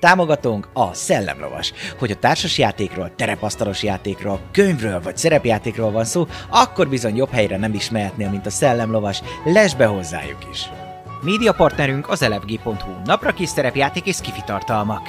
Támogatónk a Szellemlovas. Hogy a társas játékról, terepasztalos játékról, könyvről vagy szerepjátékról van szó, akkor bizony jobb helyre nem is mehetnél, mint a Szellemlovas. Lesz be hozzájuk is! Média partnerünk az elefg.hu, napra kis szerepjáték és kifitartalmak.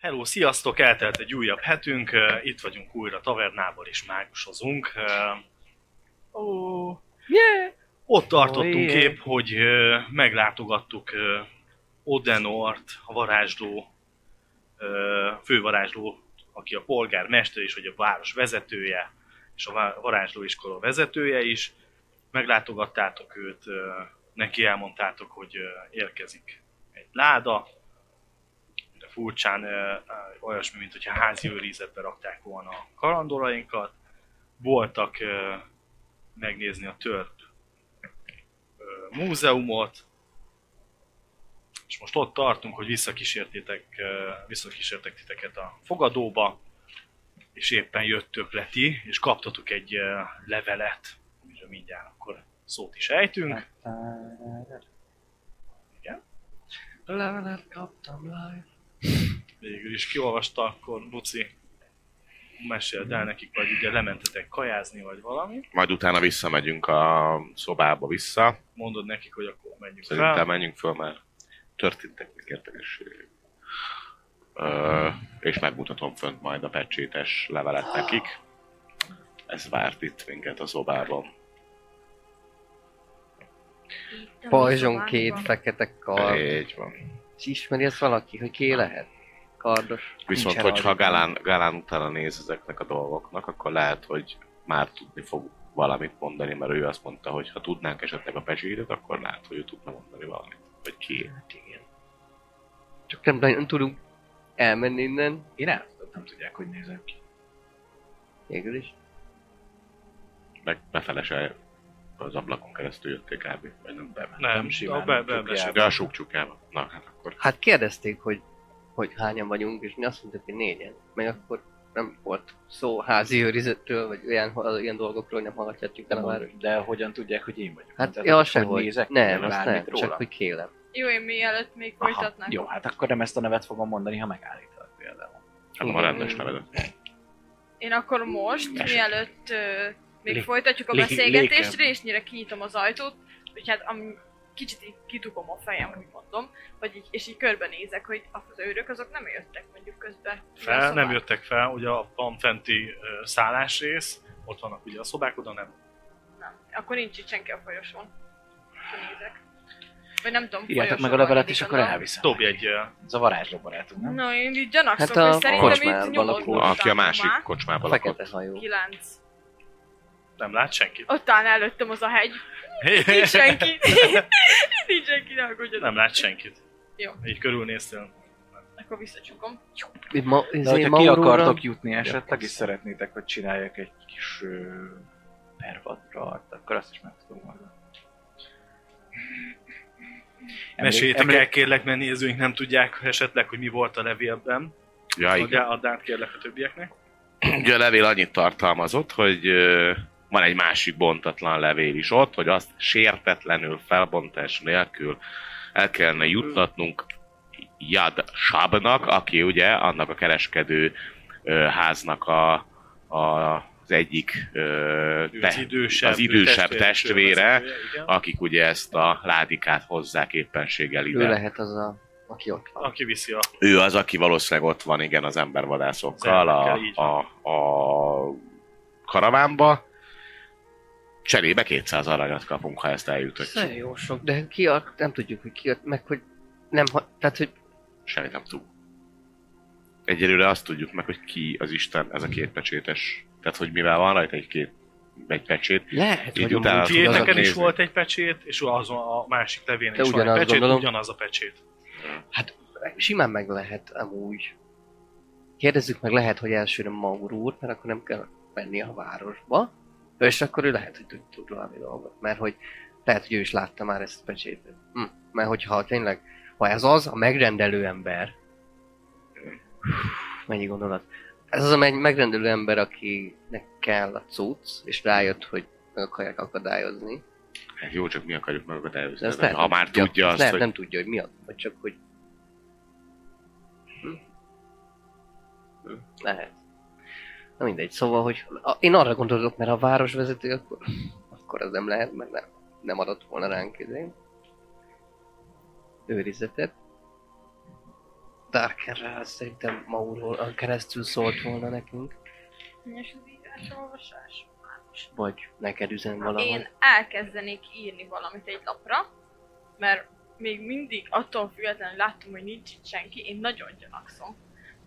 Hello, sziasztok! Eltelt egy újabb hetünk, eh, itt vagyunk újra tavernában és mágusozunk. eh, Ó, Yeah. Ott tartottunk Ojé. épp, hogy eh, meglátogattuk eh, Odenort, a varázsló, eh, fővarázsló, aki a polgármester és hogy a város vezetője, és a vá- varázslóiskola vezetője is. Meglátogattátok őt, eh, neki elmondtátok, hogy eh, érkezik egy láda, de furcsán ö, ö, olyasmi, mint hogyha házi őrizetbe rakták volna a kalandorainkat. Voltak ö, megnézni a tört ö, múzeumot, és most ott tartunk, hogy visszakísértétek, ö, visszakísértek titeket a fogadóba, és éppen jöttök le ti, és kaptatok egy ö, levelet, amiről mindjárt akkor szót is ejtünk. Igen. Levelet kaptam live. végül is kiolvasta, akkor Luci meséld el nekik, vagy ugye lementetek kajázni, vagy valami. majd utána visszamegyünk a szobába vissza. Mondod nekik, hogy akkor menjünk Szerintem fel. menjünk föl, mert történtek még érdekességek. Ö, és megmutatom fönt majd a pecsétes levelet nekik. Ez várt itt minket a szobában. Itt a Pajzson mi két szobánkban. fekete kard. Így van. És ismeri ezt valaki, hogy ki lehet? Kardos. Viszont, Nincsen hogyha rajta. Galán, Galán utána néz ezeknek a dolgoknak, akkor lehet, hogy már tudni fog valamit mondani, mert ő azt mondta, hogy ha tudnánk esetleg a pecsétet, akkor lehet, hogy ő tudna mondani valamit. Vagy ki. Hát igen. Csak nem nagyon tudunk elmenni innen. Én elfogadom, nem tudják, hogy nézek ki. Végül is. Meg befelese az ablakon keresztül jöttél kb. Vagy nem be. Nem, simán, a be, be, nem be se- De a sok csukjába. Na, hát akkor Hát kérdezték, hogy, hogy hányan vagyunk, és mi azt mondtuk, hogy négyen. Meg akkor nem volt szó házi őrizetről, vagy olyan, olyan dolgokról, hogy nem hallgatjuk el a város. De hogyan tudják, hogy én vagyok? Hát, Tehát, ja, hogy az sem hogy volt. nézek Nem, ki, azt bármit nem, csak róla? hogy kélem. Jó, én mielőtt még Aha, folytatnánk. Jó, hát akkor nem ezt a nevet fogom mondani, ha megállítanak például. Hát a rendes nevedet. Én akkor most, Tessék. mielőtt ö, még Lé- folytatjuk a lé- beszélgetést, lékem. résnyire kinyitom az ajtót, hogy hát am, kicsit így kitugom a fejem, úgy mondom, vagy így, és így körbenézek, hogy az őrök azok nem jöttek mondjuk közben. fel, nem jöttek fel, ugye a van fenti ö, szállásrész, ott vannak ugye a szobák, oda nem. Akkor nincs itt senki a folyosón. Ha nézek. Vagy nem tudom, Írjátok meg a folyosón levelet, van, és így akkor van. elviszem. Dobj egy, ö, Ez a varázsló barátunk, nem? Na, én így gyanakszok, Hát a hogy szerintem kocsmában itt nyomorgódtam lakó. Aki a másik már. kocsmába lakott. Fekete hajó. Kilenc. nem lát senkit. Ott áll előttem az a hegy. Nincs senki. Nincs senki, ne aggódjon. nem lát senkit. Jó. Így körülnéztél. Akkor visszacsukom. Itt ma, De izé, hogyha ki Mauróra- akartok jutni esetleg, persze. és szeretnétek, hogy csináljak egy kis ö, pervadrart, akkor azt is meg tudom mondani. Meséljétek el kérlek, mert nézőink nem tudják esetleg, hogy mi volt a levélben. Ja, igen. Adjál- Add át kérlek a többieknek. Ugye a levél annyit tartalmazott, hogy ö, van egy másik bontatlan levél is ott, hogy azt sértetlenül, felbontás nélkül el kellene juttatnunk Jad Sabnak, aki ugye annak a kereskedő ö, háznak a, a, az egyik ö, Ő te- az idősebb, az idősebb testvére, igen. akik ugye ezt a ládikát hozzák éppenséggel Ő ide. lehet az a aki ott van. Aki viszi a... Ő az, aki valószínűleg ott van, igen, az embervadászokkal Az a, emberekkel, így a, a karavánba. Cserébe 200 aranyat kapunk, ha ezt eljutott. Nagyon jó sok, de ki a, nem tudjuk, hogy ki a, meg hogy nem, ha, tehát hogy Semmit nem tudunk. Egyelőre azt tudjuk meg, hogy ki az Isten, ez a két pecsétes. Tehát, hogy mivel van rajta egy két egy pecsét. lehet, hogy Így amúgy utána az tudod az- akarok Tiéteken is nézni. volt egy pecsét, és azon a másik tevén Te is van egy ugyanazt pecsét, gondolom. ugyanaz a pecsét. Simán meg lehet amúgy. Kérdezzük meg, lehet, hogy elsőre Maur úr, mert akkor nem kell menni a városba. És akkor ő lehet, hogy tud, tud valami dolgot, mert hogy lehet, hogy ő is látta már ezt a pecsétet. Hm. Mert hogyha tényleg, ha ez az, a megrendelő ember, mennyi gondolat. Ez az a meg- megrendelő ember, akinek kell a cucc, és rájött, hogy meg akarják akadályozni. Hát jó, csak mi akarjuk megakadályozni. De ezt ezen. lehet, Ha nem már tudja ezt azt, lehet, hogy nem tudja, hogy mi az, vagy csak, hogy... Hm? Hm, Lehet. Na mindegy, szóval, hogy a, én arra gondolok, mert ha a városvezető, akkor, akkor az nem lehet, mert nem, nem adott volna ránk idén. Őrizetet. Darkerre azt szerintem Maurról keresztül szólt volna nekünk, És az írás olvasás? Már most. vagy neked üzen valahogy. Én elkezdenék írni valamit egy lapra, mert még mindig attól függetlenül láttam, hogy nincs itt senki, én nagyon gyanakszom.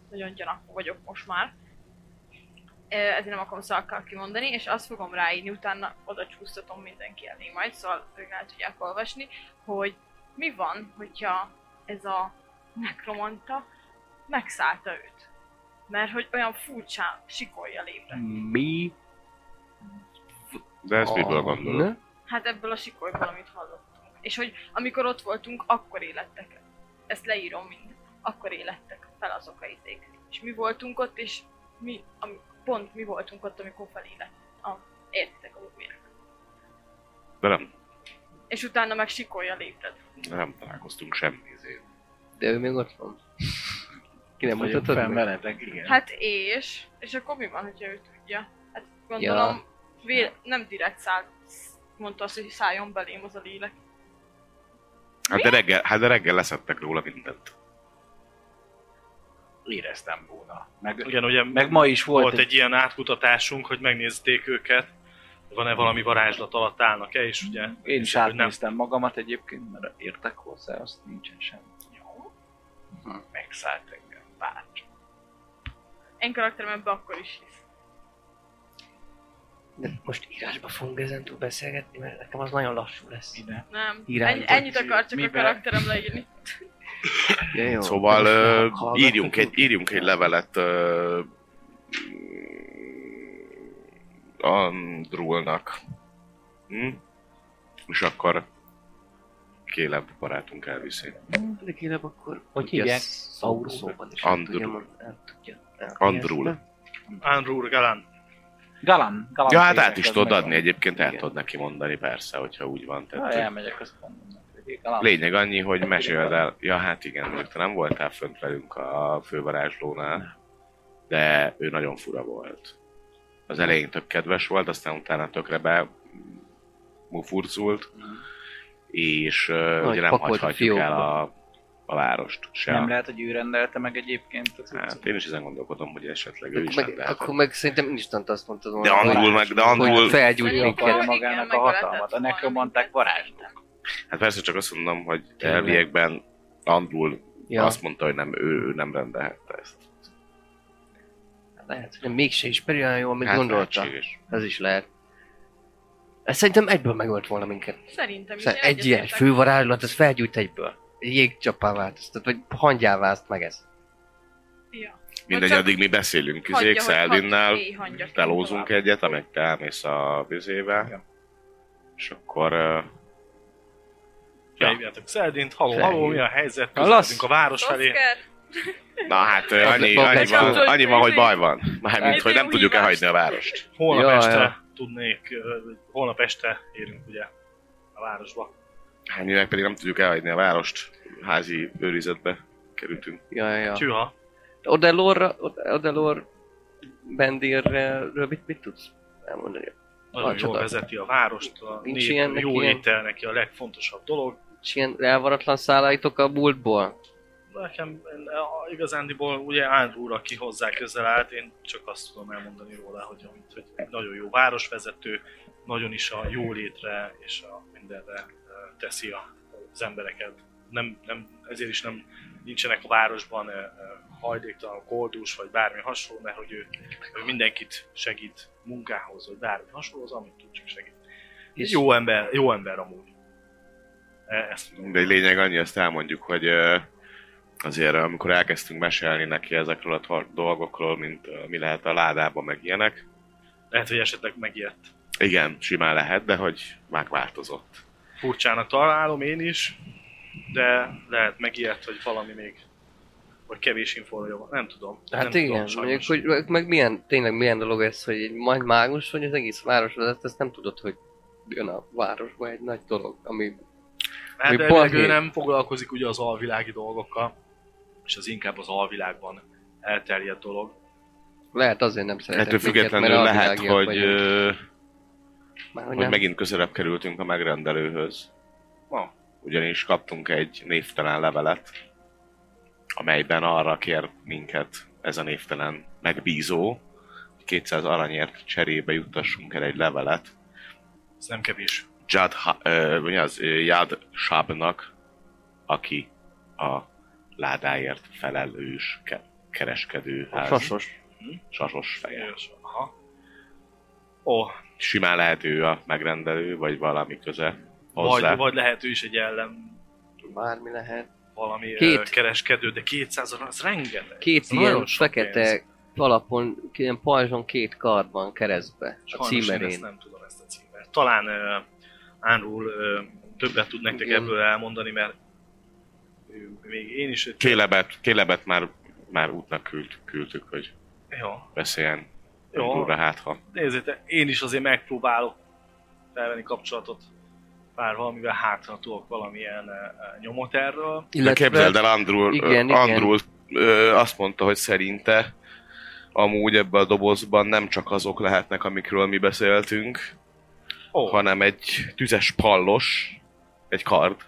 Nagyon gyanakva vagyok most már. Ö, Ezért nem akarom szakkal kimondani, és azt fogom ráírni, utána oda csúsztatom mindenki elé majd, szóval ők el tudják olvasni, hogy mi van, hogyha ez a nekromanta megszállta őt. Mert hogy olyan furcsán sikolja lébre. Mi? De ezt miből van? gondolod? Hát ebből a sikolyból, amit hallottunk. És hogy amikor ott voltunk, akkor élettek. Ezt leírom mind. Akkor élettek fel azok a izék. És mi voltunk ott, és mi, ami, pont mi voltunk ott, amikor felélett. A, értitek a mire. De nem, És utána meg sikolja lépted. nem találkoztunk semmi izé- izét. De ő még ott van. Ki nem Vagyok mutatott fel meg? veletek, igen. Hát és, és akkor mi van, hogyha ő tudja? Hát gondolom, ja. vé, nem direkt száll, mondta azt, hogy szálljon belém az a lélek. Hát de reggel, hát de reggel leszettek róla mindent. Éreztem volna. Meg, Igen, ugye meg ma is volt, volt egy ilyen átkutatásunk, hogy megnézték őket, van-e valami varázslat alatt állnak-e, és ugye... Én és is hogy nem. átnéztem magamat egyébként, mert értek hozzá, azt nincsen semmi. Jó. Megszállt engem, bács. Én karakterem ebbe akkor is hisz. De most írásba fogunk ezen túl beszélgetni, mert nekem az nagyon lassú lesz. Ide. Nem. Irányba. Ennyi, ennyit akar csak a Mivel- karakterem leírni. Ja, jó. Szóval Most ö, meghallgattuk. írjunk, egy, írjunk egy levelet ö, Andrulnak. Hm? És akkor kélebb barátunk elviszi. De kérem akkor, hogy hívják? hívják? Saur szóban is. Andrew. Tudja, mond- el tudja. El- Andrul. Andrew Galan. Galán, galán. Ja, hát át kérek, is ez tudod megvan. adni egyébként, el Igen. tudod neki mondani, persze, hogyha úgy van. Ha Tehát, hogy elmegyek, azt mondom neki. hogy Galán. Lényeg annyi, hogy meséld el. Ja, hát igen, mondjuk te nem voltál fönt velünk a fővarázslónál, de ő nagyon fura volt. Az elején tök kedves volt, aztán utána tökre be mufurcult, és uh, Nagy ugye nem pak volt a hagyhatjuk el fiókba. a, a várost se. Nem lehet, hogy ő rendelte meg egyébként a hát cuccot. én is ezen gondolkodom, hogy esetleg ő Akkor is meg, meg, akkor meg szerintem instant azt mondtad De Andrul meg, de Andrul... hogy felgyújtni Szerintem- kell. akarja magának igen, a meg hatalmat. A lehetett nekromanták volna. varázslók. Hát persze csak azt mondom, hogy Tényleg. elviekben Andrul Ja, azt mondta, hogy nem, ő, ő nem rendelhette ezt. lehet, hogy mégse ismeri olyan jól, mint Hát gondolta. lehetséges. Ez is lehet. Ez szerintem egyből megölt volna minket. Szerintem is. Szer- én Szóval egy ilyen egyetértek. fővarázslat, ez felgyújt egyből. Egy Jégcsapá változtat, vagy hangyává azt meg ez. Ja. Mindegy, Csak addig mi beszélünk hagyja, izék, hogy Szeldinnel, hagyja, éhhangyaként telózunk tovább. egyet, amíg te elmész a vizébe, Ja. és akkor... ö, Ja. Felhívjátok Szeldint, haló, Felhív. haló, mi a helyzet? Lasz. Közeledünk a város felé. Oszker, Na hát ö, annyi, Bob annyi, Lecce. van, annyi van, hogy Tudod, baj van. Mármint, Ez hogy nem jó tudjuk hívást. elhagyni a várost. Holnap Ja, este ja. tudnék, ö, holnap este érünk ugye a városba. Annyileg Hát, pedig nem tudjuk elhagyni a várost. Házi őrizetbe kerültünk. Ja, ja, ja. Tűha, Odelorra, Odelor Bendirről mit, mit tudsz elmondani? nagyon Ah, jól csoda. vezeti a várost, a Nincs nép- ilyen, neki jó ilyen. étel neki a legfontosabb dolog. És ilyen elvaratlan szálaitok a múltból? Nekem én, a- igazándiból ugye Andrew, aki hozzá közel állt, én csak azt tudom elmondani róla, hogy, amit, hogy egy nagyon jó városvezető, nagyon is a jólétre és a mindenre ö, teszi a, az embereket. Nem, nem, ezért is nem nincsenek a városban ö, ö, hajléktalan, koldus vagy bármi hasonló, mert hogy ő, ő mindenkit segít munkához, vagy bármi hasonlóhoz, amit tud csak segít. És- Jó ember, jó ember amúgy. E- Ezt tudom. De egy lényeg annyi, azt elmondjuk, hogy ö, azért ö, amikor elkezdtünk mesélni neki ezekről a tar- dolgokról, mint ö, mi lehet a ládában, meg ilyenek, Lehet, hogy esetleg megijedt. igen, simán lehet, de hogy már változott. furcsának találom én is, de lehet megijedt, hogy valami még, vagy kevés információ van, nem tudom. Hát nem nem igen, tudom, mondjuk, sajnos. hogy meg- meg milyen, tényleg milyen dolog ez, hogy egy majd mágus vagy az egész város vezet, ezt nem tudod, hogy jön a városba egy nagy dolog, ami Hát hogy elvileg balhé. ő nem foglalkozik ugye az alvilági dolgokkal, és az inkább az alvilágban elterjedt dolog. lehet azért nem szeretett Ettől minket, függetlenül mert lehet, alvilágiak hogy, vagyunk. ö, Már hogy nem. megint közelebb kerültünk a megrendelőhöz. Ma. Ugyanis kaptunk egy névtelen levelet, amelyben arra kér minket ez a névtelen megbízó, 200 aranyért cserébe juttassunk el egy levelet, Ez nem kevés. Jad, ha, ö, mi az, ö, Jad Shabnak, aki a ládáért felelős ke- kereskedő A ház. Sasos. Sasos feje. Jajos. Aha. Ó, Simán lehet ő a megrendelő, vagy valami köze hozzá. vagy, vagy lehet ő is egy ellen Bármi lehet. valami Két. Két. kereskedő, de 200 arra, az rengeteg. Két Ez ilyen nagyon sok pénz. fekete kalapon, ilyen pajzson két karban keresztbe, a Sajnos én ezt címerén. nem tudom ezt a címet. Talán uh, Ánról uh, többet tud nektek Igen. ebből elmondani, mert ő- még én is... Kélebet, Kélebet már, már útnak küld, küldtük, hogy Jó, beszéljen Jó. Andrewra, hát ha. nézzétek, én is azért megpróbálok felvenni kapcsolatot pár valamivel, hát ha tudok valamilyen uh, nyomot erről. De képzeld el, Andrew, Igen, igen, igen. Andrew ö, azt mondta, hogy szerinte amúgy ebbe a dobozban nem csak azok lehetnek, amikről mi beszéltünk, Ó, oh, hanem egy tüzes pallos, egy kard,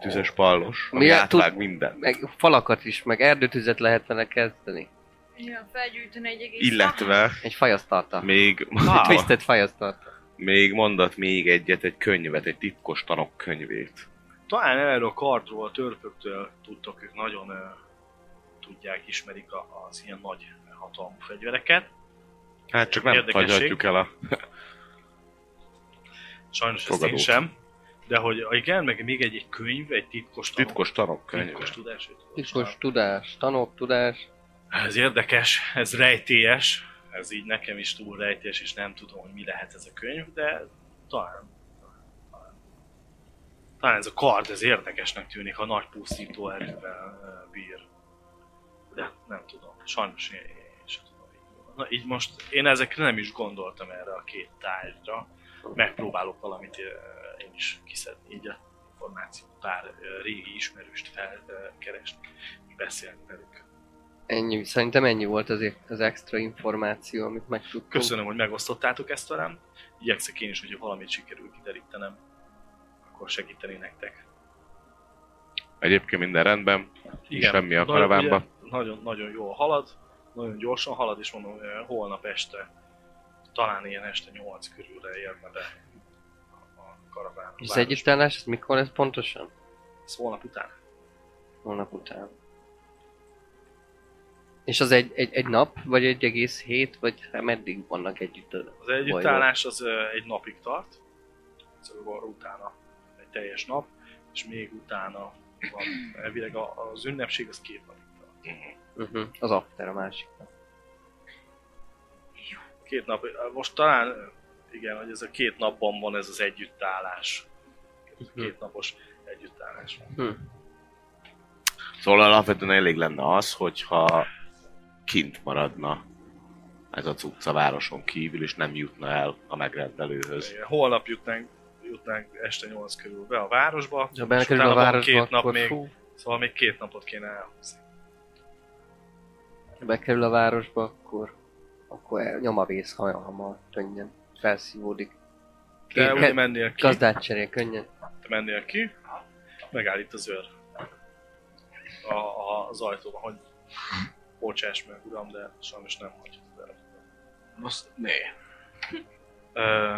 tüzes pallos, ami Mi a- átvág tud- minden. meg falakat is, meg erdőtüzet lehet vele kezdeni. Igen, felgyűjteni egy egész Illetve Egy fajasztalta. még, Egy ah, twisted fajasztalta. még mondat még egyet, egy könyvet, egy titkos tanok könyvét. talán erről a kardról, a törpöktől tudtok, ők nagyon uh, tudják, ismerik a, az ilyen nagy hatalmú fegyvereket. Hát csak nem Érdekesség. hagyhatjuk el a... Sajnos ezt Fogadót. én sem. De hogy igen, meg még egy, egy könyv, egy titkos tanul- Titkos tanok könyve. Titkos tudás. egy titkos Titkos tanul. tudás, tanok tudás. Ez érdekes, ez rejtélyes, ez így nekem is túl rejtélyes, és nem tudom, hogy mi lehet ez a könyv, de talán talán ez a kard, ez érdekesnek tűnik, ha nagy pusztító erővel ö, bír. De nem tudom, sajnos én, én sem tudom. Na így most, én ezekre nem is gondoltam erre a két tárgyra. Megpróbálok valamit ö, én is kiszedni, így a információt, pár ö, régi ismerőst felkeresni, és beszélni velük. Ennyi, szerintem ennyi volt az, az extra információ, amit megtudtunk. Köszönöm, hogy megosztottátok ezt velem. Igyekszek én is, hogyha valamit sikerül kiderítenem, akkor segíteni nektek. Egyébként minden rendben, Semmi a Nagyon- karavánba. ugye, Nagyon, nagyon jól halad, nagyon gyorsan halad, és mondom, eh, holnap este, talán ilyen este 8 körülre érne be a- a karaván. És Városba. az együttállás, ez mikor lesz pontosan? Ez holnap után. Holnap után. És az egy, egy, egy nap, vagy egy egész hét, vagy hát meddig vannak együtt? Az együttállás az eh, egy napig tart, szóval utána egy teljes nap, és még utána van, elvileg a- az ünnepség az két napig tart. Mhm. Uh-huh. Az after a másik. nap. Két nap, most talán, igen, hogy ez a két napban van ez az együttállás. Mhm. Két napos együttállás van. Hm. Szóval alapvetően elég lenne az, hogyha kint maradna ez a cucc a városon kívül, és nem jutna el a megrendelőhöz. Igen, holnap jutnánk, jutnánk este 8 körül be a városba, Ha és belekerül utána a van városba, két nap akkor még, fú, szóval még két napot kéne elhúzni. ha bekerül a városba, akkor, akkor el- nyomavész hajam hamar, könnyen, felszívódik. De Két, ugye ke- mennél ki, gazdát cserél, könnyen. te mennél ki, megáll itt az őr. a, a, az ajtóban, hogy bocsáss meg, uram, de sajnos nem hagyjuk el. Most né. Ö,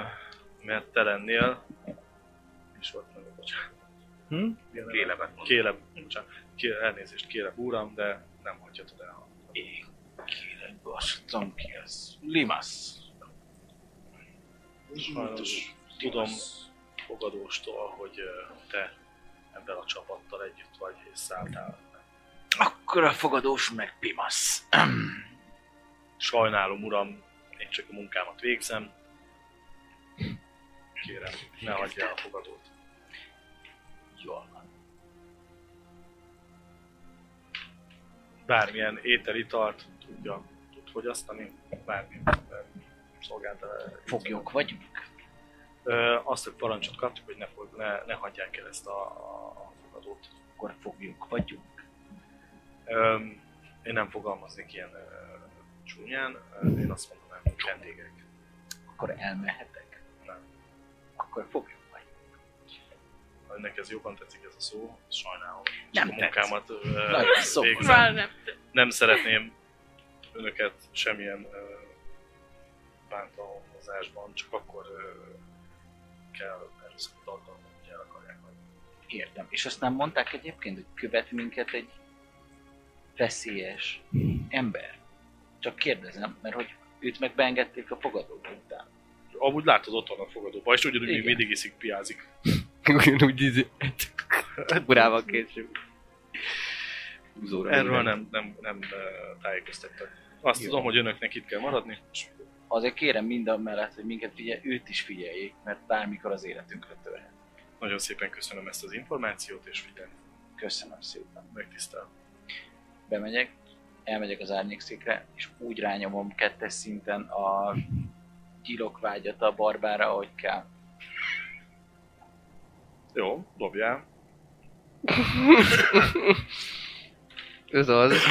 mert te lennél, és volt meg a bocsánat. Hm? Kélem, Kélemet mondom. kélem, bocsánat, kélem, elnézést kérem, uram, de nem hagyhatod el. Én kérek, bastam ki ez. Limasz. Sajnos tudom fogadóstól, hogy ö, te ebben a csapattal együtt vagy, és szálltál. Akkor a fogadós meg Pimasz. Sajnálom, uram, én csak a munkámat végzem. Kérem, ne hagyja el a fogadót. Jól van. bármilyen ételitart tudja, tud fogyasztani, bármilyen ö, szolgáltat. Foglyok vagyunk. Ö, Azt, hogy parancsot kaptuk, hogy ne, fog, ne, ne hagyják el ezt a, a fogadót. Akkor foglyok vagyunk. Ö, Én nem fogalmaznék ilyen ö, csúnyán, Ö, én azt mondanám, hogy vendégek. Akkor elmehetek. Nem. Akkor foglyok vagyunk. Ha Önnek ez jobban tetszik ez a szó, sajnálom. Nem a munkámat ö, Nagyon szomorú. végzem. Már nem. nem szeretném önöket semmilyen ö, bántalmazásban, csak akkor ö, kell erőszakot alkalmazni, hogy el akarják hagyni. Értem. És azt nem mondták egyébként, hogy követ minket egy veszélyes ember. Csak kérdezem, mert hogy őt meg beengedték a fogadóba után. Amúgy látod ott van a fogadóba, és ugyanúgy Igen. még mindig iszik, piázik. Ugyanúgy izé. Urával később. Húzóra Erről minden. nem, nem, nem ö, tájékoztattak. Azt Jó. tudom, hogy önöknek itt kell maradni, és Azért kérem mind a mellett, hogy minket figyelj, őt is figyeljék, mert bármikor az életünkre törhet. nagyon szépen köszönöm ezt az információt, és figyelni, Köszönöm szépen. megtisztel. Bemegyek, elmegyek az árnyékszékre, és úgy rányomom kettes szinten a gyilokvágyat a barbára, ahogy kell. Jó, dobjál. Ez az.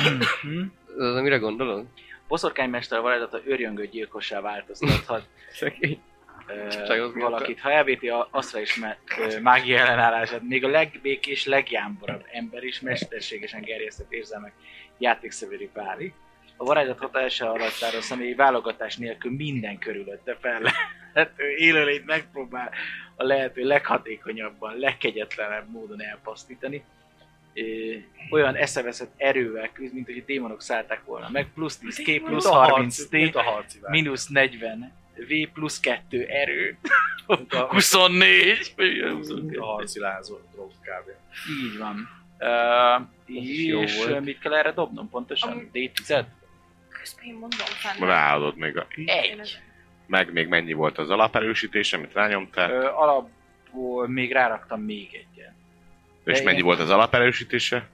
Mhm. Ez az, amire gondolod? Boszorkánymester varázslata örjöngő gyilkossá változtathat Szegény. ö, Csajhoz valakit. Ha elvéti a, azt is me, ö, mágia ellenállását, még a legbékés, legjámborabb ember is mesterségesen gerjesztett érzelmek játékszövőri válik. A varázslat hatása alatt álló személy válogatás nélkül minden körülötte fel lehető élőlényt megpróbál a lehető leghatékonyabban, legkegyetlenebb módon elpasztítani. Ö, olyan eszeveszett erővel küzd, mint hogy a démonok szállták volna meg, plusz 10 k, plusz 30 t, mint a harci vágy. mínusz 40, V plusz 2 erő. Mint a, 24! mint a harci lázó drog kb. Így van. Uh, is jó és volt. mit kell erre dobnom pontosan? Am- D10? Közben én mondom fenn. Ráadod még a... Egy. Meg még mennyi volt az alaperősítés, amit rányomtál, Ö, alapból még ráraktam még egyet. és igen. mennyi volt az alaperősítése?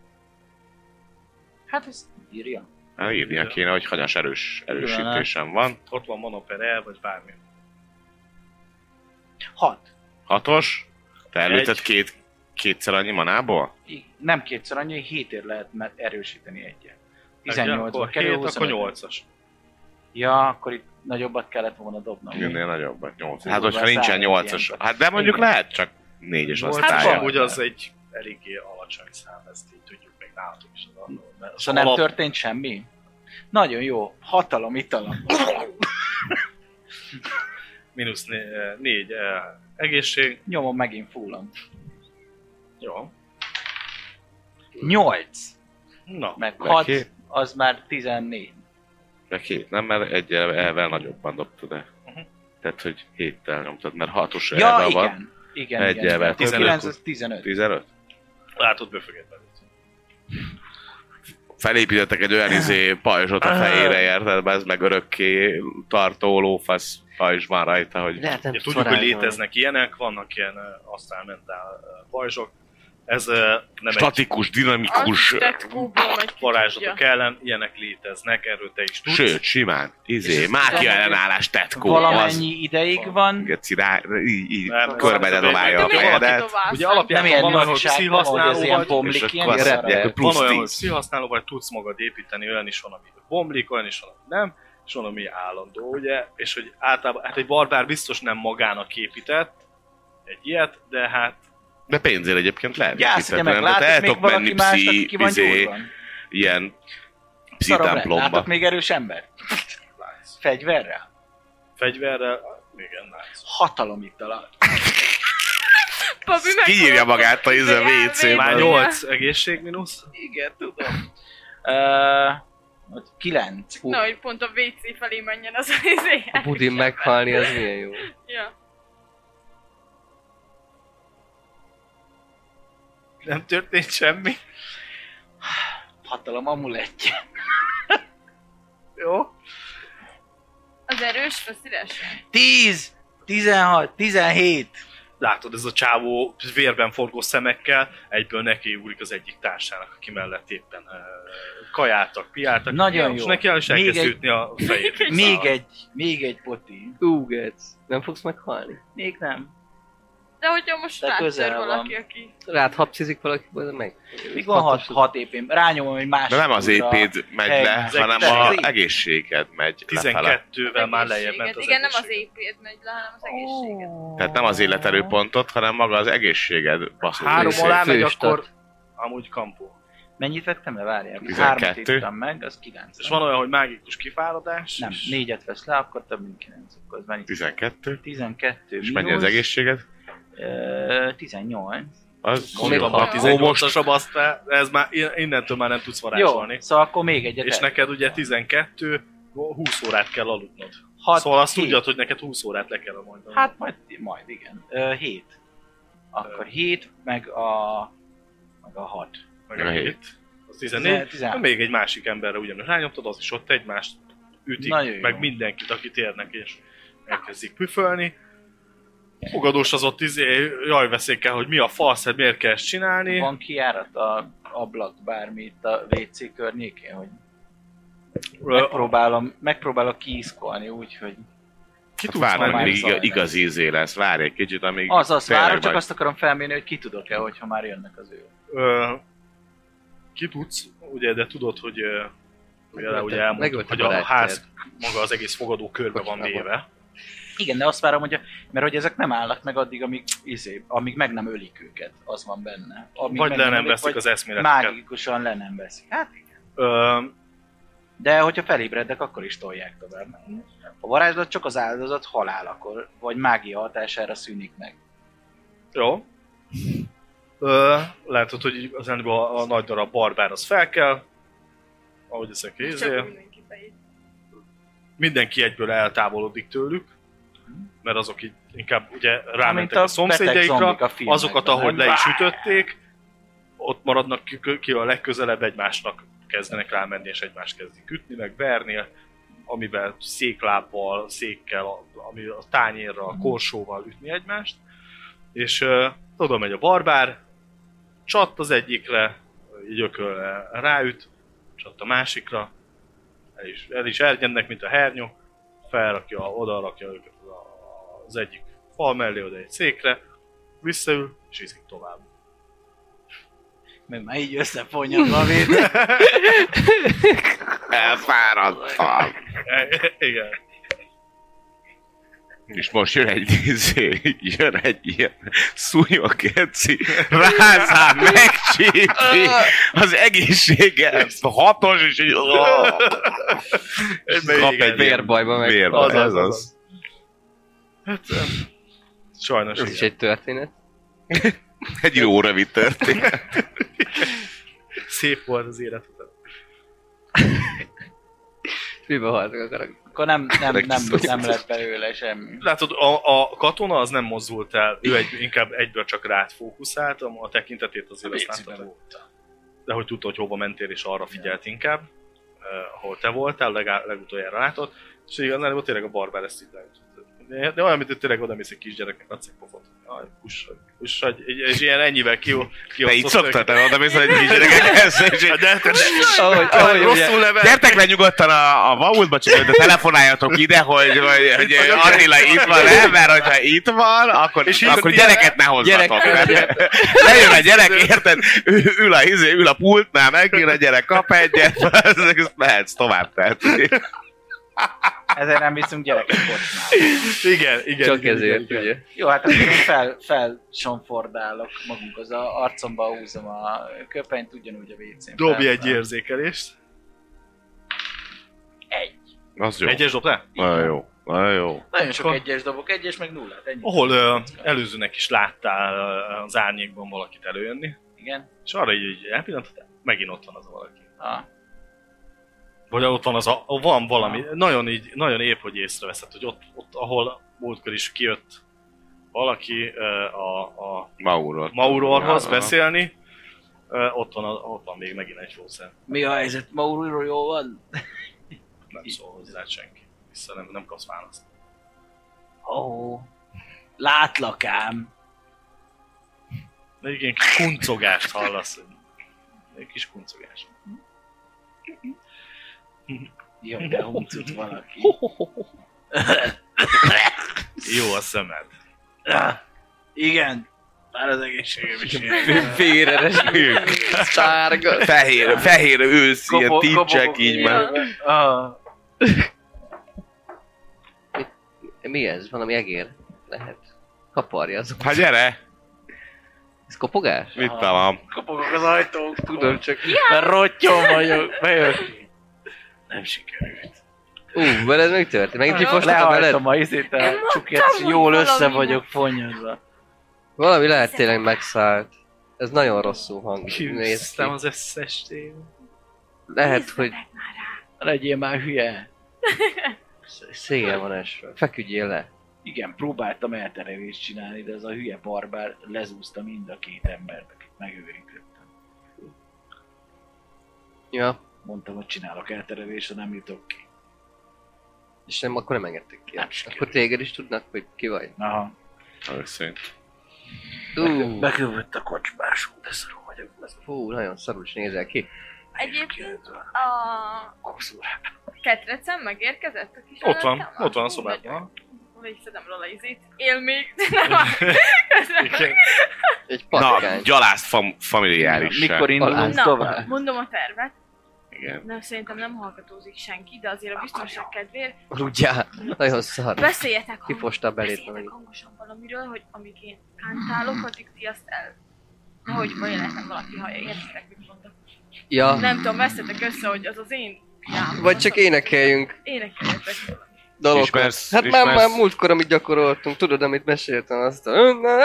Hát ezt írja. Hát írnia Igen. kéne, hogy hanyas erős erősítésem van. Ott van monoperel, vagy bármi. 6. Hatos. Te előtted Egy. két, kétszer annyi manából? Nem kétszer annyi, 7 ér lehet me- erősíteni egyet. Akkor 18-ba kerül, 7, 25. akkor 8-as. Ja, akkor itt nagyobbat kellett volna dobnom. Ennél nagyobbat, nyolc. Jó, Hát hogyha van, nincsen száz nyolcas, ilyenben. hát de mondjuk Igen. lehet csak négyes Nyolc- az Hát Tájában. van, tája. hogy az egy eléggé alacsony szám, ezt így tudjuk meg nálatok is az annól. mert az Szóval nem alap- történt semmi? Nagyon jó. Hatalom, italom. Mínusz né- eh, négy eh, egészség. Nyomom megint fullam. Jó. 8. Na, Meg Meg 6, hét. az már 14. De két, nem, mert egy elvel nagyobban dobtad el. Mhm. Tehát, hogy héttel nyomtad, mert hatos Ja, elvel igen. van. igen. Igen, Egy igen. elvel. 19 az 15. 15. látod, beföged veled. Felépítettek egy olyan izé pajzsot a fejére, érted? Ez meg örökké tartó lófasz pajzs van rajta, hogy Lehet nem Ugye, tudsz tudjuk, hogy varázsolni. léteznek ilyenek, vannak ilyen eh, aztán mentál eh, pajzsok. Ez eh, nem egy statikus, dinamikus, tetkóból megy ki varázslatok tudja. ellen, ilyenek léteznek, erről te is tudsz. sőt, simán, izé, mákia ellenállás tetkó, az Valamennyi ideig van. geci rá, így, így Nem, körbede nem, dobálja a De mi volt, aki fejedet, dobálsz? Ugye alapján- Nem ilyen van olyan, hogy nősság, nem, ahogy pszichhasználó ez ilyen vagy, bomlik, és ilyen akkor szarab. repjek, hogy Plusz Plusz van olyan, hogy tíz. szihasználó vagy, tudsz magad építeni, olyan is van, ami bomlik, olyan is van, ami nem, és van, ami állandó, ugye? És hogy általában, hát egy barbár biztos nem magának épített egy ilyet, de hát De pénzért egyébként lehet. Gyász, hogyha kitetlen. Tehát meglátod még eltok valaki más, pszi- aki ki van izé, gyúrban. ilyen Szarom le. pszitámplomba. Látok még erős ember? Fegyverrel? Fegyverrel, igen, látsz. Hatalomíttal. Babi, Kiírja magát a izé Elvész. Már Igen. WC-ben. 8 egészség mínusz. Igen, tudom. Ö, hogy kilenc. Na, hogy pont a WC felé menjen az az izé. A budin meghalni, az milyen jó. Ja. Nem történt semmi. Hatalom amuletje. Jó. Az erős, az üres. Tíz! Tizenhat! Tizenhét! Látod, ez a csávó vérben forgó szemekkel egyből neki ugrik az egyik társának, aki mellett éppen uh, kajáltak, piáltak. Nagyon És jó. neki el is Még elkezd egy- ütni a fejét. Még egy, még egy poti. Ú, Getsz, nem fogsz meghalni? Még nem. De hogyha most De rátör közel van. valaki, aki... Rád hapcizik valaki, vagy meg? Még van hat, hat épém. Rányomom egy másik De nem az útra. épéd megy le, Ezek- hanem ezek- a egészséged megy lefele. 12-vel már lejjebb ment az Igen, nem az egészséged. épét megy le, hanem az egészséget. Tehát nem az életerőpontot, hanem maga az egészséged baszol. Három részét. alá megy, Főstat. akkor amúgy kampó. Mennyit vettem le? Várjál. 12. Hármat írtam meg, az kilenc. És van olyan, hogy mágikus kifáradás. Nem, és- négyet vesz le, akkor több mint kilenc. Akkor az mennyi? 12. 12 És mennyi az egészséged? Ö, 18. Az Mondom, jó. ha Ó, 18-asabb azt fel, ez már innentől már nem tudsz varázsolni. Jó, szóval akkor még egyet. És el. neked ugye 12, 20 órát kell aludnod. Hat, szóval azt hét. tudjad, hogy neked 20 órát le kell aludnod. Hát majd, majd igen. Ö, 7. Akkor 7, meg a... Meg a 6. meg a a hét. 7. Az 14. 16. Még egy másik emberre ugyanúgy rányomtad, az is ott egymást ütik, Nagyon jó. meg mindenkit, akit érnek, és elkezdik püfölni. Fogadós az ott izé, jaj veszékkel, hogy mi a faszed, miért kell ezt csinálni. Van kiárat a ablak bármi itt a WC környékén, hogy Ö, megpróbálom, megpróbálok kiiszkolni úgy, hogy Ki tudsz Várj, már amíg zajlani. iga- igazi izé lesz. Várj egy kicsit, amíg... az az tényleg várok, csak majd- azt akarom felmérni, hogy ki tudok-e, hogyha már jönnek az ő. Ö, ki tudsz, ugye, de tudod, hogy ö, ugye, ugye elmondtuk, megöltük hogy a a rejtett. ház maga az egész fogadó körbe van Kocsmában. véve. Igen, de azt várom, hogy a, mert hogy ezek nem állnak meg addig, amíg, izé, amíg meg nem ölik őket, az van benne. Amíg Vagy meg le nem ölik, veszik vagy az eszméleteket. Mágikusan le nem veszik. Hát igen. Ö, De hogyha felébrednek, akkor is tolják tovább. A varázslat csak az áldozat halálakor, vagy mágia hatására szűnik meg. jó. Ö, látod, hogy az előbb a, a nagy darab barbár az fel kell, ahogy ezek Csak érzél. mindenki beír. Mindenki egyből eltávolodik tőlük, mert azok így inkább ugye rámentek a, a beteg szomszédjaikra, zombik a filmekben, azokat, ahogy nem? le is ütötték, ott maradnak ki, ki a legközelebb egymásnak kezdenek rámenni, és egymást kezdik ütni, meg verni, amiben széklábbal, székkel, a- ami a tányérral, a korsóval ütni egymást. És uh, tudom, megy a barbár, csat az egyikre, így ököl ráüt, csat a másikra, el is, el is ergyennek, mint a hernyó, felrakja, oda rakja őket a- az egyik fal mellé, oda egy székre, visszaül, és ízik tovább. Mert már így összefonyodva a védő. Elfáradtam. E, Igen. És most jön egy izé, jön egy ilyen szúnyog geci, rázá hát megcsípi az egészséget, a hatos, és így... Beég kap egy elég. Bérbajba meg. Vérbaj, Azaz, ez az. azaz. Hát, em, sajnos Ez is igen. egy történet. Egy jó rövid történet. Szép volt az életetek. Mibe haltak a karakter? Akkor nem, nem, nem, nem Megszólítás. lett belőle semmi. Látod, a, a katona az nem mozdult el, ő egy, inkább egyből csak rád fókuszált, a a tekintetét azért azt láttad. De hogy tudta, hogy hova mentél, és arra figyelt inkább, eh, ahol te voltál, legá- legutoljára látod. És igazán volt tényleg a barbár ezt így leütött. de, de olyan, mint hogy tényleg oda mész egy kisgyereknek, adsz egy pofot. Jaj, kussadj, kussadj, Egy- és ilyen ennyivel ki, ki Te így szoktad, Hát te oda mész egy kis gyerekek ezzel, és így- de, de, Ahogy, de, ahogy ugye, rosszul nevel, Gyertek le nyugodtan a, a vaultba, csak de telefonáljatok ide, hogy, hogy, hogy Attila itt van -e, mert hogyha itt van, akkor, És így akkor ilyen- gyereket ne hozzatok. Gyerek- Gyerek, Lejön a gyerek, érted? Ő, ül, a, izé, ül a pultnál, megjön a gyerek, kap egyet, ez- ez mehetsz tovább. Tehát. Ezért nem viszünk gyereket kocsmába. Igen, igen. Csak igen, ezért, igen, igen. ugye? Jó, hát akkor én fel, felsonfordálok magunkhoz, a arcomba húzom a köpenyt, ugyanúgy a WC-n. Dobj fel- egy érzékelést. Az jó. Egyes dobtál? Nagyon jó. Nagyon jó. Nagyon sok Akkor- egyes dobok, egyes meg nullát, ennyi. Ahol ö, előzőnek is láttál ö, az árnyékban valakit előjönni, Igen. és arra így, így elpillantottál, megint ott van az a valaki. Ah. Vagy ott van az a, van valami, nagyon így, nagyon épp, hogy észreveszed, hogy ott, ott ahol múltkor is kijött valaki ö, a, a Mauro. Maurorhoz Ja, beszélni, ö, ott van, a- ott van még megint egy fószer. Mi a helyzet? Mauro jó van? Nem szól hozzá senki. Vissza nem, nem kapsz választ. Ó, oh, látlak ám. De egy ilyen kis kuncogást hallasz. Egy kis kuncogás. Jó, de huncut valaki. Jó a szemed. Igen, már az egészségem is ilyen. Véreres sárga. Fehér, fehér ősz, ilyen Kopog- tincsek kopogok így már. Ah, Mi ez? Valami egér? Lehet. Kaparja azok. Hát gyere, Ez kopogás? mit találom? Kopogok az ajtók, Tudom csak. Mert rottyom vagyok, bejövök. Nem sikerült. Ú, veled meg történt. Meg itt most a veled. Lehajtom a izét Én a mondtam, csukját, és hogy jól össze valami vagyok fonyodva. Valami lehet tényleg megszállt. Ez nagyon rosszul hang. Néz ki. Kiűztem az összes tém. Lehet, hogy Legyél már hülye. sz- széjjel van esve. Feküdjél le. Igen, próbáltam elterelést csinálni, de ez a hülye barbár lezúzta mind a két embert, akit megőrítettem. Ja. Mondtam, hogy csinálok elterelést, de nem jutok ki. És nem, akkor nem engedték ki. Nem sikerült. Akkor téged is tudnak, hogy ki vagy. Aha. Őszint. Ú, Bekövött a kocsmás, de szarul vagyok. Ez fú, nagyon szarul is nézel ki. Egyébként a ketrecem megérkezett a kis Ott van, állatám? ott van a Hú, szobában. nagyon- Végszedem róla izét. Él még, de nem áll. Igen. Egy Na, patkány. gyalázt fam- familiáris. Mikor indulunk Alá. tovább? Na, mondom a tervet. Igen. Nem, szerintem nem hallgatózik senki, de azért a biztonság kedvéért Rudjá. Nagyon szar. beszéljetek, hang- Kifosta a belét beszéljetek valami. hangosan valamiről, hogy amíg én kántálok, addig ti azt el... Nehogy baj lehetem valaki hallja, értitek, mit mondok. Ja. Nem tudom, veszetek össze, hogy az az én piám. Vagy csak énekeljünk énekeljetek valamit. dalokat. Ismersz- hát már, már ismersz- múltkor, amit gyakoroltunk, tudod, amit meséltem, azt a... Na,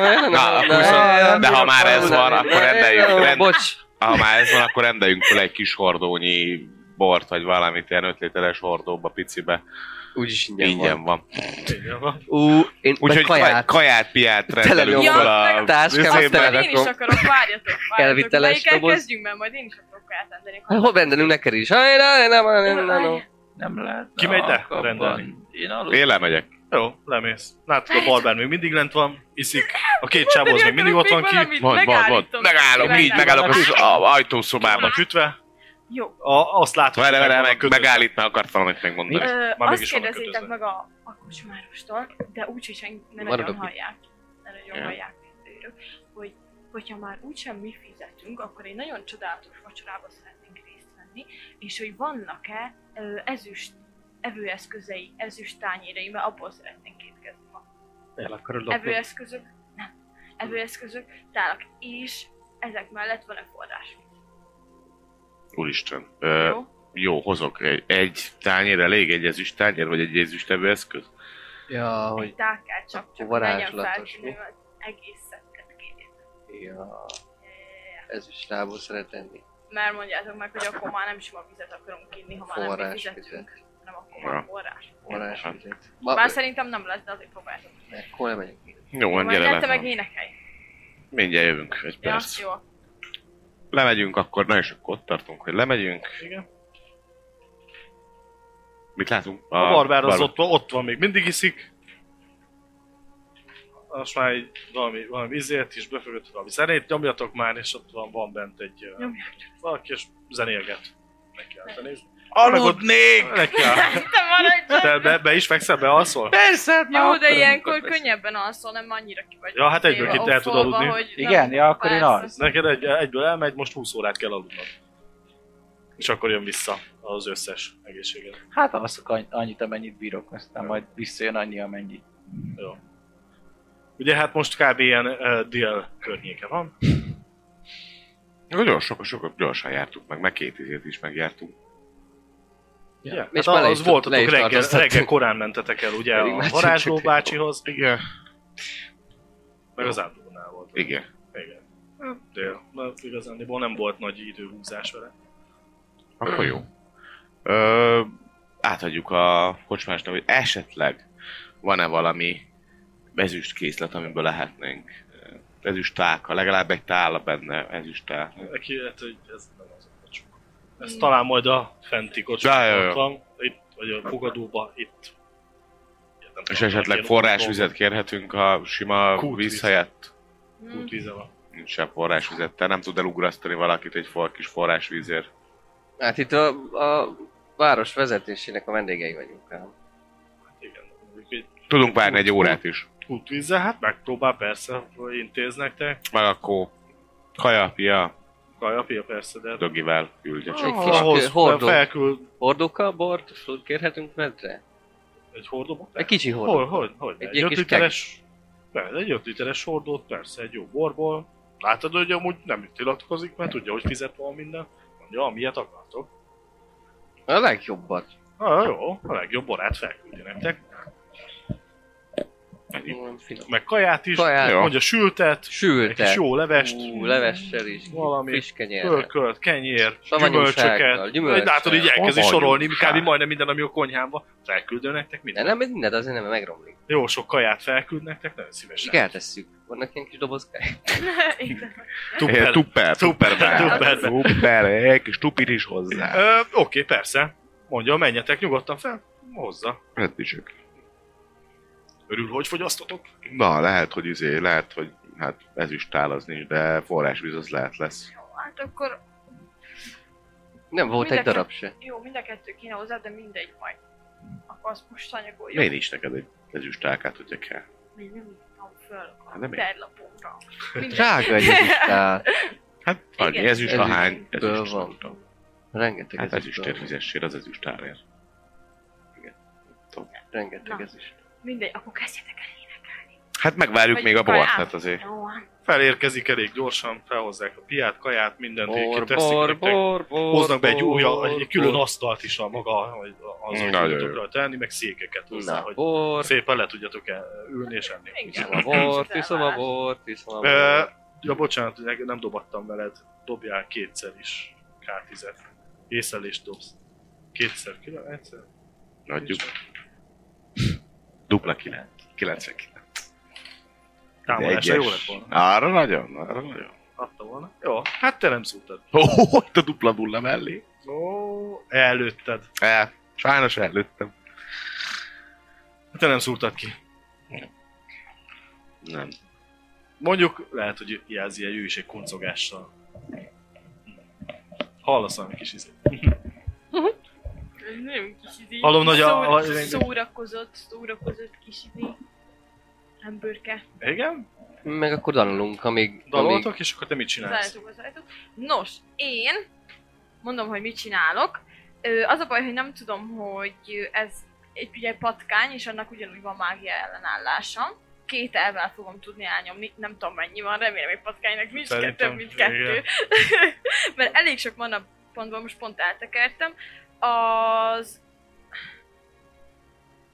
Na, akkor viszont- de ha már ez van, akkor rendeljük, rend- Bocs, Ha már ez van, akkor rendeljünk fel egy kis hordónyi bort, vagy valamit ilyen ötléteres hordóba, picibe. úgyis ingyen, Ingyen van. van. Igen, van. Ú, én meg Úgyhogy kaját. kaját. kaját, piát rendelünk Telenyomom. fel a Ja, Táskám, izébe. azt Azt már én is Belerakom. akarok, várjatok, várjatok. Elviteles Melyikkel doboz. kezdjünk, mert majd én is akarok eltenni. Hát hol rendelünk neked is? Aj, na, na, na, na, na, na. Nem lehet. Ki megy le rendelni? Én aludom. Én lemegyek. Jó, lemész. Látod, a barbár még mindig lent van, iszik. A két csávó az még mindig ott van ki. Van, van, van. Megállok, így megállok a kis a- ajtószobában. Vannak ütve. Jó. A, azt látod, Vele, vele, megvan a meg, kötözve. megállít, mert akart valamit megmondani. Mi? Ö, Már azt mégis vannak kérdezzétek kötözve. meg a, a kocsmárostól, de úgy, hogy senki ne Maradok nagyon itt. hallják. Ne nagyon Ja. hallják mint őrök, hogy hogyha már úgysem mi fizetünk, akkor egy nagyon csodálatos vacsorába szeretnénk részt venni, és hogy vannak-e ö, ezüst evőeszközei, ezüst tányérei, mert abból szeretnénk étkezni ma. El akarod lopni? Evőeszközök, nem. Evőeszközök, tálak, és ezek mellett van a forrás. Úristen. Ö, Jó? jó, hozok egy, egy tányér, elég egy ezüst tányér, vagy egy ezüstevő eszköz? Ja, hogy... Egy tálkát csak, csak legyen varázslatos, feltűnő mi? az egész szettet kérjük. Ja, Yeah. ez is lából szeret enni. Mert mondjátok meg, hogy akkor már nem sima vizet akarunk inni, ha már nem mi Forrás fizetünk. Nem akkor Ja. már forrás. Forrás vizet. Bár szerintem nem lesz, de azért próbáljátok. Hol nem megyek? Jó, van, Majd gyere le. te meg énekelj. Mindjárt jövünk, egy Ja, perc. jó. Lemegyünk akkor, na és akkor ott tartunk, hogy lemegyünk. Igen. Mit látunk? A barbár az ott, van- ott van még, mindig iszik. Most már egy valami, valami izért is befogott valami zenét, nyomjatok már, és ott van, van bent egy ö, Nyomjátok. valaki, és zenélget. Neki állt a néz. Aludnék! Neki állt. Te maradj! Te be, be is fekszel, bealszol? hát Persze! Jó, de ilyenkor könnyebben alszol, nem annyira ki vagy. Ja, hát egyből téve ki el tud offolva, aludni. hogy nem- Igen, ja, akkor én persze. alszom. Neked egy, egyből elmegy, most 20 órát kell aludnod. És akkor jön vissza. az összes egészséget. Hát alszok any- annyit, amennyit bírok, aztán majd visszajön annyi, amennyi. Jó. Ugye hát most kb. ilyen uh, dél környéke van. Nagyon sokat, sokat gyorsan jártuk meg, meg két izét is megjártunk. Ja. És Hát már le is az tart- voltatok le is reggel, tartóztattuk. reggel korán mentetek el ugye Pedig a már varázsló csütörtök bácsihoz, Igen. meg az áldónál volt. Igen. Igen. Hát, Dél. Mert igazándiból nem volt nagy időhúzás vele. Akkor jó. Ö, átadjuk a kocsmásnak, hogy esetleg van-e valami ezüst készlet, amiből lehetnénk. Ö, Ezüst tálka, legalább egy tála benne, ezüst tálka. Neki lehet, hogy ez nem az a kocsuk. Ez Hmm. talán majd a fenti kocsuk Ja, ja, ja. ott van, itt, vagy a fogadóba, itt. Ilyet nem És tudom, esetleg ilyen otthon. forrásvizet kérhetünk a sima Kútvíz. víz helyett? Hmm. Kútvíze van. Nincs se forrásvizet, te nem tud elugrasztani valakit egy for, kis forrásvízért. Hát itt a, a város vezetésének a vendégei vagyunk. ám. Hát igen. mondjuk egy Tudunk várni egy órát is. Kútvízzel, hát megpróbál persze, hogy intéz nektek. Meg akkor kaja, pia, Kajapia persze, de... dögivel küldje Egy csak. kis Ahhoz kő- hordó. felküld Hordóka, bort, sót kérhetünk medre? egy hordóba. Egy kicsi hordó. Hol, hogy, hogy? Egy Egy, ilyen egy kis 5 literes... Persze, egy 5 literes hordót, persze, egy jó borból. Látod, hogy amúgy nem itt iratkozik, mert tudja, hogy fizet van minden. Mondja, amilyet akartok. A legjobbat. Na Ah, jó, a legjobb borát felküldi nektek. Ennyi. Olyan finom. Meg kaját is, Kaját. Jó. mondja sültet, egy Sültet. kis jó levest, Ú, levessel is. Valami Friss Szóval kenyérrel. pölkölt, kenyér, Savanyúsággal, gyümölcsöket. gyümölcsel. Gyümölcsel. Látod, így elkezdi Savanyúság. sorolni, kb. majdnem minden, ami a konyhámban. Felküldő nektek De minden. nem, ez mindent azért nem megromlik. Jó sok kaját felküld nektek, nagyon szívesen. Csak eltesszük. Vannak ilyen kis dobozkák. Igen. Tupper, tupper, tupper, Tupper. tupper, tupper, egy kis tupir is hozzá. Ö, Oké, persze. Mondja, menjetek nyugodtan fel, hozza. Rendbicsök. Örül, hogy fogyasztotok. Na, lehet, hogy izé, lehet, hogy hát ezüstál az nincs, de forrásvíz az lehet lesz. Jó, hát akkor Nem volt egy Mindenki- darab se. jó, mind a kettő kéne hozzá, de mindegy majd. Akkor azt most anyagoljuk. Én is neked egy ezüstálkát, hogyha kell. Még nem írtam föl Hát a nem én. terlapomra. Mindegy. Drága egy ezüstál. Hát, annyi Igen. ezüst, ahány Ezüstből ezüst. van. nem tudom. Rengeteg Hát ezüstből ezüstért van. fizessél az ezüstálért. Rengeteg Na. ezüst. Mindegy, akkor kezdjetek el énekelni. Hát megvárjuk Vagy még a bort, kaját. hát azért. Jó, Felérkezik elég gyorsan, felhozzák a piát, kaját, mindent Bor, így kiteszik bor, nektek. bor, bor, Hoznak be egy bor, új, egy külön bor. asztalt is a maga, hogy az Nagyon hogy jó. tudtok rajta tenni, meg székeket hozzá, Na, hogy bor, szépen le tudjatok el ülni és enni. Igen. iszom a bort, iszom a bort, iszom a Ö, bort. ja, bocsánat, ne- nem dobattam veled. Dobjál kétszer is K10-et. Észlelést dobsz. Kétszer, kilenc, egyszer? Adjuk. Dupla 9. 99. Támadásra jó lett volna. Arra nagyon, arra nagyon. Adta volna. Jó, hát te nem szúrtad. Ó, oh, itt a dupla nulla mellé. Ó, előtted. E, sajnos előttem. Te nem szúrtad ki. Nem. Mondjuk lehet, hogy jelzi egy ő is egy kuncogással. Hallasz valami kis izét. Ez nagyon kis idő. Hallom, nagy a- Szóra- a- Szórakozott, szórakozott kis izé. idő. Hambőrke. Igen? Meg akkor dalolunk, amíg... amíg- Daloltok, és akkor te mit csinálsz? Zárjátok, zárjátok. Nos, én mondom, hogy mit csinálok. Ö, az a baj, hogy nem tudom, hogy ö, ez egy ugye patkány, és annak ugyanúgy van mágia ellenállása. Két elvel fogom tudni elnyomni, nem tudom mennyi van, remélem, hogy patkánynak nincs Szerintem, kettő, mint kettő. igen. Mert elég sok mana pontból most pont eltekertem. Az...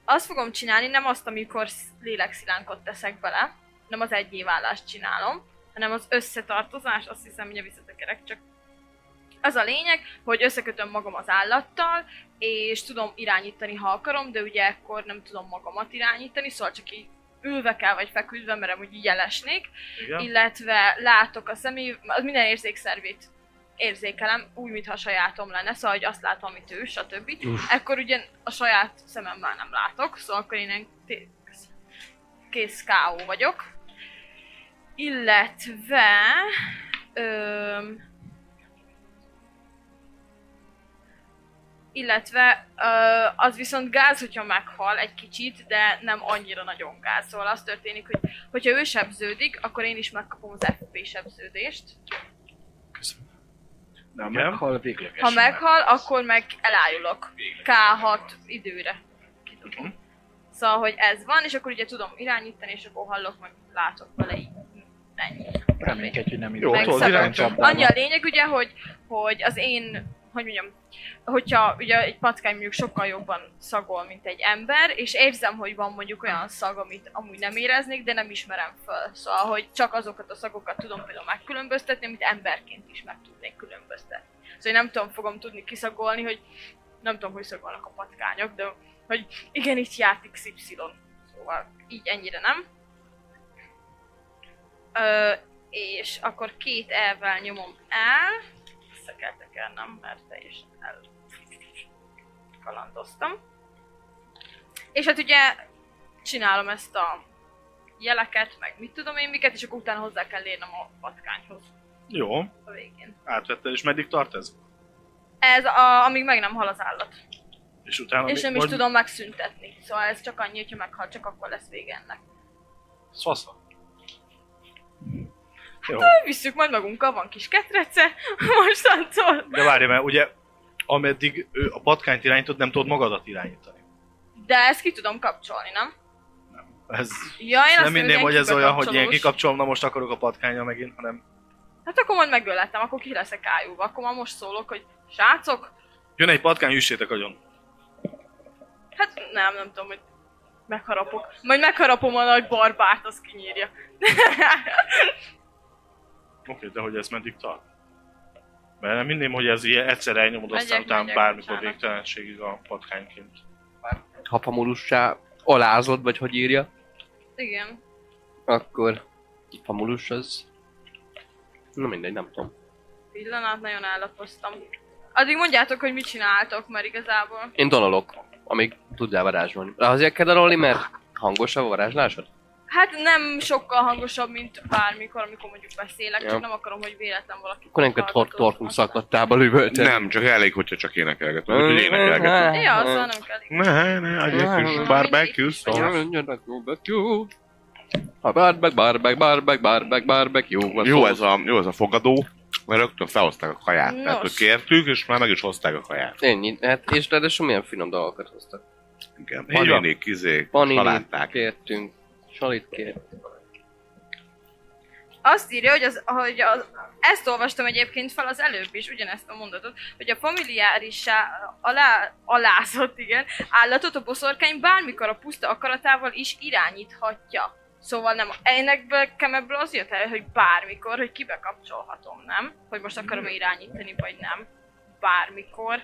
Azt fogom csinálni, nem azt, amikor sz- lélekszilánkot teszek bele, nem az egyévállást csinálom, hanem az összetartozás, azt hiszem, hogy visszatekerek, csak az a lényeg, hogy összekötöm magam az állattal, és tudom irányítani, ha akarom, de ugye ekkor nem tudom magamat irányítani, szóval csak így ülve kell, vagy feküdve, mert amúgy így elesnék, Igen? illetve látok a személy, az minden érzékszervét érzékelem, úgy, mintha a sajátom lenne, szóval, hogy azt látom, amit ő, stb. Uff. Ekkor ugyan a saját szememmel nem látok, szóval akkor én ilyen té- kész K.O. vagyok. Illetve... Öm, illetve ö, az viszont gáz, hogyha meghal egy kicsit, de nem annyira nagyon gáz. Szóval az történik, hogy hogyha ő sebződik, akkor én is megkapom az FP sebződést. Köszönöm. Na, Igen. meghal véglegesen. Ha meghal, akkor meg elájulok. K6 időre. Kidobom. Szóval, hogy ez van, és akkor ugye tudom irányítani, és akkor hallok, meg látok vele így. Ennyi. Reménykedj, hogy nem Jó, Meg tudod, szabad. iránycsapdába. Annyi a lényeg ugye, hogy, hogy az én, hogy mondjam, hogyha ugye egy patkány mondjuk sokkal jobban szagol, mint egy ember, és érzem, hogy van mondjuk olyan szag, amit amúgy nem éreznék, de nem ismerem föl. Szóval, hogy csak azokat a szagokat tudom például megkülönböztetni, amit emberként is meg tudnék különböztetni. Szóval én nem tudom, fogom tudni kiszagolni, hogy nem tudom, hogy szagolnak a patkányok, de hogy igen, itt járt XY. Szóval így ennyire nem. Ö, és akkor két elvel nyomom el. Vissza kell tekernem, mert teljesen el kalandoztam. És hát ugye csinálom ezt a jeleket, meg mit tudom én miket, és akkor utána hozzá kell érnem a patkányhoz Jó, a végén. átvette, és meddig tart ez? Ez a, amíg meg nem hal az állat. És utána... és mi- nem is vagy- tudom megszüntetni. Szóval ez csak annyi, hogyha meghal, csak akkor lesz vége ennek. Fasza. Jó, Visszük majd magunkkal, van kis ketrece, mostantól. de várj, mert ugye ameddig ő a patkányt irányítod, nem tudod magadat irányítani. De ezt ki tudom kapcsolni, nem? Ez Ja, én azt nem hiszem, inném, ilyen hogy ez olyan, hogy ilyen kikapcsolós. kikapcsolom, na most akarok a patkánya megint, hanem Hát akkor majd megölhetem, akkor ki leszek ájúva. Akkor már most szólok, hogy srácok, jön egy patkány, üssétek agyon. hát nem, nem tudom, hogy megharapok. Majd megharapom a nagy barbárt, az kinyírja. Oké, de hogy ez meddig tart? Mert nem minném, hogy ez ilyen egyszer elnyomod, aztán Megyek, utána megyek, bármikor bocsánat. végtelenségig a patkányként. Hapamulussá alázod, vagy hogy írja, Igen. akkor famulus az... Na mindegy, nem tudom. Pillanat, nagyon állapoztam. Addig mondjátok, hogy mit csináltok, mert igazából... Én dalolok, amíg tudjál varázsolni. De azért kell dalolni, mert hangos a varázslásod? Hát nem sokkal hangosabb, mint bármikor, amikor mondjuk beszélek, Ja. csak nem akarom, hogy véletlen valaki... Akkor nem kell tor- hallgató. torkunk szakadtába lövölteni. Nem, csak elég, hogyha csak énekelgetem. Úgyhogy énekelgetem. Ja, azzal nem kell. Ne, ne, adjak is barbecue sauce. Barbecue. Szóval- A barbek, barbek, barbek, barbek, barbek, jó van. Jó ez, a, jó ez a fogadó, mert rögtön felhozták a kaját. Tehát, hogy Nos. kértük, és már meg is hozták a kaját. Ennyi, hát és ráadásul milyen finom dalokat hoztak. Igen, izé, Így van. paninék, izék, Paninit salátták. kértünk, salit kértünk. Azt írja, hogy, az, hogy az, ezt olvastam egyébként fel az előbb is, ugyanezt a mondatot, hogy a familiárissá alá, alázott, igen, állatot a boszorkány bármikor a puszta akaratával is irányíthatja. Szóval nem, ennek nekem ebből az jött el, hogy bármikor, hogy kibe kapcsolhatom, nem? Hogy most akarom irányítani, vagy nem. Bármikor.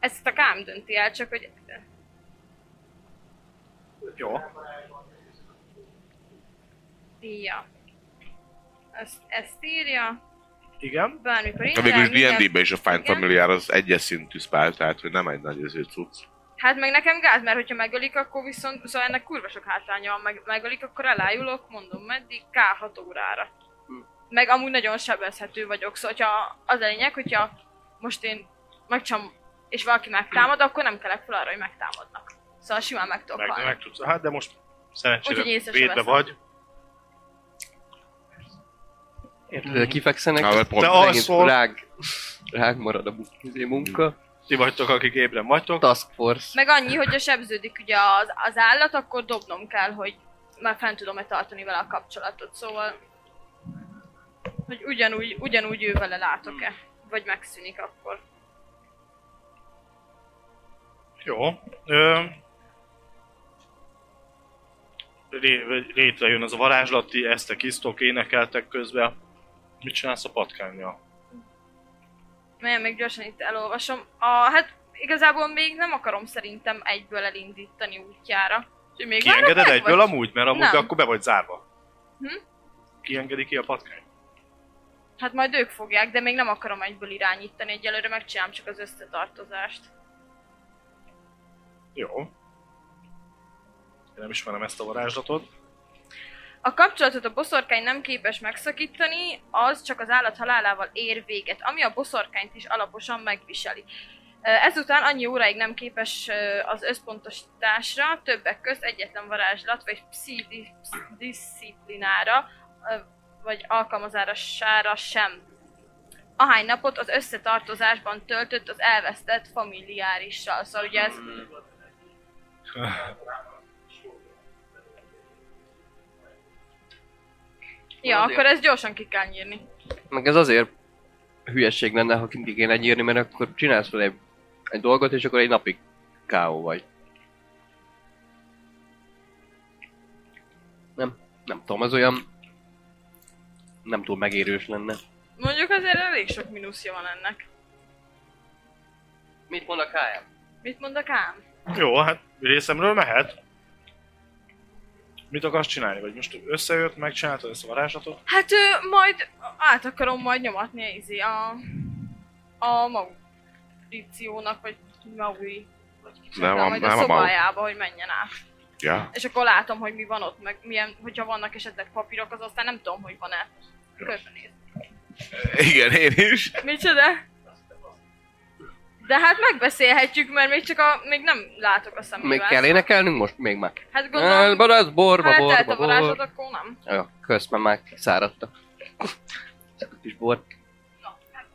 Ezt a kám dönti el, csak hogy Jó. Ja. Ezt, ezt írja, Igen. bármikor De végül is innen, minden... D&D-ben is a Fine Igen. Familiar az egyes szintű spell, tehát hogy nem egy nagy ező cucc. Hát meg nekem gáz, mert hogyha megölik, akkor viszont, szóval ennek kurva sok hátránya van, meg, megölik, akkor elájulok, mondom, meddig, K6 órára. Meg amúgy nagyon sebezhető vagyok, szóval hogyha az a lényeg, hogyha most én megcsam, és valaki megtámad, akkor nem kelek fel arra, hogy megtámadnak. Szóval simán meg tudok Meg, halni. meg tudsz. Hát, de most Úgyhogy szerencsére észre se védve veszem. vagy. Érted, kifekszenek, Na, mert az pont Te alszol. egész rág, rág marad a bu- izé munka. Ti vagytok, akik ébren vagytok. Task Force. Meg annyi, hogy ha sebződik ugye az, az állat, akkor dobnom kell, hogy már fent tudom-e tartani vele a kapcsolatot, szóval... Hogy ugyanúgy, ugyanúgy ő vele látok-e, vagy megszűnik akkor. Jó. Ö, ré- létrejön az a varázslat, ti eztek, isztok, énekeltek közben. Mit csinálsz a patkányjal? Melyen még gyorsan itt elolvasom. A, hát igazából még nem akarom szerintem egyből elindítani útjára. Úgyhogy még Kiengeded várok meg, egyből vagy- amúgy? Mert amúgy Nem. akkor be vagy zárva. Hm? Kiengedi ki a patkány? Hát majd ők fogják, de még nem akarom egyből irányítani, egyelőre megcsinálom csak az összetartozást. Jó. Én nem ismerem ezt a varázslatot. A kapcsolatot a boszorkány nem képes megszakítani, az csak az állat halálával ér véget, ami a boszorkányt is alaposan megviseli. Ezután annyi óráig nem képes ö, az összpontosításra, többek közt egyetlen varázslat vagy pszichidisziplinára vagy alkalmazására sem. Ahány napot az összetartozásban töltött az elvesztett familiárissal. Szóval ugye ez Ja, akkor ezt gyorsan ki kell nyírni. Meg ez azért hülyeség lenne, ha mindig kéne írni, mert akkor csinálsz vele egy, egy dolgot, és akkor egy napig K.O. vagy. Nem, nem tudom, ez olyan... Nem túl megérős lenne. Mondjuk azért elég sok mínuszja van ennek. Mit mond a KM? Mit mondok ám? Jó, hát részemről mehet. Mit akarsz csinálni? Vagy most összejött, megcsináltad ezt a varázslatot? Hát ő, majd át akarom majd nyomatni a izé a... A Mauriciónak, vagy Mauri, vagy Nem a- kicsit, majd a nem a Mau- szobájába, hogy menjen át. Ja, És akkor látom, hogy mi van ott, meg milyen, hogyha vannak esetleg papírok, az aztán nem tudom, hogy van-e. Körbenéz. igen, én is. Micsoda? De hát megbeszélhetjük, mert még csak a, még nem látok a szemével. Még kell énekelnünk most? Még meg. Hát El, gondolom, barasz, ha borba, eltelt a borba, varázslat, borba. akkor nem. Jó, kösz, mert már száradtak. Ez a kis bor. Na, hát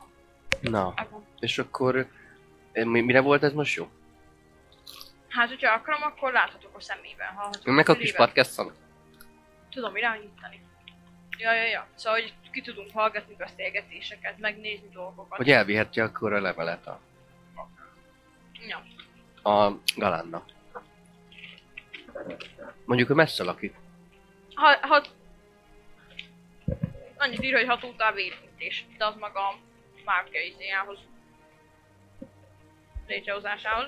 Na, akkor- és akkor... eh, mi- Mire volt ez most jó? Hát, hogyha akarom, akkor láthatok a szemében. hallhatok Ennek a kis fülével. podcast szana? Tudom irányítani. Ja, ja, ja. Szóval, hogy ki tudunk hallgatni beszélgetéseket, megnézni dolgokat. Hogy elvihetje akkor a levelet a, Ja. a galánna. Mondjuk ő messze lakik. Ha, ha... Annyit ír, hogy hat után vérintés, de az maga a márka izéjához. Létrehozásához.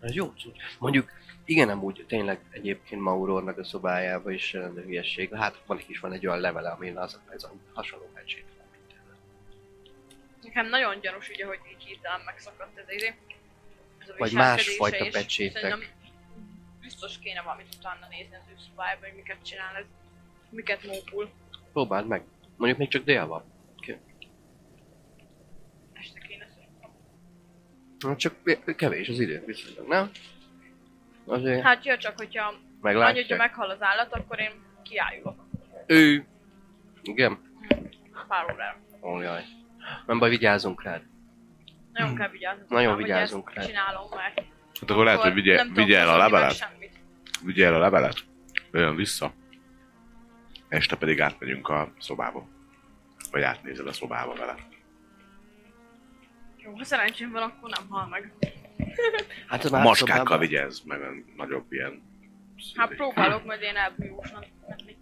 Ez jó cucc. Mondjuk igen, amúgy tényleg egyébként Maurornak a szobájába is eh, hülyeség. Hát van is van egy olyan levele, amin az, ez a hasonló pecsét van. mint ez. Nekem nagyon gyanús ugye, hogy így hirtelen megszakadt ez izé. Ez a Vagy viselkedése másfajta is. pecsétek. Szerintem Biztos kéne valamit utána nézni az ő szobájába, hogy miket csinál ez. Miket mókul. Próbáld meg. Mondjuk még csak dél van. Este kéne szerintem. Na, Csak kevés az idő, viszonylag, nem? Azért hát, Hát jö csak, hogyha annyi, hogyha meglátják. Meg... meghal az állat, akkor én kiájulok. Ő! Igen? Pár órára. Ó, jaj. Nem baj, vigyázunk rád. Nagyon kell vigyázni. Nagyon hogy ezt vigyázzunk rá. Csinálom, mert Hát akkor Hm. lehet, hogy vigye, nem vigye el tudom a hozatni meg levelet. semmit. Vigye el a levelet. Jön vissza. Este pedig átmegyünk a szobába. Vagy átnézel a szobába vele. Jó, ha szerencsém van, akkor nem hal meg. Hát az A már macskákkal szobában- vigyázz, meg a nagyobb ilyen... Hát próbálok majd én elbújósnak menni.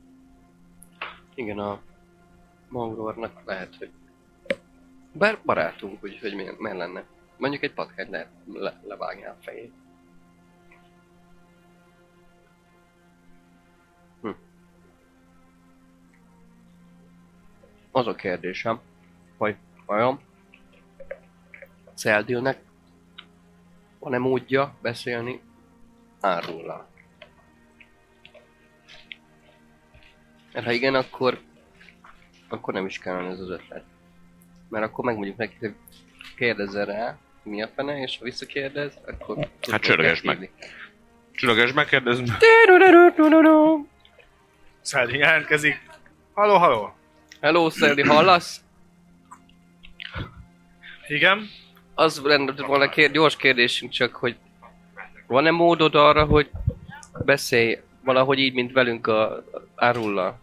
Igen, a Maurornak lehet, hogy... Bár barátunk, úgyhogy mi- miért lenne. Mondjuk egy patkány le, le, levágná a fejét. Hm. Az a kérdésem, hogy vajon Celdilnek van-e módja beszélni Árullal? Mert ha igen, akkor, akkor nem is kellene ez az ötlet. Mert akkor megmondjuk neki, hogy kérdezze rá, mi a fene, és ha visszakérdez, akkor... tudunk csörögesd meg. hívni. Csillagás megkérdez, Szeldi jelentkezik. Haló, haló. Hello, Szeldi, hallasz? Igen? Az lenne volna kér, gyors kérdésünk csak, hogy van-e módod arra, hogy beszélj valahogy így, mint velünk a a árulla?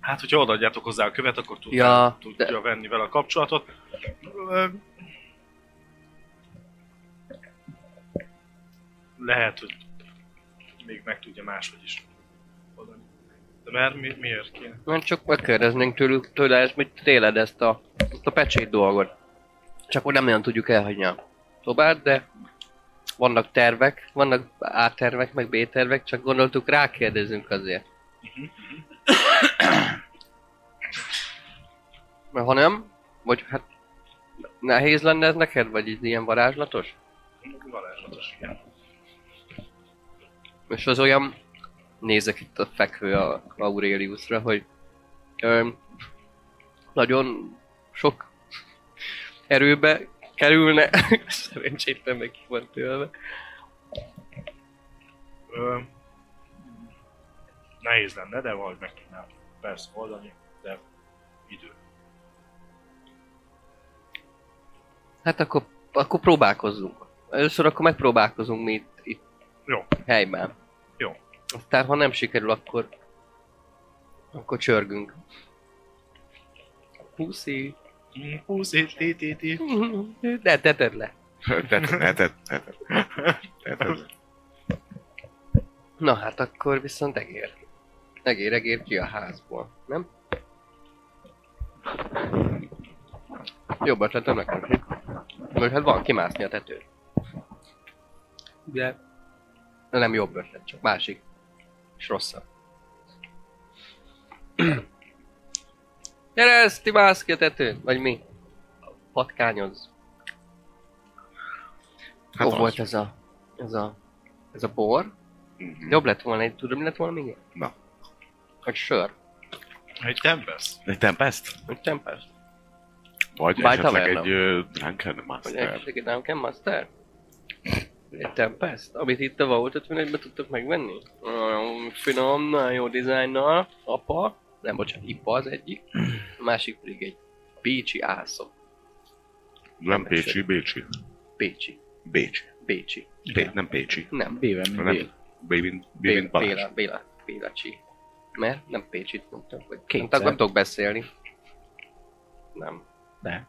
Hát, hogyha odaadjátok hozzá a követ, akkor tudja, Ja, tudja de- venni vele a kapcsolatot. Ö, Lehet, hogy még meg tudja máshogy is oldani. De mert mi, miért kéne? Nem csak megkérdeznénk tőlük, tőle ezt, hogy téled ezt a, ezt a pecsét dolgot. Csak hogy nem nagyon tudjuk elhagyni a szobát, de vannak tervek, vannak A tervek, meg B tervek, csak gondoltuk rákérdezünk azért. Mert ha nem, vagy hát nehéz lenne ez neked, vagy így ilyen varázslatos? Varázslatos, igen. És az olyan, nézek itt a fekvő a Aureliusra, hogy öm, nagyon sok erőbe kerülne. Szerencsétlen meg ki van tőle. Ö, nehéz lenne, de valahogy meg tudnám persze oldani, de idő. Hát akkor, akkor próbálkozzunk. Először akkor megpróbálkozunk mi itt, itt Jó. helyben. Jó. Aztán ha nem sikerül, akkor... Akkor csörgünk. Puszi. Húzi, ti, ti, ti. De tedd le. Tehát, tehát, tehát, tehát. Na hát akkor viszont egér. Egér, egér ki a házból, nem? Jobb ötletem nekem is. Vagy hát van kimászni a tetőn. De nem jobb ötlet, csak másik. És rosszabb. Gyere ezt, ti mász ki a tetőn! Vagy mi? Patkányoz. Hát Hát Hol az. volt ez a... Ez a... Ez a bor? Mhm. Jobb lett volna, egy tudom, mi lett volna még? Na. Egy sör. Egy tempest? Egy Tempest? Egy Tempest. Vagy By esetleg Taverna. egy ö, Drunken Vagy Master? egy Duncan Master. Egy Tempest, amit itt a Vault 51 ben tudtok megvenni. Nagyon finom, nagyon jó dizájnnal. Apa. Nem, bocsánat, ipa az egyik. A másik pedig egy Bécsi ászok. Nem Pécsi, Bécsi. Bécsi. Bécsi. Bécsi. Bé- nem Pécsi. Nem. Béven, mint Bél. Nem. Bébin, Béla, Bébin Balázs. Béla, Béla, Béla Csi. Mert nem Pécsit mondtam, vagy nem, Kétszer. tudok- nem tudok beszélni. Nem. Nem.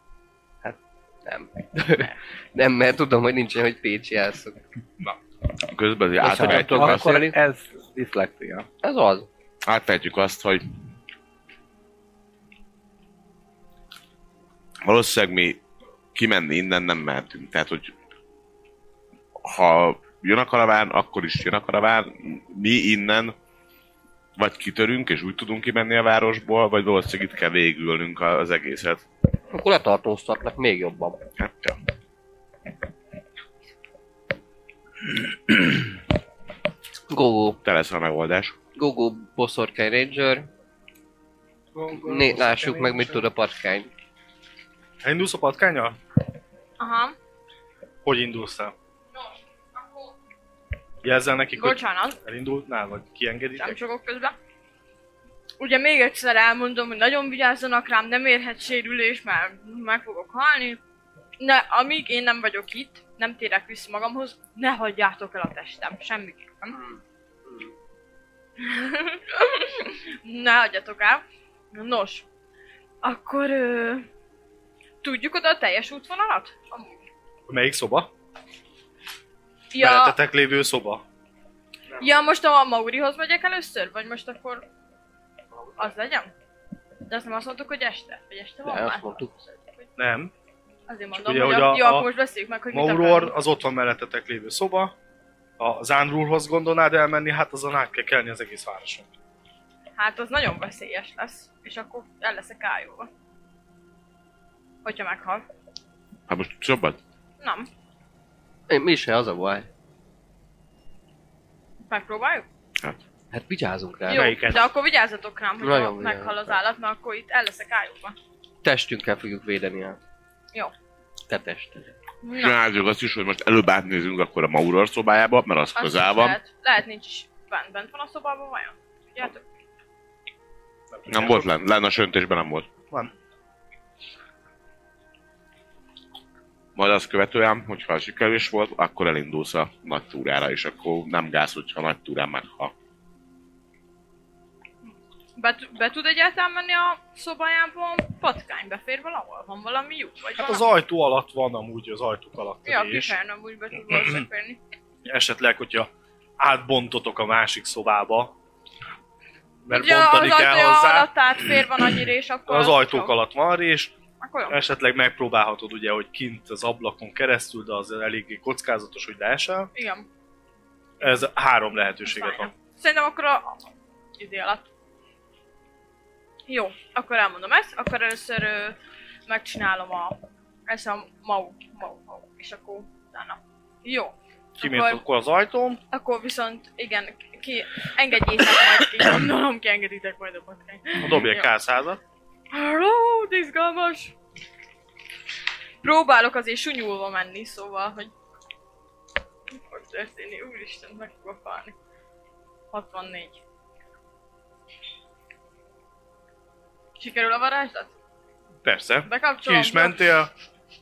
Hát nem. nem, mert tudom, hogy nincsen, hogy Pécsi elszok. Közben azért És nem átvehetjük tudok azt, beszélni. Akkor ez diszlexia. Ez az. átvehetjük azt, hogy valószínűleg mi kimenni innen nem mehetünk. Tehát, hogy ha jön a karaván, akkor is jön a karaván. Mi innen vagy kitörünk, és úgy tudunk kimenni a városból, vagy valószínűleg itt kell végülnünk az egészet. Akkor letartóztatnak még jobban. Hát, ja. Gogó, Te lesz a megoldás. Gogó boszorkány ranger. Né, lássuk meg, mit tud a patkány. Indulsz a patkányal? Aha. Hogy indulsz el? Nos, akkor... Jelzel nekik, hogy Bocsánat. elindultnál, vagy nem kiengeditek? csokok közben. Ugye még egyszer elmondom, hogy nagyon vigyázzanak rám, nem érhet sérülés, mert meg fogok halni. Ne, amíg én nem vagyok itt, nem térek vissza magamhoz, ne hagyjátok el a testem, semmiképpen. ne hagyjatok el. Nos, akkor ö, tudjuk oda a teljes útvonalat? Amúgy. Melyik szoba? Ja. Ja, Mellettetek lévő szoba. ja, most a Maurihoz megyek először, vagy most akkor az legyen? De azt nem azt mondtuk, hogy este? Vagy este van De, már? azt mondtuk. Nem. Azért mondom, ugye, hogy, hogy a, a- jó, a akkor most beszéljük meg, hogy mit Mauror akarunk. az ott van mellettetek lévő szoba. A Zánrúrhoz gondolnád elmenni, hát azon át kell kelni az egész városon. Hát az nagyon veszélyes lesz, és akkor el leszek ájóva. Hogyha meghal. Hát most jobbat? Nem. Én, mi se az a baj. Megpróbáljuk? Hát vigyázunk rá. Jó, melyiket? de akkor vigyázzatok rám, hogy Nagyon ha meghal az vigyázzatok. állat, mert akkor itt el leszek ájóba. Testünkkel fogjuk védeni a... Jó. Te tested. Na, Csináljuk azt is, hogy most előbb átnézünk akkor a Mauror szobájába, mert az azt közel is van. Lehet, lehet nincs is bent, bent van a szobában vajon? Tudjátok? Nem volt lenn, lenn a söntésben nem volt. Van. Majd azt követően, hogyha sikerülés volt, akkor elindulsz a nagy túrára, és akkor nem gáz, hogyha a nagy túrán meghal. Be, tu- be tud egyáltalán menni a szobájába? Patkány befér valahol? Van valami lyuk? Vagy Hát az valami? ajtó alatt van amúgy, az ajtók alatt Ja, is. Mm-hmm. kifejlem, úgy be tud valószínűleg férni. Esetleg, hogyha átbontotok a másik szobába, mert Ugye bontani az kell ajtó hozzá. alatt átfér van a nyírés, akkor Az ajtók jó. alatt van rés, Akkor jó. Esetleg megpróbálhatod ugye, hogy kint az ablakon keresztül, de az eléggé kockázatos, hogy leesel. Igen. Ez három lehetőséget van. fájna. Szerintem akkor a... idő alatt. Jó, akkor elmondom ezt. Akkor először ö, megcsinálom a... Ezt a mau, mau, mau. És akkor utána. Jó. Kimész akkor az ajtóm, Akkor viszont igen, ki, engedjétek majd ki, gondolom kiengeditek majd a patkányt. dobj egy Jó. k Hello, izgalmas! Próbálok azért sunyulva menni, szóval, hogy... Mi fog történni? Úristen, meg fogok halni. 64. Sikerül a varázslat? Persze. Ki Bekapcsolom. is mentél,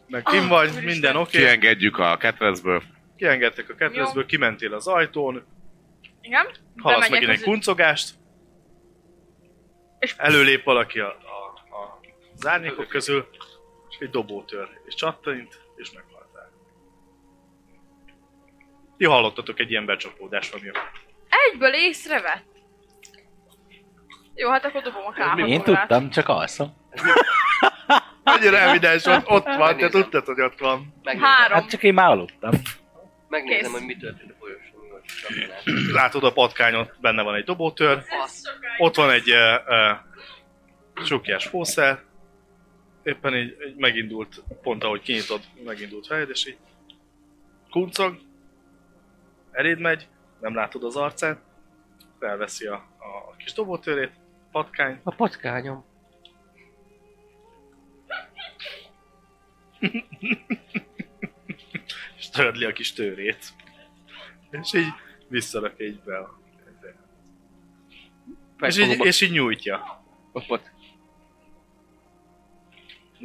meg kim Ah, vagy, úristen. minden oké. Okay. Kiengedjük a ketrecből. Kiengedtek a kettőzből, kimentél az ajtón, Igen? hallasz Bemegyek megint egy az- kuncogást, És- előlép valaki a, a, a az árnyékok közül, és egy dobótör, és csattant, és meghaltál. Ti hallottatok egy ilyen becsapódást, ami a Egyből észrevett. Jó, hát akkor dobom a kámot. Én tudtam, csak alszom. Annyira evidens, ott, ott van, te Megnézem. tudtad, hogy ott van. Megnézem, Három. Hát csak én már aludtam. megnézem Kész. hogy mi történt a folyosón. mi volt a csapás. Látod a patkányon, benne van egy dobótör, Ez sokáig. ott van egy uh, uh, csukjás fószer, éppen így, így megindult, pont ahogy kinyitod, megindult fejed, és így kuncog, eléd megy, nem látod az arcát, felveszi a, a kis dobótörét, patkány, A patkányom. és törli a kis tőrét. És így visszarak egybe. a- És Megfogom így, a- és így nyújtja. a pat-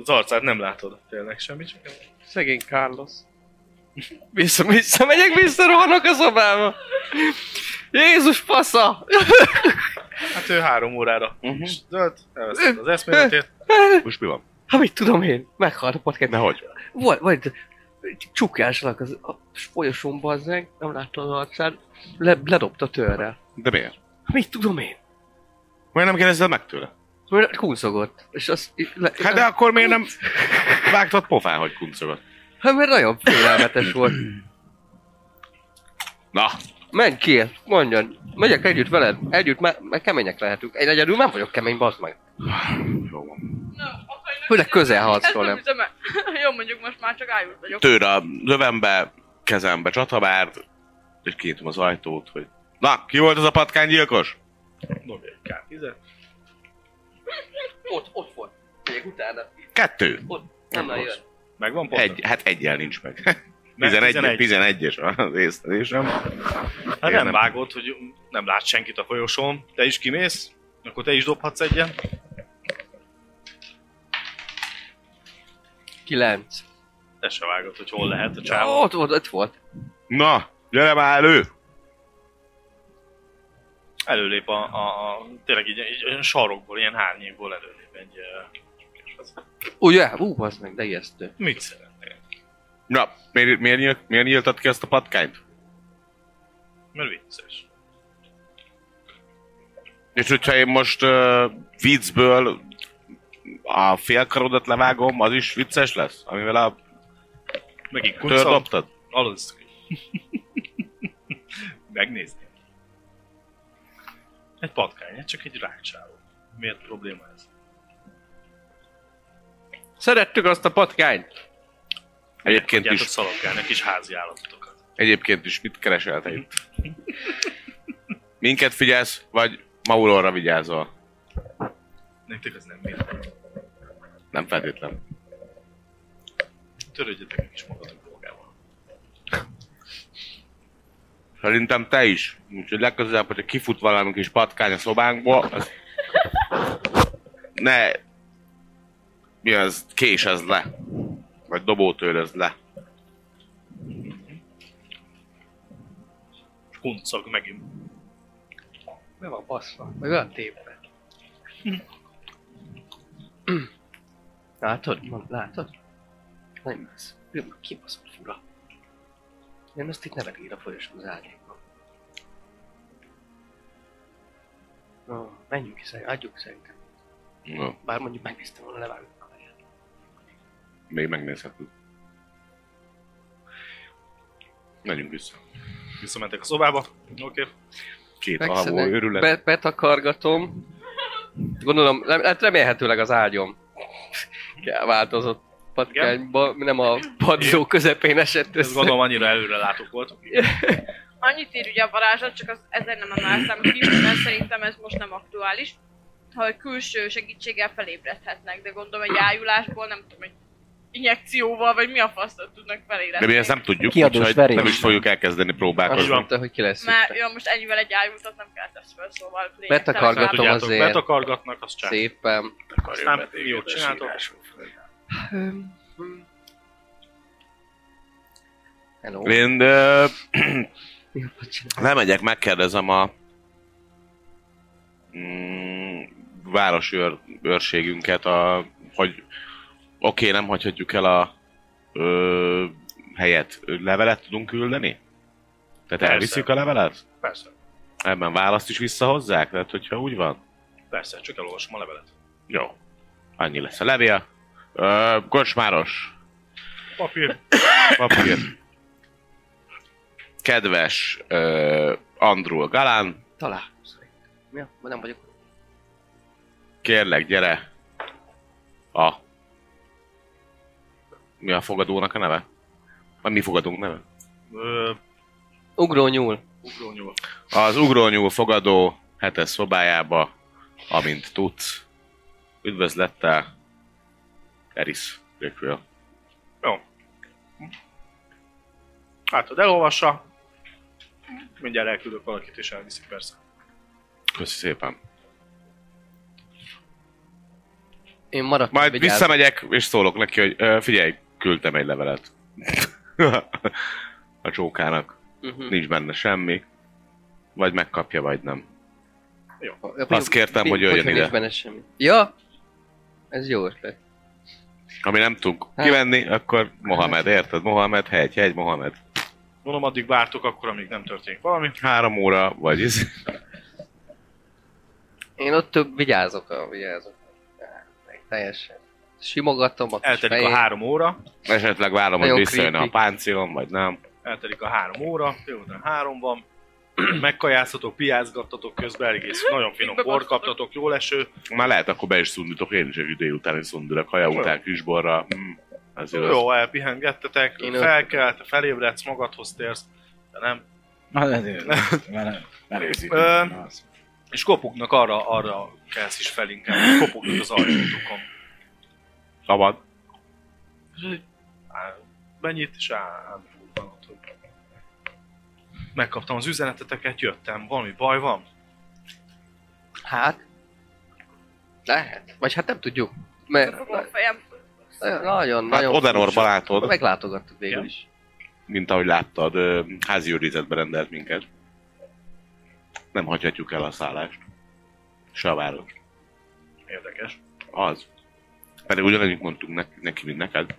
Az arcát nem látod tényleg semmit, csak Szegény Carlos. Vissza, vissza, megyek, visszarohanok a szobába. Jézus fasza! hát ő három órára Mhm. is dölt, elveszett az eszméletét, Most mi van? Hát mit tudom én? Meghalt a patkány. Nehogy. Volt, volt, csukjásolak az a folyosón bazzeg, nem látta az arcát, le, ledobta tőrrel. De miért? Hát mit tudom én? Miért nem kérdezed meg tőle? Mert kunszogott. És azt... így Le, Hát de akkor miért nem vágtad pofán, hogy kuncogat? hát mert nagyon félelmetes volt. Na, Menj ki, mondjon. Megyek együtt veled. Együtt, mert, mert kemények lehetünk. Egy egyedül nem vagyok kemény, bazd meg. jó van. Na, akkor én Főleg közel Ezt harcol nem nem. üzemel. Jó, mondjuk most már csak ájult vagyok. tőr a lövembe, kezembe csatabárt, és kinyitom az ajtót, hogy Na, ki volt az a patkánygyilkos? dobja egy K10-et. Ott, ott volt. Megyek utána. Kettő. Ott. Nem nagyon jön. Megvan pont? Egy, hát egyel nincs meg. Ne, 11, 11. es van az észlelésem. Hát nem nem. vágod, hogy nem lát senkit a folyosón, te is kimész, akkor te is dobhatsz egyen. Kilenc. Te se vágod, hogy hol lehet a csávó. Ott volt, ott volt. Na, gyere már elő! Előlép a, a, a tényleg így, így olyan sarokból, ilyen hárnyékból előlép egy... ö, és az- Ugye? Ú, az meg, de ijesztő. Mit szeretnél? Na, miért, miért, nyílt, miért nyíltad ki azt a patkányt? Mert vicces. És hogyha én most uh, viccből a félkarodat levágom, az is vicces lesz? Amivel a Megint tör kuncog, dobtad? Valószínű. Megnézni. Egy patkány, ez csak egy rákcsáló. Miért probléma ez? Szerettük azt a patkányt. Egyébként Tudjátok is, szaladgálni a kis házi állatokat. egyébként is mit keresel te itt? Minket figyelsz, vagy Maulorra vigyázol? Nektek ez nem miért. Nem feltétlen. Törődjetek egy kis magatok dolgával. Szerintem te is. Úgyhogy legközelebb, hogyha kifut valami kis patkány a szobánkból, az... ne... Mi az? Késez le. Vagy dobótőröz le. Kuncog megint. Mi van baszva? Meg olyan tépve. látod? Mond, látod? Nem ez. Ő már kibaszott fura. Én azt itt nevet ír a folyosón az árnyékban. Na, menjünk is, adjuk szerintem. Jó, Bár mondjuk megnéztem volna, levágunk a fejét. még megnézhetünk. Menjünk vissza. Visszamentek a szobába. Oké. Okay. Két alvó Megszedek, őrület. Be, betakargatom. Gondolom, nem, hát remélhetőleg az ágyom változott patkányba, nem a padzó közepén esett Ezt össze. gondolom annyira előre látok voltok. Annyit ír ugye a varázslat, csak az, ezen nem emeltem ki, mert szerintem ez most nem aktuális. Ha egy külső segítséggel felébredhetnek, de gondolom egy ájulásból nem tudom, hogy injekcióval, vagy mi a fasztot tudnak De feléleszteni. mi ezt nem tudjuk, Kiadós úgyhogy verés. nem is fogjuk elkezdeni Azt próbálkozni. mondta, hogy ki lesz Mert itt. jó, most ennyivel egy ájultat nem kellett ezt föl, szóval Betakargatom Nem lényegtelen. az- tudjátok, azért. betakargatnak, az csak. Szépen. Aztán mi jót csináltok? Hello. Én ö, Mi a pacsi? lemegyek, megkérdezem a mm, városőr, őrségünket, a, hogy oké, nem hagyhatjuk el a ö, helyet. Levelet tudunk küldeni? Tehát Persze. elviszik a levelet? Persze, Ebben választ is visszahozzák? Tehát, hogyha úgy van? persze, csak elolvasom a levelet. Jó. Annyi lesz a levél. Ö, kocsmáros. Papír. Papír. Kedves ö, Andrul Galán, Találkozunk. Mi a? Nem vagyok. Kérlek, gyere! A... Mi a fogadónak a neve? Vagy mi fogadunk neve? Ö, Ugró nyúl. Ugrónyúl. Az ugrónyúl fogadó hetes szobájába, amint tudsz. Üdvözlettel, Eris Rökvő. Jó. Hát, ha elolvassa, mindjárt elküldök valakit és elviszik persze. Köszi szépen. Én maradtam Majd vigyázz. visszamegyek és szólok neki, hogy ö, figyelj, küldtem egy levelet. a csókának. Mhm. Nincs benne semmi. Vagy megkapja, vagy nem. Hogy- Azt kértem, hogy jöjjön hogyha ide. Nincs benne semmi. Ja! Ez jó ötlet. Ami nem tudunk Hát. kivenni, akkor Mohamed, érted? Mohamed, hegy, hegy, Mohamed. Mondom, addig vártok akkor, amíg nem történik valami. Három óra, vagy Hmm. ez. Én ott több vigyázok, a vigyázok. Meg Teljesen. Simogatom a kis Eltelik a fejét. három óra, Esetleg várom, hogy Nagyon visszajön a creepy. páncélom, vagy nem. eltelik a három óra, délután három van, megkajázhatok, piázgattatok közben, egész nagyon finom bort kaptatok, jó leső. Már lehet, akkor be is szundítok, én is egy délután is szundulok, haja Jó. után kisborra. Mm, azért az- Jó, elpihengettetek, Én felkelt, felébredsz, magadhoz térsz, de nem. Na, ezért. Már- már őszintén. Ö, Na, az- És kopognak arra, arra kellsz is felinkelni, kopognak az ajtótokon. Szabad. Á, Mennyit, és ám, van ott, hogy megkaptam az üzeneteteket, jöttem, valami baj van? Hát? Lehet. Vagy hát nem tudjuk. Mert Fogom a fejem. nagyon, nagyon, Hát nagyon Odenor furcsa. barátod, Meglátogattuk végül Ja. is. mint ahogy láttad, ö, házi őrizetbe rendelt minket. Nem hagyhatjuk el a szállást. Se a város. Érdekes. Az. Pedig ugyanannyit mondtunk neki, neki, mint neked.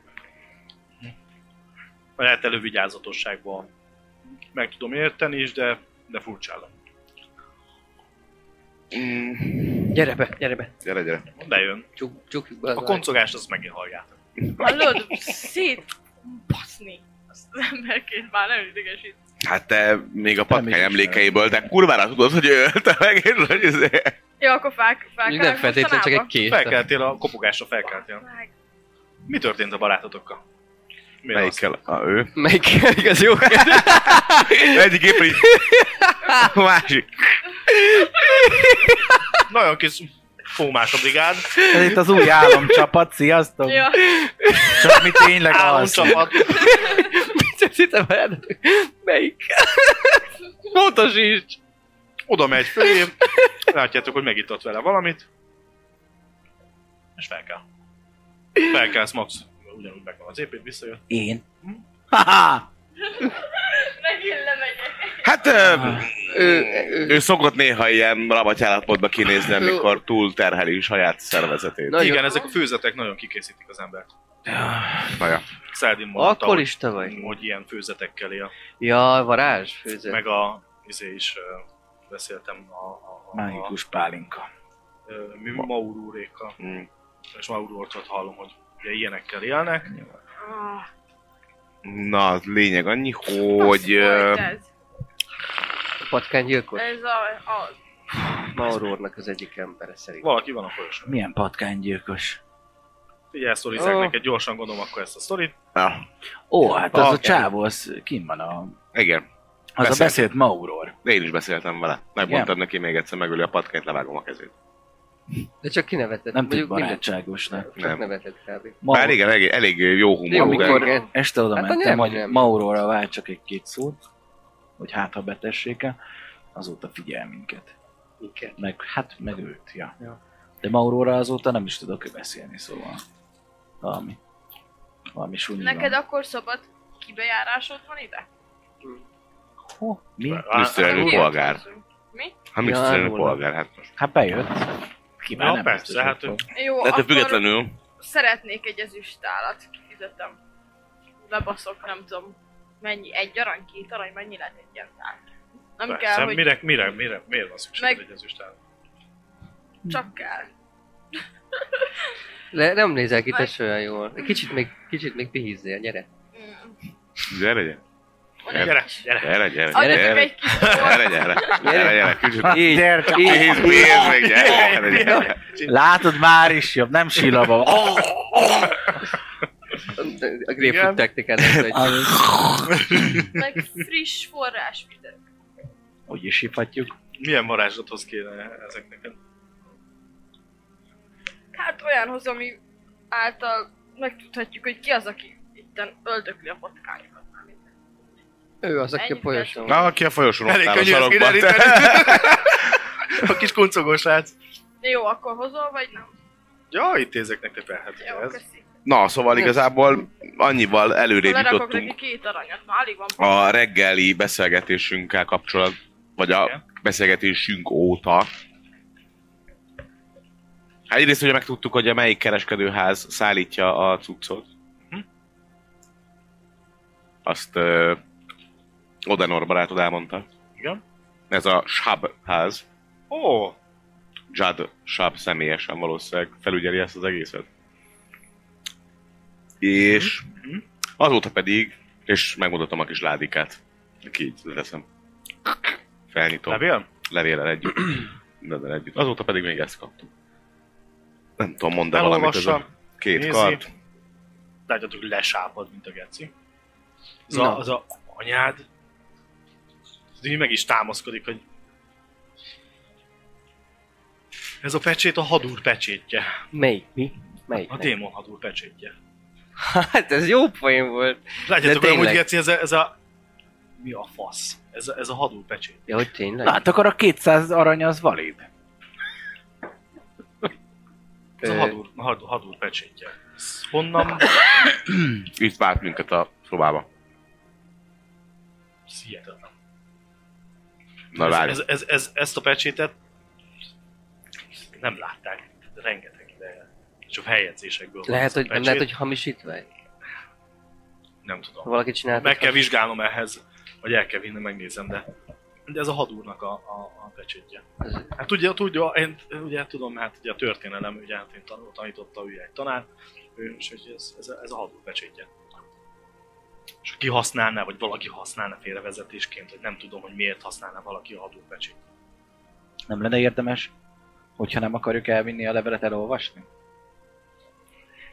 Lehet elővigyázatosságban meg tudom érteni is, de, de furcsállom. Hmm. Gyere be, gyere be. Gyere, gyere. De jön. Csuk, csukjuk be. az A ajtót. koncogást azt megint halljátok. Hallod? Szét baszni. Azt az emberként már nem idegesít. Hát te még a patkány is emlékeiből, de kurvára tudod, hogy ő ölte meg, és hogy izé... Jó, akkor fel, fel Nem feltétlenül csak egy kés. Felkeltél a kopogásra, felkeltél. Meg. Mi történt a barátotokkal? Miért Melyikkel? A ő. Melyik igaz jó Egyik éppen így... A másik. azt- Nagyon kis fómás a brigád. Ez itt az új államcsapat, sziasztok! Ja, Csak mi tényleg alszunk. Államcsapat. Szinte várjátok. Melyik? Pontosíts! Oda megy fölé. Látjátok, hogy megittat vele valamit. És fel kell. Fel kell, Max. Ugyanúgy megvan az épít, visszajött. Én? Ha-ha! megint lemegyek. Hát ö, Ő, ő, ő szokott néha ilyen rabat állapotba kinézni, amikor túl terheli saját szervezetét. Nagyon- Igen, ezek a főzetek nagyon kikészítik az embert. Na ja. Szeldin mondta, Akkor hogy- is te vagy. hogy ilyen főzetekkel él. Ja, varázs, főző. Meg a, izé is ö, beszéltem a, a, a, a Mágikus pálinka. ö, mi- Maurúrékkal, Mm. és Maurúortot hallom, hogy ugye ilyenekkel élnek. Ah, Na, az lényeg annyi, hogy... az ö, volt Ez, A patkánygyilkos. ez a, az. Maurornak az egyik embere szerint. Valaki van a folyosón. Milyen patkánygyilkos? Figyelj, sztorizák Ó. neked, gyorsan gondolom akkor ezt a sztorit. Na, Ó, hát az a Patkányi. csávó, az kim van a... igen. Az Beszélt. a beszélt Mauror. Én is beszéltem vele. Megmondtam neki még egyszer, megöli a patkányt, levágom a kezét. De csak kinevetett. Nem tűnt Mondjuk mindent barátságosnak. Nem. Csak nevetett kb. Mauro- Bár igen, elég, elég jó humorú. Jó, Amikor... amikor- Amikor este oda Hát, mentem, nem, hogy nem. Mauróra vált csak egy-két szót, hogy hát ha betessék -e, azóta figyel minket. Minket. Meg, hát meg őt, ja. Ja. De Mauróra azóta nem is tudok beszélni, szóval valami. Valami súnyi Neked van. akkor szabad kibejárásod van ide? Ho, mi? Miniszterelnök hát, Miért polgár. hozunk? Mi? Hát miniszterelnök Járulnak. polgár, hát most. Hát bejött. Kíván, Ja, nem persze, biztos, hát hogy ő- fog. Jó, De akkor ettől függetlenül szeretnék egy ezüstálat. Kifizetem. Lebaszok, nem tudom, mennyi, egy arany, két arany, mennyi lehet egyáltalán. Nem hát, Persze, kell, hogy mire, mire, mire, miért van szükség Meg- egy ezüstállal? csak kell. Le, nem nézel ki, te Vagy- se olyan jól. Kicsit még, kicsit még pihizzél, gyere. Mm. Gyere, gyere, Gyere, gyere. gyere, gyere, Adjatok gyere, egy kis gyere, gyere, gyere, gyere, kicsit Így, így. Nézd, nézd meg, gyere, gyere, gyere. Látod, már is jobb, nem sílaba. Oh! A grapefruit technikán nem tudod, hogy meg friss forrásvizet. Úgy is hívhatjuk. Milyen varázslathoz kéne ezeknek? Hát olyanhoz, ami által megtudhatjuk, hogy ki az, aki itten öldökli a patkányokat. ő az, aki a Ennyi folyosón. Na, aki a folyosón ott áll a sarokban. A kis kuncogos srác. Jó, akkor hozol, vagy nem? Ja, itt érzek nektek el, hát Jó, ez. köszi. Na, szóval igazából annyival előrébb Lerakok jutottunk neki két aranyat, már alig van. a reggeli beszélgetésünkkel kapcsolat, vagy a Igen. beszélgetésünk óta. Hát egyrészt ugye megtudtuk, hogy a melyik kereskedőház szállítja a cuccot. Mhm. Azt ö, Odenor barátod elmondta. Igen. Ez a Shab ház. Ó, Jad Shab személyesen valószínűleg felügyeli ezt az egészet. És Mhm. azóta pedig, és megmutatom a kis ládikát. Ki így leszem. Felnyitom levél? levéllel együtt. Mindennel együtt. Azóta pedig még ezt kaptuk. Nem tudom, mondd el valamit ez Elolvassa, a két nézi. kart. látjátok, hogy lesápad, mint a geci. Az Na. a, az a anyád, az így meg is támaszkodik, hogy ez a pecsét a hadúr pecsétje, Melyik? Mi? Melyik? a démon hadúr pecsétje. Hát ez jó poén volt. Látjátok, De hogy amúgy tényleg. geci, ez a, ez a... Mi a fasz? Ez a, ez a hadúr pecsét. Ja, hogy tényleg? Na, hát akkor a 200 arany az valid. Ez a Ö, hadúr, hadúr, hadúr pecsétje. Ez honnan? Itt várt minket a szobába. Ez hihetetlen. Na ez, várj. ez, ez, ez, ezt a pecsétet nem látták rengeteg ideje. Csak feljegyzésekből van Lehet, ez a hogy, nem pecsét. lehet, hogy hamisítvány. Nem tudom. Ha valaki csinálta. Meg kell vizsgálnom ehhez, vagy el kell vinnem, megnézem, de, de ez a hadúrnak a, a, a pecsétje. Ez- Hát ugye, tudja, én ugye tudom, hát ugye a történelem, ugye hát én tanul, tanította ugye egy tanár, ő- és hogy ez, ez, a- ez a hadúr pecsétje. És ki használná, vagy valaki használna félrevezetésként, hogy nem tudom, hogy miért használná valaki a hadúr pecsétjét. Nem lenne érdemes, hogyha nem akarjuk elvinni a levelet elolvasni?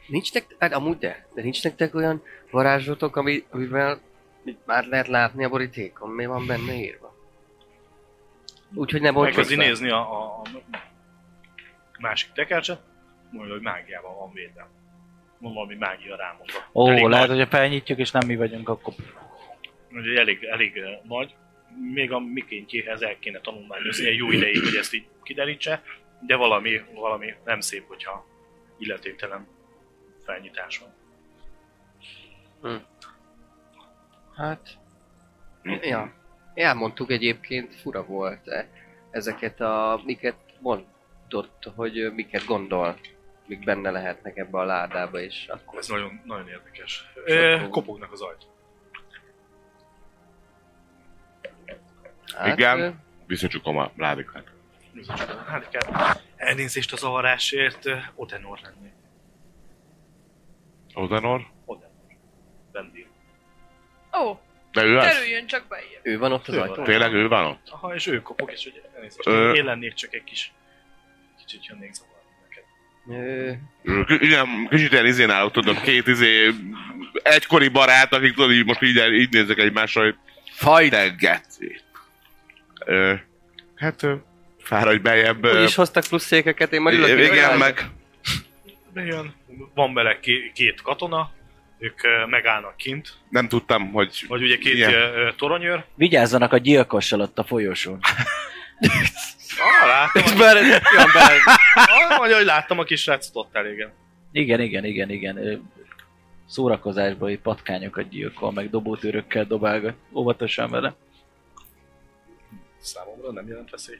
Nincs nektek, hát amúgy de, de nincs nektek olyan varázslatok, ami, amivel itt már lehet látni a borítékon, mi van benne írva. Úgyhogy ne Elkezdi bontjuk nézni a, a, a másik tekercset, mondja, hogy mágiával van védve. Mondom, valami mágia rámondva. Ó, Elég lehet, hogy ha felnyitjuk és nem mi vagyunk, akkor... ugye elég, elég eh, nagy, még a mikéntjéhez el kéne tanulmányozni egy jó ideig, hogy ezt így kiderítse, de valami, valami nem szép, hogyha illetéktelen felnyitás van. Hát, Mhm. ja. Elmondtuk egyébként, fura volt -e. ezeket a, miket mondott, hogy ö, miket gondol, mik benne lehetnek ebbe a ládába, és akkor Ez nagyon, nagyon érdekes. Ö, Kopognak az ajtó. hát, Igen. ö, Visszacsukom a ládikát. Hát kell. Elnézést a zavarásért, eh, Odenor lenni. Odenor? Odenor. Bendir. Ó, De ő az? kerüljön csak be ilyen. Ő van ott az Ő van. ajtó. Tényleg ő van ott? Aha, és ő kopog, és hogy elnézést, Ö. én lennék csak egy kis, kicsit jönnék zavarni neked. Ö, K- Igen, kicsit ilyen izén állok, tudom, két izé, egykori barát, akik tudod, így most így, így nézek egymásra, hogy fajdelgetni. Ö, hát, ö, Fáradj beljebb. Úgy ö, is hoztak plusz székeket, én majd ülök. igen, mindenhol. meg Bejön. Van bele ké- két katona, ők ö, megállnak kint, nem tudtam, hogy... vagy ugye két ilyen. yeah. toronyőr. Vigyázzanak a gyilkossal ott a folyosón. Ah, láttam, És már olyan bele. ah, mondja, hogy láttam a kis srácot ott el, igen. Igen, igen, igen, igen. Ö, Szórakozásban itt patkányokat gyilkol, meg dobótőrökkel dobálgat. Óvatosan vele. Számomra nem jelent veszély.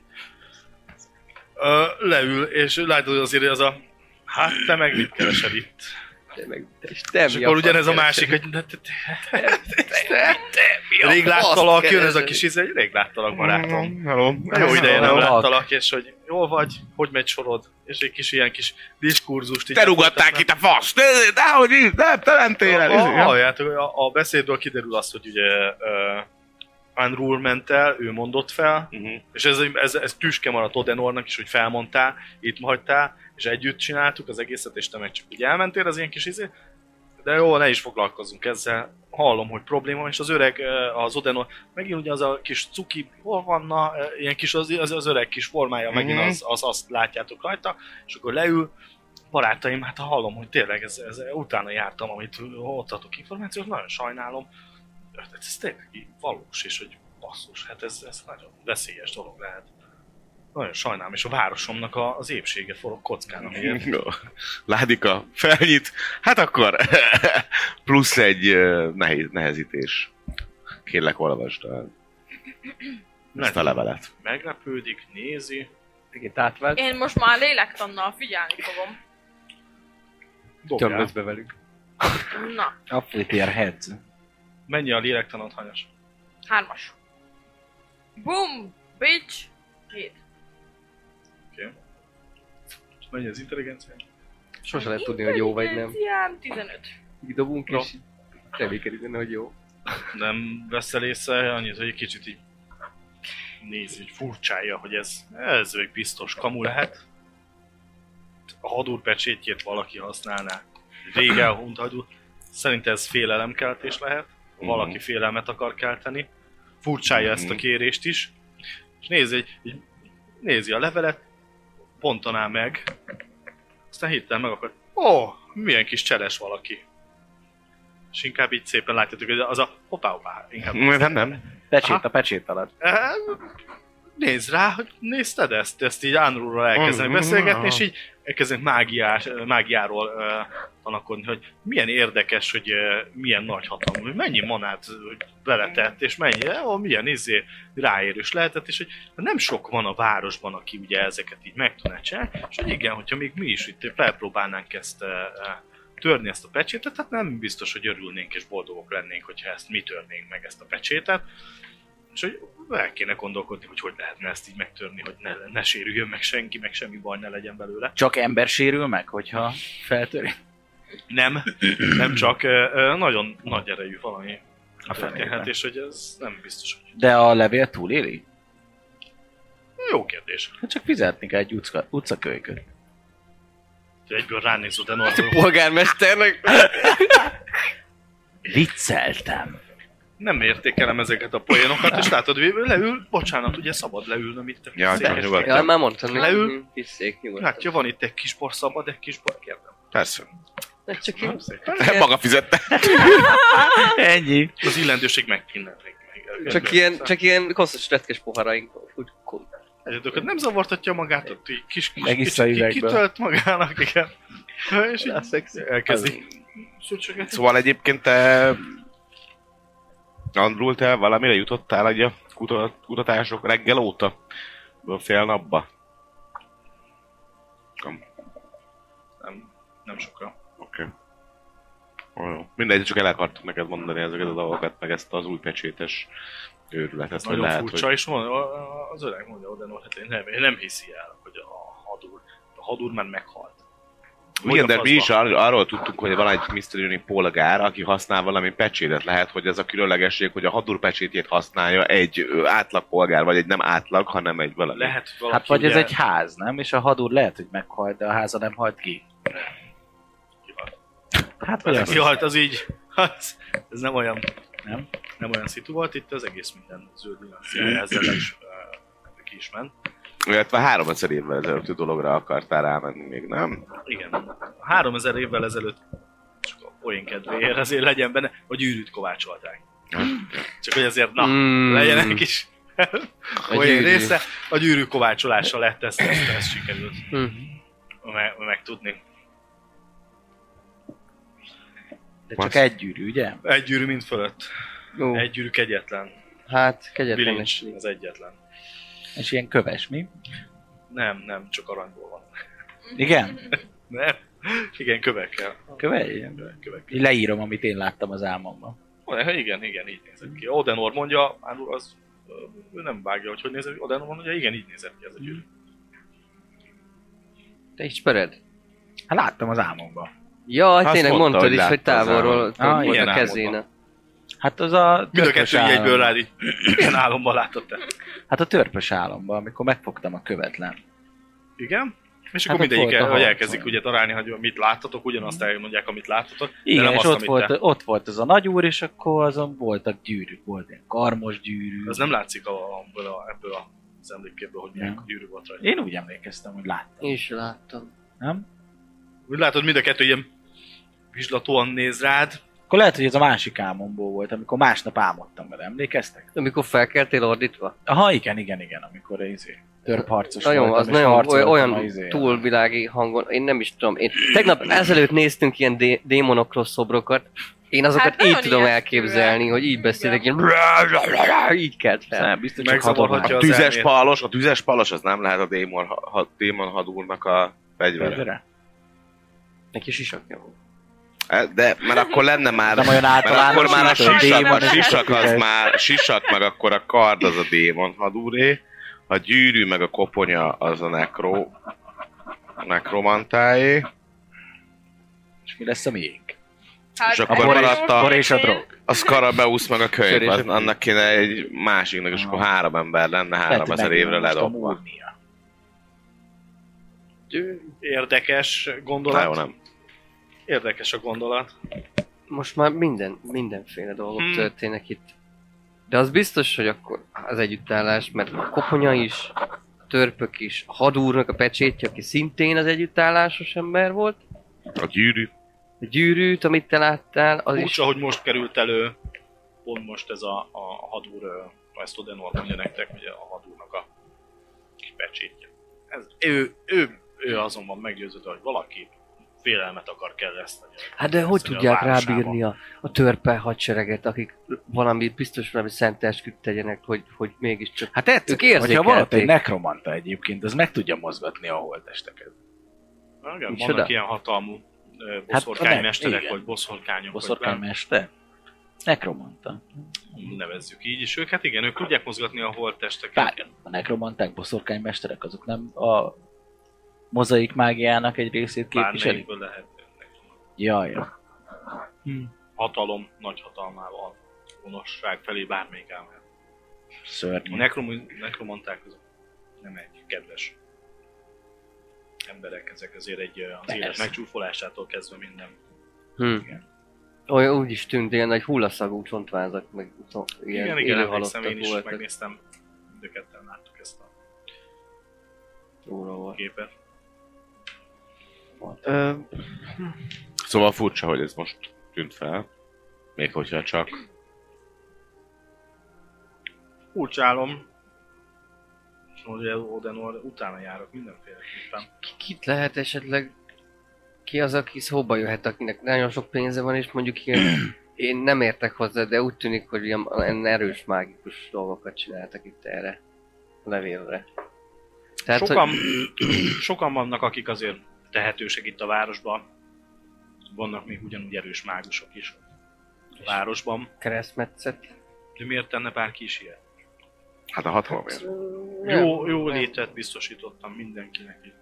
Ö, leül, és látod hogy azért ez a... Hát te meg mit keresed itt? És te És mi akkor a ugyanez a fasz másik, hogy keresed? de te- te- Te, te mi a rég fasz láttalak, jön ez a keresed? Mm-hmm. kis íz, rég láttalak barátom. Mm, Hello. Jó ideje nem Hello. láttalak, és hogy jól vagy, hogy megy sorod, és egy kis ilyen kis diskurzust is. Te rúgatták itt a fasz! De, de, hogy így, nem, te mentél el. izé, a, ja. halljátok, a, a beszédből kiderül az, hogy ugye uh, Unruh ment el, ő mondott fel, Mhm. és ez, ez, ez tüske maradt Odenornak is, hogy felmondtál, itt hagytál, és együtt csináltuk az egészet, és te meg csak úgy elmentél az ilyen kis izé. De jó, ne is foglalkozzunk ezzel. Hallom, hogy probléma, van, és az öreg, ö, az Odenor, megint ugye az a kis cuki, hol vanna, ö, ilyen kis, az, az, az öreg kis formája, Mhm. megint az, az, azt látjátok rajta, és akkor leül, barátaim, hát ha hallom, hogy tényleg ez, ez utána jártam, amit adtatok információt, nagyon sajnálom. Hát Ez tényleg így valós, és hogy basszus, hát ez, ez nagyon veszélyes dolog lehet. Nagyon sajnálom, és a városomnak a, az épsége forog kockán, amiért Jó. Ládika felnyit. Hát akkor plusz egy ö, nehéz, nehezítés. Kérlek, olvasd el ezt a levelet. meglepődik, nézi, Megint átvált. Én most már lélektannal figyelni fogom. Csak dobjál. közbe velük. Na, Up with your heads. Mennyi a lélektanod, hanyas? hármas. Boom, bitch, két. Mennyi az intelligencia? Sose lehet tudni, hogy jó vagy nem. Intelligenciám 15. Így dobunk, Jó. és reménykedik benne, hogy jó. Nem veszel észre annyit, hogy egy kicsit így nézi, hogy furcsája, hogy ez, ez egy biztos kamu lehet. A hadúrpecsétjét valaki használná. Rég elhunyt hadúr. Szerint ez félelemkeltés lehet. Valaki Mhm. félelmet akar kelteni. Furcsája ezt a Mhm. kérést is. És nézi, egy- így, nézi a levelet, pontaná meg. Aztán hirtelen meg akar. Ó, oh, milyen kis cseles valaki. És inkább így szépen látjátok, hogy az a hoppá, hoppá, inkább Nem, nem. Pecsét Aha. a pecsét alatt. Eh, Nézd rá, hogy nézted ezt, ezt így Andrewról elkezdenek beszélgetni, és így elkezdenek mágiás, mágiáról ö, tanakodni, hogy milyen érdekes, hogy ö, milyen nagy hatalmú, hogy mennyi manát ö, hogy beletett, és mennyi, ó, milyen izé ráérős lehetett, és hogy nem sok van a városban, aki ugye ezeket így meg tudná csinálni, és hogy igen, hogyha még mi is itt felpróbálnánk ezt ö, ö, törni ezt a pecsétet, hát nem biztos, hogy örülnénk és boldogok lennénk, hogyha ezt mi törnénk meg ezt a pecsétet, és hogy el kéne gondolkodni, hogy hogy lehetne ezt így megtörni, hogy ne, ne sérüljön meg senki, meg semmi baj ne legyen belőle. Csak ember sérül meg, hogyha feltöri. Nem, nem csak ö, ö, nagyon nagy erejű valami Hát A történhet, fenében. és hogy ez nem biztos, hogy De a levél túléli? jó kérdés. Hát csak fizetni kell egy utca, utcakölyköt. Hogy egyből ránézod, de Hát, A normális. polgármesternek Vicceltem. nem értékelem ezeket a poénokat, és látod, hogy leül, bocsánat, ugye szabad leülnöm itt. Ja, Székes de tér. nyugodtan. Ja, már mondtam, hogy Leül. leül. Kis szék nyugodtan. Hát Látja, van itt egy kis bor, szabad, egy kis bor, kérdem. Persze. Hát csak én... Maga fizette. Ennyi. Az illendőség megkínlelik meg. Csak ilyen, csak ilyen koszos retkes poharaink. Úgy kom- Egyedül nem zavartatja magát, ott így kis kis Megissza kicsit ki- üvegből. kitölt magának, igen. És így elkezdi. Szóval egyébként te... Andrul, te valamire jutottál egy a kuta- kutatások reggel óta? Fél napba? Nem, nem sokkal. Oké. Okay. Jó. Mindegy, csak el akartam neked mondani ezeket a dolgokat, meg ezt az új pecsétes őrületet. Ez nagyon lehet, furcsa, hogy... és mond, a- az öreg mondja Odenor, hát én nem, én nem hiszi el, hogy a hadúr, a hadúr már meghalt. Hogy... Igen, Hogy a de mi is faszba? ar- arról tudtunk, hogy van egy Mr. Uni polgár, aki használ valami pecsétet. Lehet, hogy ez a különlegesség, hogy a hadur pecsétjét használja egy ö, átlag polgár, vagy egy nem átlag, hanem egy valami. Lehet, hogy valaki Hát vagy ez ugye- egy ház, nem? És a hadúr lehet, hogy meghalt, de a háza nem halt ki. Hát vagy Ez az. kihalt, az így, hát ez nem olyan, Nem? nem olyan szitu volt, itt az egész minden zöld nüansziája, ezzel le is, eh, ki is ment. Illetve 3000 évvel ezelőtti dologra akartál rámenni még, nem? Igen. 3000 évvel ezelőtt, csak a poén kedvéért azért legyen benne, hogy űrűt kovácsolták. Csak hogy azért, na, Mm. legyen egy kis poén gyűrű. része. A gyűrű kovácsolása lett, ezt, ezt, ezt sikerült Mhm. Hm. me- megtudni. De Basz. csak egy gyűrű, ugye? Egy gyűrű mind fölött. Jó, Egy gyűrű egyetlen. hát kegyetlen Bilincs esik. az egyetlen. És ilyen köves, mi? Nem, nem, csak aranyból van. Igen? Nem? Igen, kövekkel. Köves? Ilyen. Kövekkel. Így Leírom, amit én láttam az álmomban. Oda- hát Igen, igen, így nézett ki. Odenor mondja, hát az ö, ő nem vágja, hogy hogy nézett ki. Odenor mondja, igen, így nézett ki ez a gyűrű. Te ismered? Hát láttam az álmomban. Jaj, Azt tényleg mondta, mondtad hogy is, hogy látta az távolról álmot. ott Ah, volt ilyen a álmodban. kezéne. Hát az a Mind a törpös kettő így álom. egyből rád így, milyen álomban láttad te. Hát a törpös álomban, amikor megfogtam a követlen. Igen? És Hát akkor ott mindegyik, volt el, a hogy harc, elkezdik ugye találni, hogy mit láttatok, ugyanazt elmondják, amit láttatok, de Igen, nem és azt, ott amit volt, te. ott volt az a nagyúr, és akkor azon voltak gyűrűk, volt ilyen karmos gyűrű. Ez nem látszik a, ebből, a, ebből a, az emlékképből, hogy milyen Nem. gyűrű volt rajta. Én úgy emlékeztem, hogy láttam. Én is láttam. Nem? Úgy látod, mind a kettő ilyen vizslatóan néz rád. Akkor lehet, hogy ez a másik álmomból volt, amikor másnap álmodtam vele, emlékeztek? Amikor felkeltél ordítva? Aha, igen, igen, igen, amikor izé, törpharcos Nagyon, voltam, az és nagyon oly- harcoltam a olyan izé- túlvilági hangon, én nem is tudom. Én tegnap ezelőtt néztünk ilyen dé- démonokról szobrokat, én azokat Hát így nagyon tudom ijesztőek. elképzelni, hogy így beszélek, ilyen így kelt fel. Nem, biztos csak Megzavarhatja hatornál. A az tüzes elmét. palos, a tüzes palos az nem lehet a démon, ha- ha, démon hadúrnak a fegyvere. Fegyvere? Neki sisakja volt. E, De, mert akkor lenne már... Nem olyan Mert általános, akkor már a mint a sisak, démon, a ez sisak az lehet. már, sisak meg akkor a kard az a démon hadúré, a gyűrű meg a koponya az a nekro, nekromantáé, És mi lesz a miénk? Hát, És akkor maradt a- Bor és a drog. a Scarabeusz meg a Sör könyv, és a az, könyv. annak kéne egy másiknak, és akkor három ember lenne három ezer évre ledobva. Érdekes Na gondolat. jó, nem. Érdekes a gondolat. Most már minden, mindenféle dolgok Hmm. hmm. történnek itt. De az biztos, hogy akkor az együttállás, mert a koponya is, a törpök is, a hadúrnak a pecsétje, aki szintén az együttállásos ember volt, A gyűrű. a gyűrűt, amit te láttál, az is... Furcsa, hogy most került elő, pont most ez a, a hadúr, ö, ezt Odenor mondja nektek, ugye a hadúrnak a kis pecsétje. Ez, ő, ő, ő azonban meggyőződve, hogy valaki félelmet akar kereszteni. Hát de hogy kereszteni a tudják városába. rábírni a, a törpe hadsereget, akik valamit biztos valami szent esküt tegyenek, hogy, hogy mégiscsak... Hát tetszik, Ők hogyha érzékelték. van ott egy nekromanta egyébként, az meg tudja mozgatni a holtesteket. Na, Igen, Micsoda? Hát, vannak ilyen hatalmú ö, a boszorkánymesterek, ne- vagy boszorkányok, vagy Boszorkánymester? Nekromanta. bár- nevezzük így, és ők, hát igen, ők tudják mozgatni a holttesteket. Várjon, a nekromanták, boszorkánymesterek, azok nem a mozaik mágiának egy részét képviselik? Bármelyikből lehet. Jaj, jaj. Hatalom, nagy hatalmával, gonoszság felé bármelyik elmehet. A szörnyű. nekrom, nekromanták azok nem egy kedves emberek, ezek azért egy ö, az élet Persze. megcsúfolásától kezdve minden. Hm. Igen. Olyan úgy is tűnt, ilyen nagy hullaszagú csontvázak, meg utol, ilyen Igen, igen, igen élő emlékszem, én halottak is voltak. megnéztem, mind a ketten láttuk ezt a Róla volt. képet. Ö, Szóval furcsa, hogy ez most tűnt fel. Még hogyha csak Furcsálom, hogy Odenor utána járok Hát, mindenféleképpen. kit lehet esetleg, ki az, aki szóba jöhet, akinek nagyon sok pénze van, és mondjuk ilyen, én nem értek hozzá, de úgy tűnik, hogy ilyen ilyen erős mágikus dolgokat csináltak itt erre a levélre. Tehát, sokan, hogy sokan vannak, akik azért tehetősek itt a városban. Vannak még ugyanúgy erős mágusok is a városban. keresztmetszet. De miért tenne bárki is ilyet? Hát a hatalomért. Jó, jó nem. létet biztosítottam mindenkinek itt.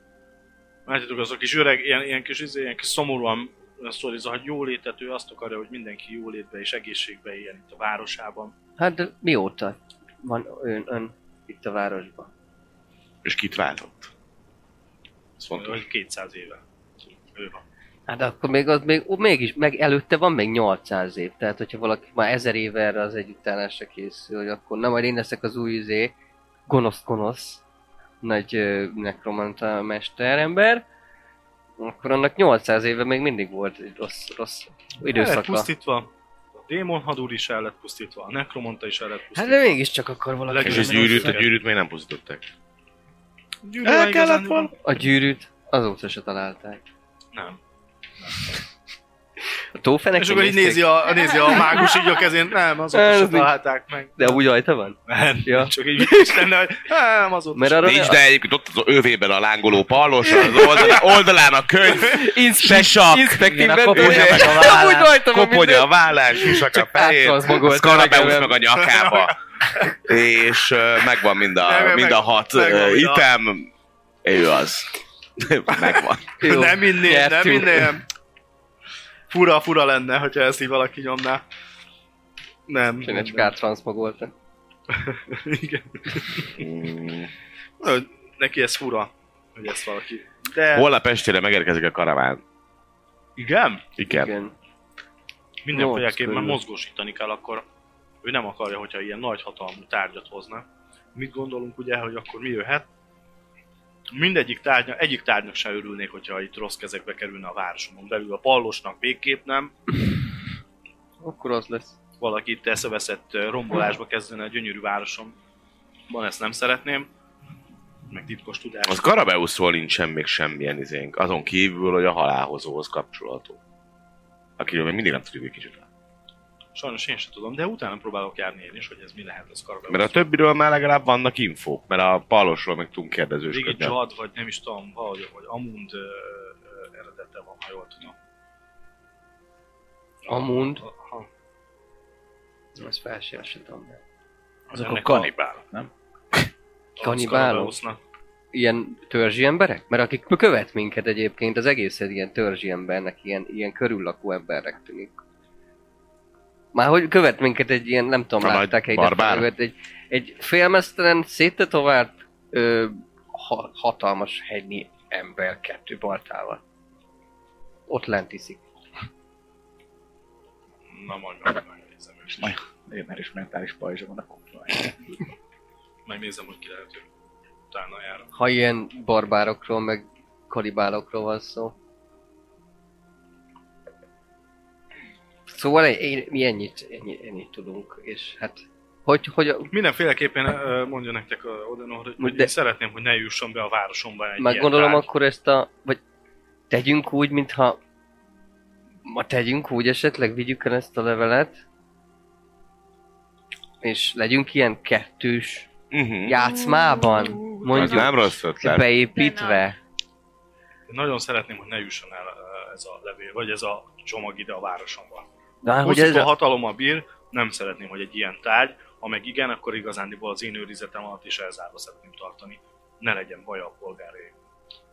Látjátok, az a kis öreg, ilyen, ilyen kis, izé, ilyen kis szomorúan szorítza, hogy jó létet, ő azt akarja, hogy mindenki jó létbe és egészségbe éljen itt a városában. Hát de mióta van ön, ön itt a városban? És kit váltott? Ez fontos. Vagy 200 éve. Ő van. Hát de akkor még az még, ó, mégis, meg előtte van még 800 év, tehát hogyha valaki már ezer év erre az együttállásra készül, hogy akkor na majd én leszek az új izé, gonosz-gonosz, nagy ö, nekromanta mesterember, akkor annak 800 éve még mindig volt egy rossz, rossz El lett időszaka. pusztítva, a démonhadúr is el lett pusztítva, a nekromonta is el lett Hát pusztítva. de mégiscsak akkor valaki... És a Legközelebb gyűrűt, a össze- gyűrűt még nem pusztították. Gyűrű El igazán- kellett volna. A gyűrűt azóta se találták. Nem. A tófenek és akkor így nézi a, nézi a mágus így a kezén, nem, azóta Ez se így- találták meg. De úgy ajta van? Nem, Ja. csak így is lenne, hogy nem, azóta Mert se. arra Nincs, de egyébként ott az övében a lángoló pallos, az oldalán, oldalán a könyv, se sak, Inspektív Igen, a Bedford. koponya meg a vállán. Amúgy rajta van minden. koponya a vállán, sisak a Csak fején, áttranszmagolt Scarabeus reggel. meg a nyakába. És ö, megvan mind Meg- a, meg- mind a hat meg- ö, meg- item, ő az. Megvan. Jó, nem minél, nem nyertünk. minél. Fura, fura lenne, hogyha ezt így valaki nyomná. Nem. Tényleg csak nem. áttranszmagolta. Igen. Mm. Na, Neki ez fura, hogy ezt valaki. De... Holnap estére megérkezik a karaván. Igen? Igen. Igen. Mindenféleképpen körül. mozgósítani kell, akkor ő nem akarja, hogyha ilyen nagy hatalmú tárgyat hozna. Mit gondolunk ugye, hogy akkor mi jöhet? Mindegyik tárgynak, egyik tárgynak se örülnék, hogyha itt rossz kezekbe kerülne a városomon belül. A pallosnak végképp nem, Akkor az lesz. valaki itt eszeveszett ö, rombolásba kezdene a gyönyörű városomban, ezt nem szeretném. Meg titkos tudás. Az Karabeuszról nincsen még semmilyen izénk, azon kívül, hogy a halálhozóhoz kapcsolható. Akiről még mindig nem tudjuk, hogy kicsit. Sajnos én sem tudom, de utána próbálok járni én is, hogy ez mi lehet az karabel. Mert a többiről már legalább vannak infók, mert a palosról meg tudunk Régi kérdezősködni. Jad, vagy nem is tudom, valahogy, vagy Amund ö, ö, eredete van, ha jól tudom. Amund. Aha. Ezt fel sem sem tudom. Azok Ennek a kanibálok, nem? a- kanibálok? Scarabeusznak. Ilyen törzsi emberek? Mert akik követ minket egyébként, az egészet ilyen törzsi embernek, ilyen, ilyen körüllakó embernek tűnik. Már hogy követ minket egy ilyen, nem tudom, A nagy látták egy, barbár? követ, egy, egy félmeztelen, széttetovált, ö, ha, hatalmas hegyi ember kettő baltával. Ott lent iszik. Na majd meg- megnézem is. Majd. Én már is mentális pajzsa van a kurva. Megnézem, hogy ki lehet jönni. Utána járok. Ha ilyen barbárokról, meg kalibálokról van szó. Szóval én, mi ennyit, ennyi, ennyit tudunk, és hát hogy, hogy Mindenféleképpen ö, mondja nektek ö, Odenor, hogy- hogy De- én szeretném, hogy ne jusson be a városomba egy meg ilyen gondolom tárgy. akkor ezt a, vagy tegyünk úgy, mintha ma tegyünk úgy esetleg, vigyük el ezt a levelet, és legyünk ilyen kettős Uh-huh. játszmában, Az mondjuk, Hát nem rossz ötlet. beépítve. Én nagyon szeretném, hogy ne jusson el ö, ez a levél, vagy ez a csomag ide a városomba. Na, hogy Pusztító ez a hatalommal bír, nem szeretném, hogy egy ilyen tárgy, ha meg igen, akkor igazándiból az én őrizetem alatt is elzárva szeretném tartani. Ne legyen baj a polgáré.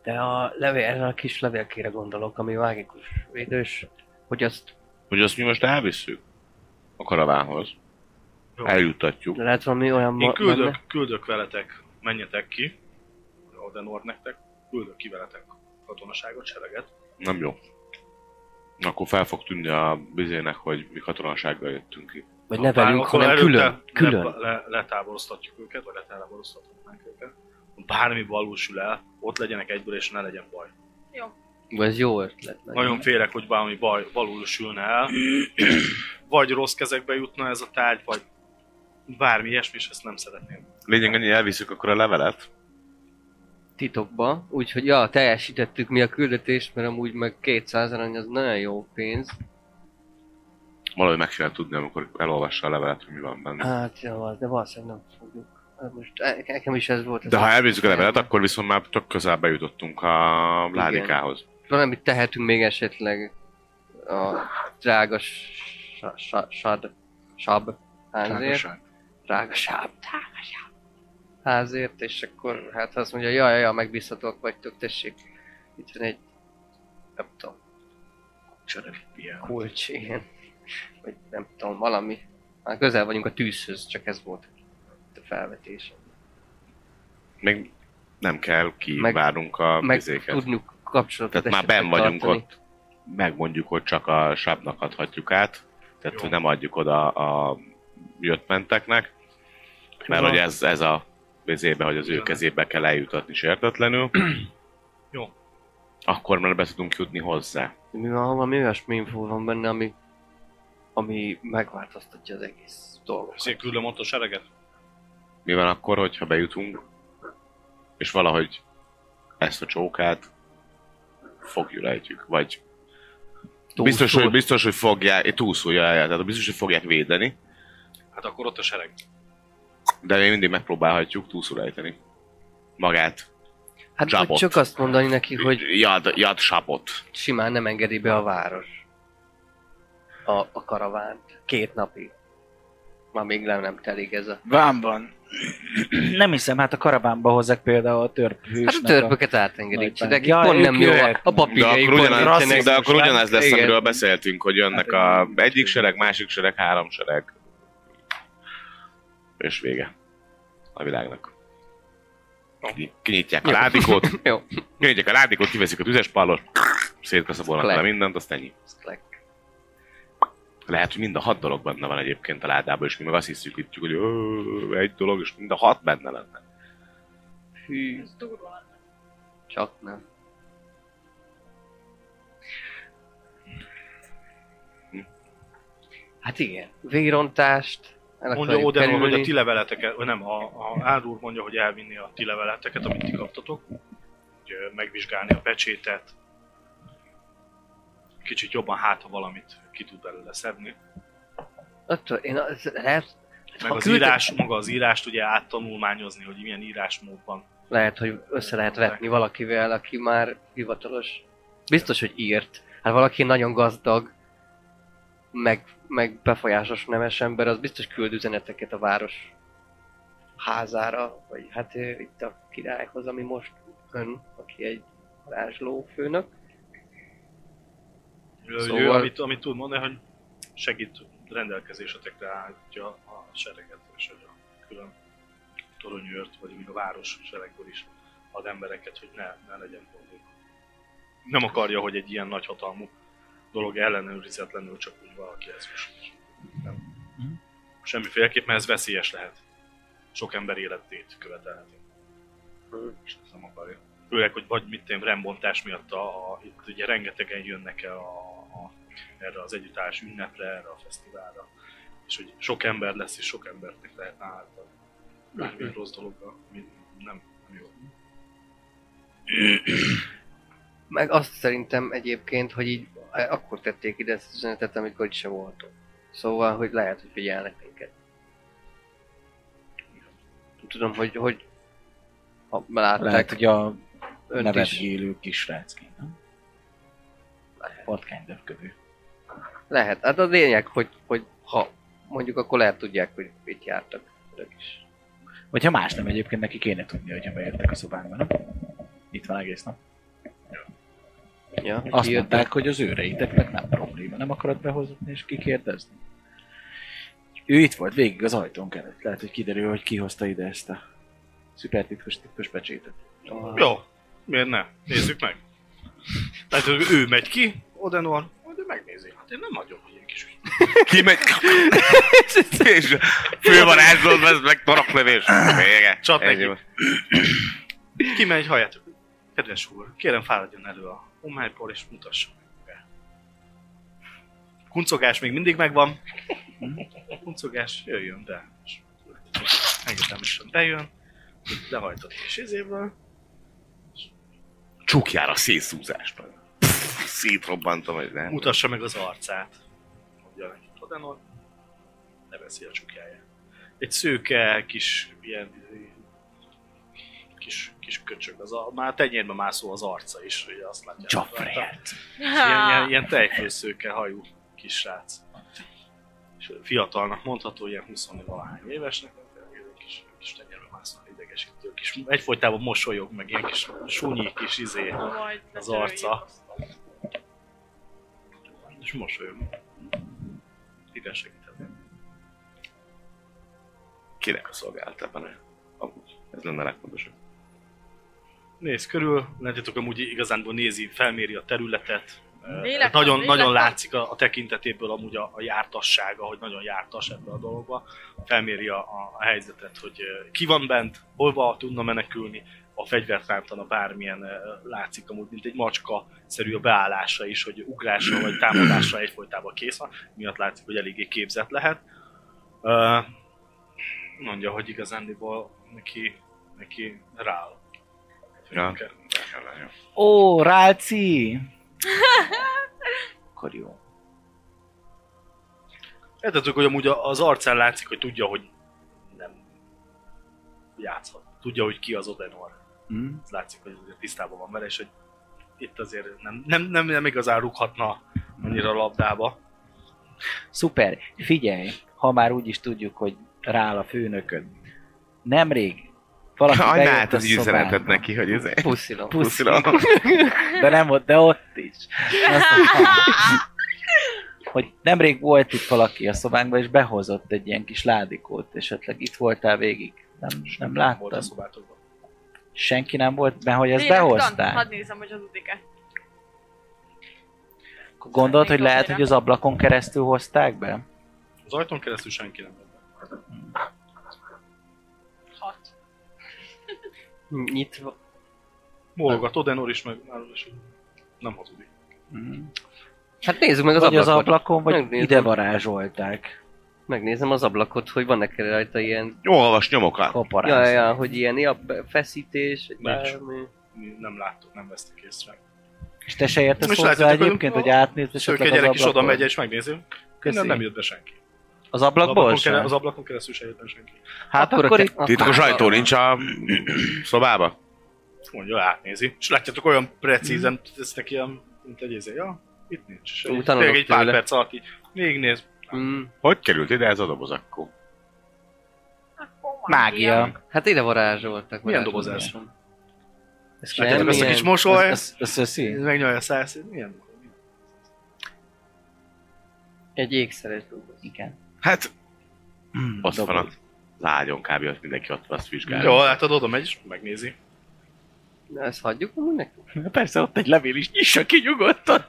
De a levél, erre a kis levélkére gondolok, ami mágikus védős, hogy azt Hogy azt mi most elvisszük a karavánhoz. Jó. Eljutatjuk. lehet valami olyan Én ma- küldök, benne? küldök veletek, menjetek ki, Odenor nektek, küldök ki veletek katonaságot, sereget. Nem jó. Akkor fel fog tűnni a bizének, hogy mi katonasággal jöttünk ki. Vagy Ha ne bár- velünk, akkor hanem előtte külön. külön. Le, le, letáboroztatjuk őket, vagy letáboroztatjuk őket. Ha Bármi valósul el, ott legyenek egyből, és ne legyen baj. Ú, Ez jó ötlet. meg. Nagyon félek, hogy valami baj valósulna el. Vagy rossz kezekbe jutna ez a tárgy, vagy bármi ilyesmi, és ezt nem szeretném. Lényeg annyi, elviszük akkor a levelet. Titokba. Úgyhogy ja, teljesítettük mi a küldetést, mert amúgy meg 200 arany az nagyon jó pénz. Valahogy meg kell tudni, amikor elolvassa a levelet, hogy mi van benne. Hát jó, az, de valószínűleg nem fogjuk. Hát Most e- nekem is ez volt. ez De ha a- elviszük a levelet, akkor viszont már tök közel bejutottunk a ládikához. Valamit tehetünk még esetleg a drága sa- sa- sad, sab házért. drága sáb, drága sáb házért, és akkor hát azt mondja, jaj, jaj, megbízhatóak vagytok, tessék, itt van egy, nem tudom, kulcs, igen, vagy nem tudom, valami. Már közel vagyunk a tűzhöz, csak ez volt a felvetés. Még nem kell Meg- kivárnunk a Meg vizéket. tudnunk kapcsolatot Tehát már esetleg benn vagyunk tartani. ott. Megmondjuk, hogy csak a sábnak adhatjuk át. Tehát, Jó. hogy nem adjuk oda a jött menteknek. Mert Jó. hogy ez, ez a kezébe, hogy az ő kezébe kell eljutatni sértetlenül, Jó. akkor már be tudunk jutni hozzá. Mi van, ha valami olyasmi infó van benne, ami, ami megváltoztatja az egész dolgot. Szép küldöm ott a sereget. Mi van akkor, hogyha bejutunk, és valahogy ezt a csókát fogjulejtjük, vagy biztos, hogy, biztos, hogy fogják, túlszúrja el, tehát biztos, hogy fogják védeni, Hát akkor ott a sereg. de még mindig megpróbálhatjuk túlszúrejteni magát. Hát Jabot. vagy csak azt mondani neki, hogy Jad, jad sapot. simán nem engedi be a város. A, a karavánt. Két napig. Már még nem, nem telik ez a... Van, van. Nem hiszem, hát a karabánba hozzák például a törpősnek Hát a törpöket átengedik, Nagyban. de nekik Ja, pont ők nem jó a, jöhetnek. a De papírjaik. akkor, pont ugyanaz, nincsenek. de akkor ugyanaz lesz, Igen. Hát amiről beszéltünk, hogy jönnek a egyik sereg, másik sereg, három sereg. És vége a világnak. Kinyi- Kinyitják a Jó. ládikót, Jó. kinyitják a ládikót, kiveszik a tüzes pallot, szétkaszabolnak le mindent, azt ennyi. Slack. Lehet, hogy mind a hat dolog benne van egyébként a ládában, és mi meg azt hiszük, itt, hogy ö, egy dolog, és mind a hat benne lenne. Hű, Ez durva lenne. csak nem. Hát igen, vérontást, el Mondja akarjuk Odenor, hogy a kerülni. ti leveleteket, vagy nem, a, a Ádur mondja, hogy elvinni a ti leveleteket, amit ti kaptatok. Hogy ö, megvizsgálni a pecsétet. Kicsit jobban hát, ha valamit ki tud belőle szedni. Attól én az, lehet, Meg Ha az küldte- írás, maga az írást ugye áttanulmányozni, hogy milyen írásmódban. lehet, hogy össze lehet vetni valakivel, aki már hivatalos. Biztos, hogy írt. Hát valaki nagyon gazdag, meg, meg befolyásos nemes ember, az biztos küld üzeneteket a város házára, vagy hát ö, itt a királyhoz, ami most ön, aki egy varázsló főnök. Szóval... Ő, Szóval- amit, amit tud mondani, hogy segít rendelkezésetekre állítja a sereget, és hogy a külön toronyőrt, vagy még a város seregből is ad embereket, hogy ne, ne legyen gondjuk. Nem akarja, hogy egy ilyen nagyhatalmú dolog ellenőrizetlenül csak úgy valaki ez is. Nem. Mhm. Semmiféleképp, mert ez veszélyes lehet. Sok ember életét követelheti. És ezt nem akarja. Főleg, hogy vagy mit én rembontás miatt a, a, itt ugye rengetegen jönnek el a, a, erre az együttárs ünnepre, erre a fesztiválra. És hogy sok ember lesz, és sok embernek lehetne által. Bármi rossz dologgal, ami nem, nem jó. Meg azt szerintem egyébként, hogy így e, akkor tették ide ezt az üzenetet, amikor itt se voltunk. Szóval, hogy lehet, hogy figyelnek minket. Nem Tudom, hogy, hogy ha látták Lehet, hogy a önt nevet is. élő kisrácként, nem? Patkány döpködő. Lehet. Hát a lényeg, hogy, hogy ha mondjuk, akkor lehet tudják, hogy itt jártak. Önök is. Vagy ha más nem, egyébként neki kéne tudni, hogyha bejöttek a szobánkba, nem? Itt van egész nap. Ja, Azt ki jöttek, mondták, hogy az őreiteknek nem probléma, nem akarod behozni és kikérdezni. Ő itt volt végig az ajtón kellett. Lehet, hogy kiderül, hogy kihozta ide ezt a szupertitkos titkos pecsétet. ah, Jó, miért ne? Nézzük meg. Tehát ő ő megy ki, Odenor, majd ő megnézi. Hát én nem vagyok ilyen kis ügy. Kimegy, és fővarázslód, ez meg toroklövés. Vége. Csap Ennyi neki. van. Kimegy, halljátok. Kedves úr, kérem fáradjon elő a homályból és mutassa meg magát. Kuncogás még mindig megvan. Kuncogás, jöjjön be. És Engedelmesen bejön, lehajtott kis izéből. csukjára szétszúzást. Pff, Szétrobbantom, hogy nem. Mutassa meg az arcát. Mondja neki Todenor. Leveszi a csukjáját. Egy szőke, kis ilyen kis, kis köcsög, az a, már tenyérbe mászó az arca is, ugye azt látja. Joffrey ilyen, Ah. ilyen, ilyen tejfőszőke hajú kis srác. És fiatalnak mondható, ilyen 20 valahány évesnek, egy kis, kis tenyérbe mászol idegesítő, kis, egyfolytában mosolyog, meg ilyen kis sunyi kis izé, Majd Az betörőjük arca. azt. és mosolyog. Igen segíteni. Kinek a szolgált ebben? Amúgy. Ez lenne a legfontosabb. Néz körül, látjátok amúgy igazánból nézi, felméri a területet, Eh, hát Lélek- nagyon, lélek- nagyon látszik a, a tekintetéből amúgy a, a jártassága, hogy nagyon jártas ebbe a dologba. Felméri a, a, a helyzetet, hogy ö, ki van bent, hova tudna menekülni, a fegyvertántana bármilyen ö, látszik amúgy, mint egy macska szerű a beállása is, hogy ugrásra vagy támadásra egyfolytában kész van, miatt látszik, hogy eléggé képzett lehet. Ö, mondja, hogy igazándiból neki, neki rááll. Ja. Kell. Ó, Rálci! Akkor jó. Értettük, hogy amúgy a- az arcán látszik, hogy tudja, hogy nem játszhat. Tudja, hogy ki az Odenor. Mm. Hm? Ez látszik, hogy azért tisztában van vele, és hogy itt azért nem, nem, nem, nem igazán rúghatna annyira a labdába. Szuper, figyelj, ha már úgy is tudjuk, hogy rá a főnököd. Nemrég valaki Adj bejött át a hát az üzenetet szobámba. neki, hogy ez Puszilom. puszilom. De nem volt, de ott is. Azt mondtam, hogy nemrég volt itt valaki a szobánkban, és behozott egy ilyen kis ládikót, esetleg itt voltál végig. Nem, nem Volt a láttam. szobátokban. Senki nem volt, mert hogy ezt Lélektan? Hadd behozták. nézem, hogy az udik-e. Akkor Gondolod, hogy lehet, hogy az ablakon keresztül hozták be? Az ajtón keresztül senki nem jött be. Hat. Nyitva. Mólogat Odenor is, meg már is nem hazudik. Mm. Mhm. Hát nézzük meg az Vagy az ablakot. ablakon, vagy Megnézem. ide varázsolták. Megnézem az ablakot, hogy vannak -e rajta ilyen... Jó, olvas nyomokat. Kaparász. Ja, ja, hogy ilyen ja, feszítés, vagy Nincs. bármi. Mi nem láttuk, nem vesztek észre. És te se értesz És hozzá látjátok, hogy- egyébként, hogy átnézd És ők esetleg egy az gyerek is ablakon? oda megy, és megnézi. Köszi. Nem, nem jött be senki. Az Az ablakból ablakon, sem? keresztül, az ablakon keresztül se jött be senki. Hát akkor, a- itt... akkor Titkos a- ajtó nincs a szobába? mondja, átnézi. És látjátok, olyan precízen mm. Mhm. tesznek ilyen, mint egy izé, ja, itt nincs. És Ú, egy- tanulok Tényleg egy pár tőle. perc alatt így végignéz. Mm, Hogy került ide ez a doboz akkor? Akkor Mágia. hát ide varázsoltak. Milyen varázsolás dobozás? van. Ez Látjátok ezt a kis semmilyen. mosoly, Az, az, az, az megnyomja a szájszét, milyen Egy ékszeres doboz. Igen. Hát, ott Hmm. doboz. van a lágyon kb. ott mindenki ott van, azt vizsgálja. Jó, látod, oda megy, és megnézi. Na, ezt hagyjuk amúgy nekünk? Persze, ott egy levél is. Nyissa ki nyugodtan.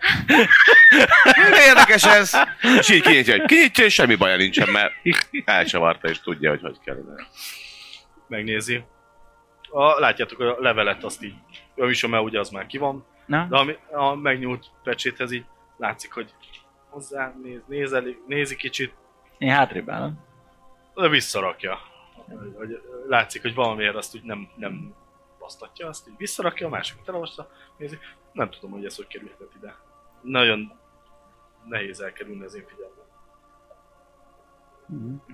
De érdekes ez! És így kinyitja, hogy kinyitja, és semmi baja nincsen, mert elcsavarta, és tudja, hogy hogy kellene. Megnézi. A, látjátok, hogy a levelet azt így, ő is, mert ugye az már ki van, Na, de ami, a megnyúlt pecséthez így látszik, hogy hozzá néz, nézeli, nézi kicsit, én hátrébb állom. de visszarakja. Hogy- Hogy, látszik, hogy valamiért azt úgy nem, nem basztatja, azt így visszarakja, a másik telemosta, nézi. Nem tudom, hogy ez hogy kerülhetett ide. Nagyon nehéz elkerülni az én figyelmet.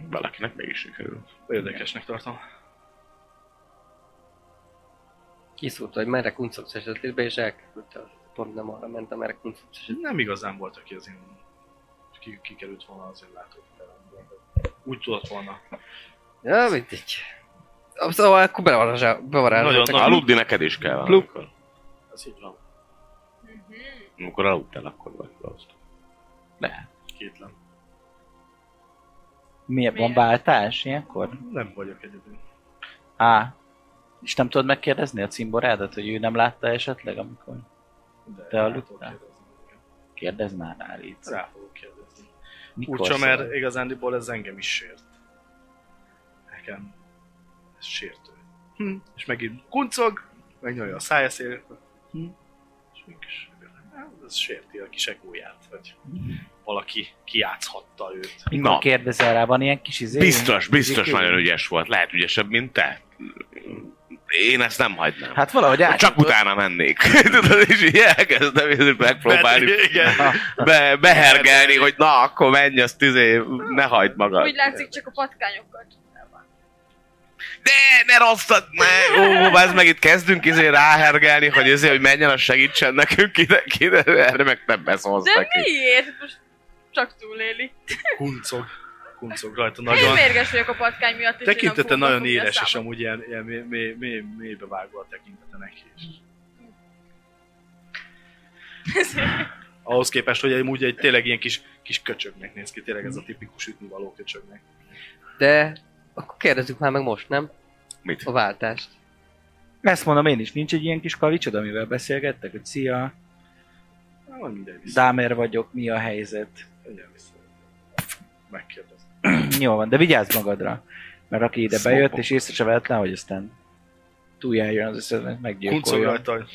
Valakinek mégis sikerül. Érdekesnek tartom. Kiszúrta, hogy merre kuncogsz esetében, és elkerülte. Pont nem arra ment, amerre kuncogsz esetében. Nem igazán volt, aki az én ki, kikerült volna az én látóteremből. Úgy tudott volna. Ja, mindegy. Ah, Szóval akkor bevarázsol- bevarázsoltak. Nagyon Aludni neked is kell. Plup. Amikor, Ez így van. amikor aludtál, akkor vagy rossz. Kétlen. Miért van Miért? váltás ilyenkor? Nem vagyok egyedül. Á. És nem tudod megkérdezni a cimborádat, hogy ő nem látta esetleg, amikor De Te rá aludtál? fogok kérdezni. kérdez már rá, légy. szíves. Rá fogok kérdezni. Mikor Furcsa, szól? mert igazándiból ez engem is sért. Nekem ez sértő. Hm. És megint kuncog, megnyolja a szája szélét. Hm. És mégis hát, ez sérti a kis egóját, hogy Hm. valaki kiátszhatta őt. Mikor Na. kérdezel rá, van ilyen kis izé? Biztos, biztos Izé- nagyon ügyes volt. Lehet ügyesebb, mint te. Én ezt nem hagynám. Hát valahogy át. Csak utána mennék. Tudod, és így elkezdem így megpróbálni Igen. Ah, be, behergelni, hogy na, akkor menj, azt izé, ne hagyd magad. Úgy látszik, csak a patkányokkal tudtál van. De, ne rosszat, ne! Ó, ez meg itt kezdünk izé ráhergelni, hogy izé, hogy menjen, az segítsen nekünk ide, ide erre meg nem beszólsz De neki. miért? Most csak túléli. Kuncog. Kuncog rajta Én nagyon. mérges vagyok a patkány miatt, és én nem Tekintete fogom nagyon befogni a éles, és számot. amúgy ilyen, ilyen mély, mély, mély, mélybe vágó a tekintete neki. És ahhoz képest, hogy amúgy egy tényleg ilyen kis, kis köcsögnek néz ki, tényleg ez a tipikus ütnivaló köcsögnek. De akkor kérdezzük már meg most, nem? Mit? A váltást. Ezt mondom én is, nincs egy ilyen kis kavicsod, amivel beszélgettek, hogy szia, Na, mindegy, vissza. Dámer vagyok, mi a helyzet? Mindjárt vissza. Megkérdezem. Jó van, de vigyázz magadra. Mert aki ide bejött és észre se vehetlen, hogy aztán túljárjon az összes, Kuncog meggyilkoljon. rajta, hogy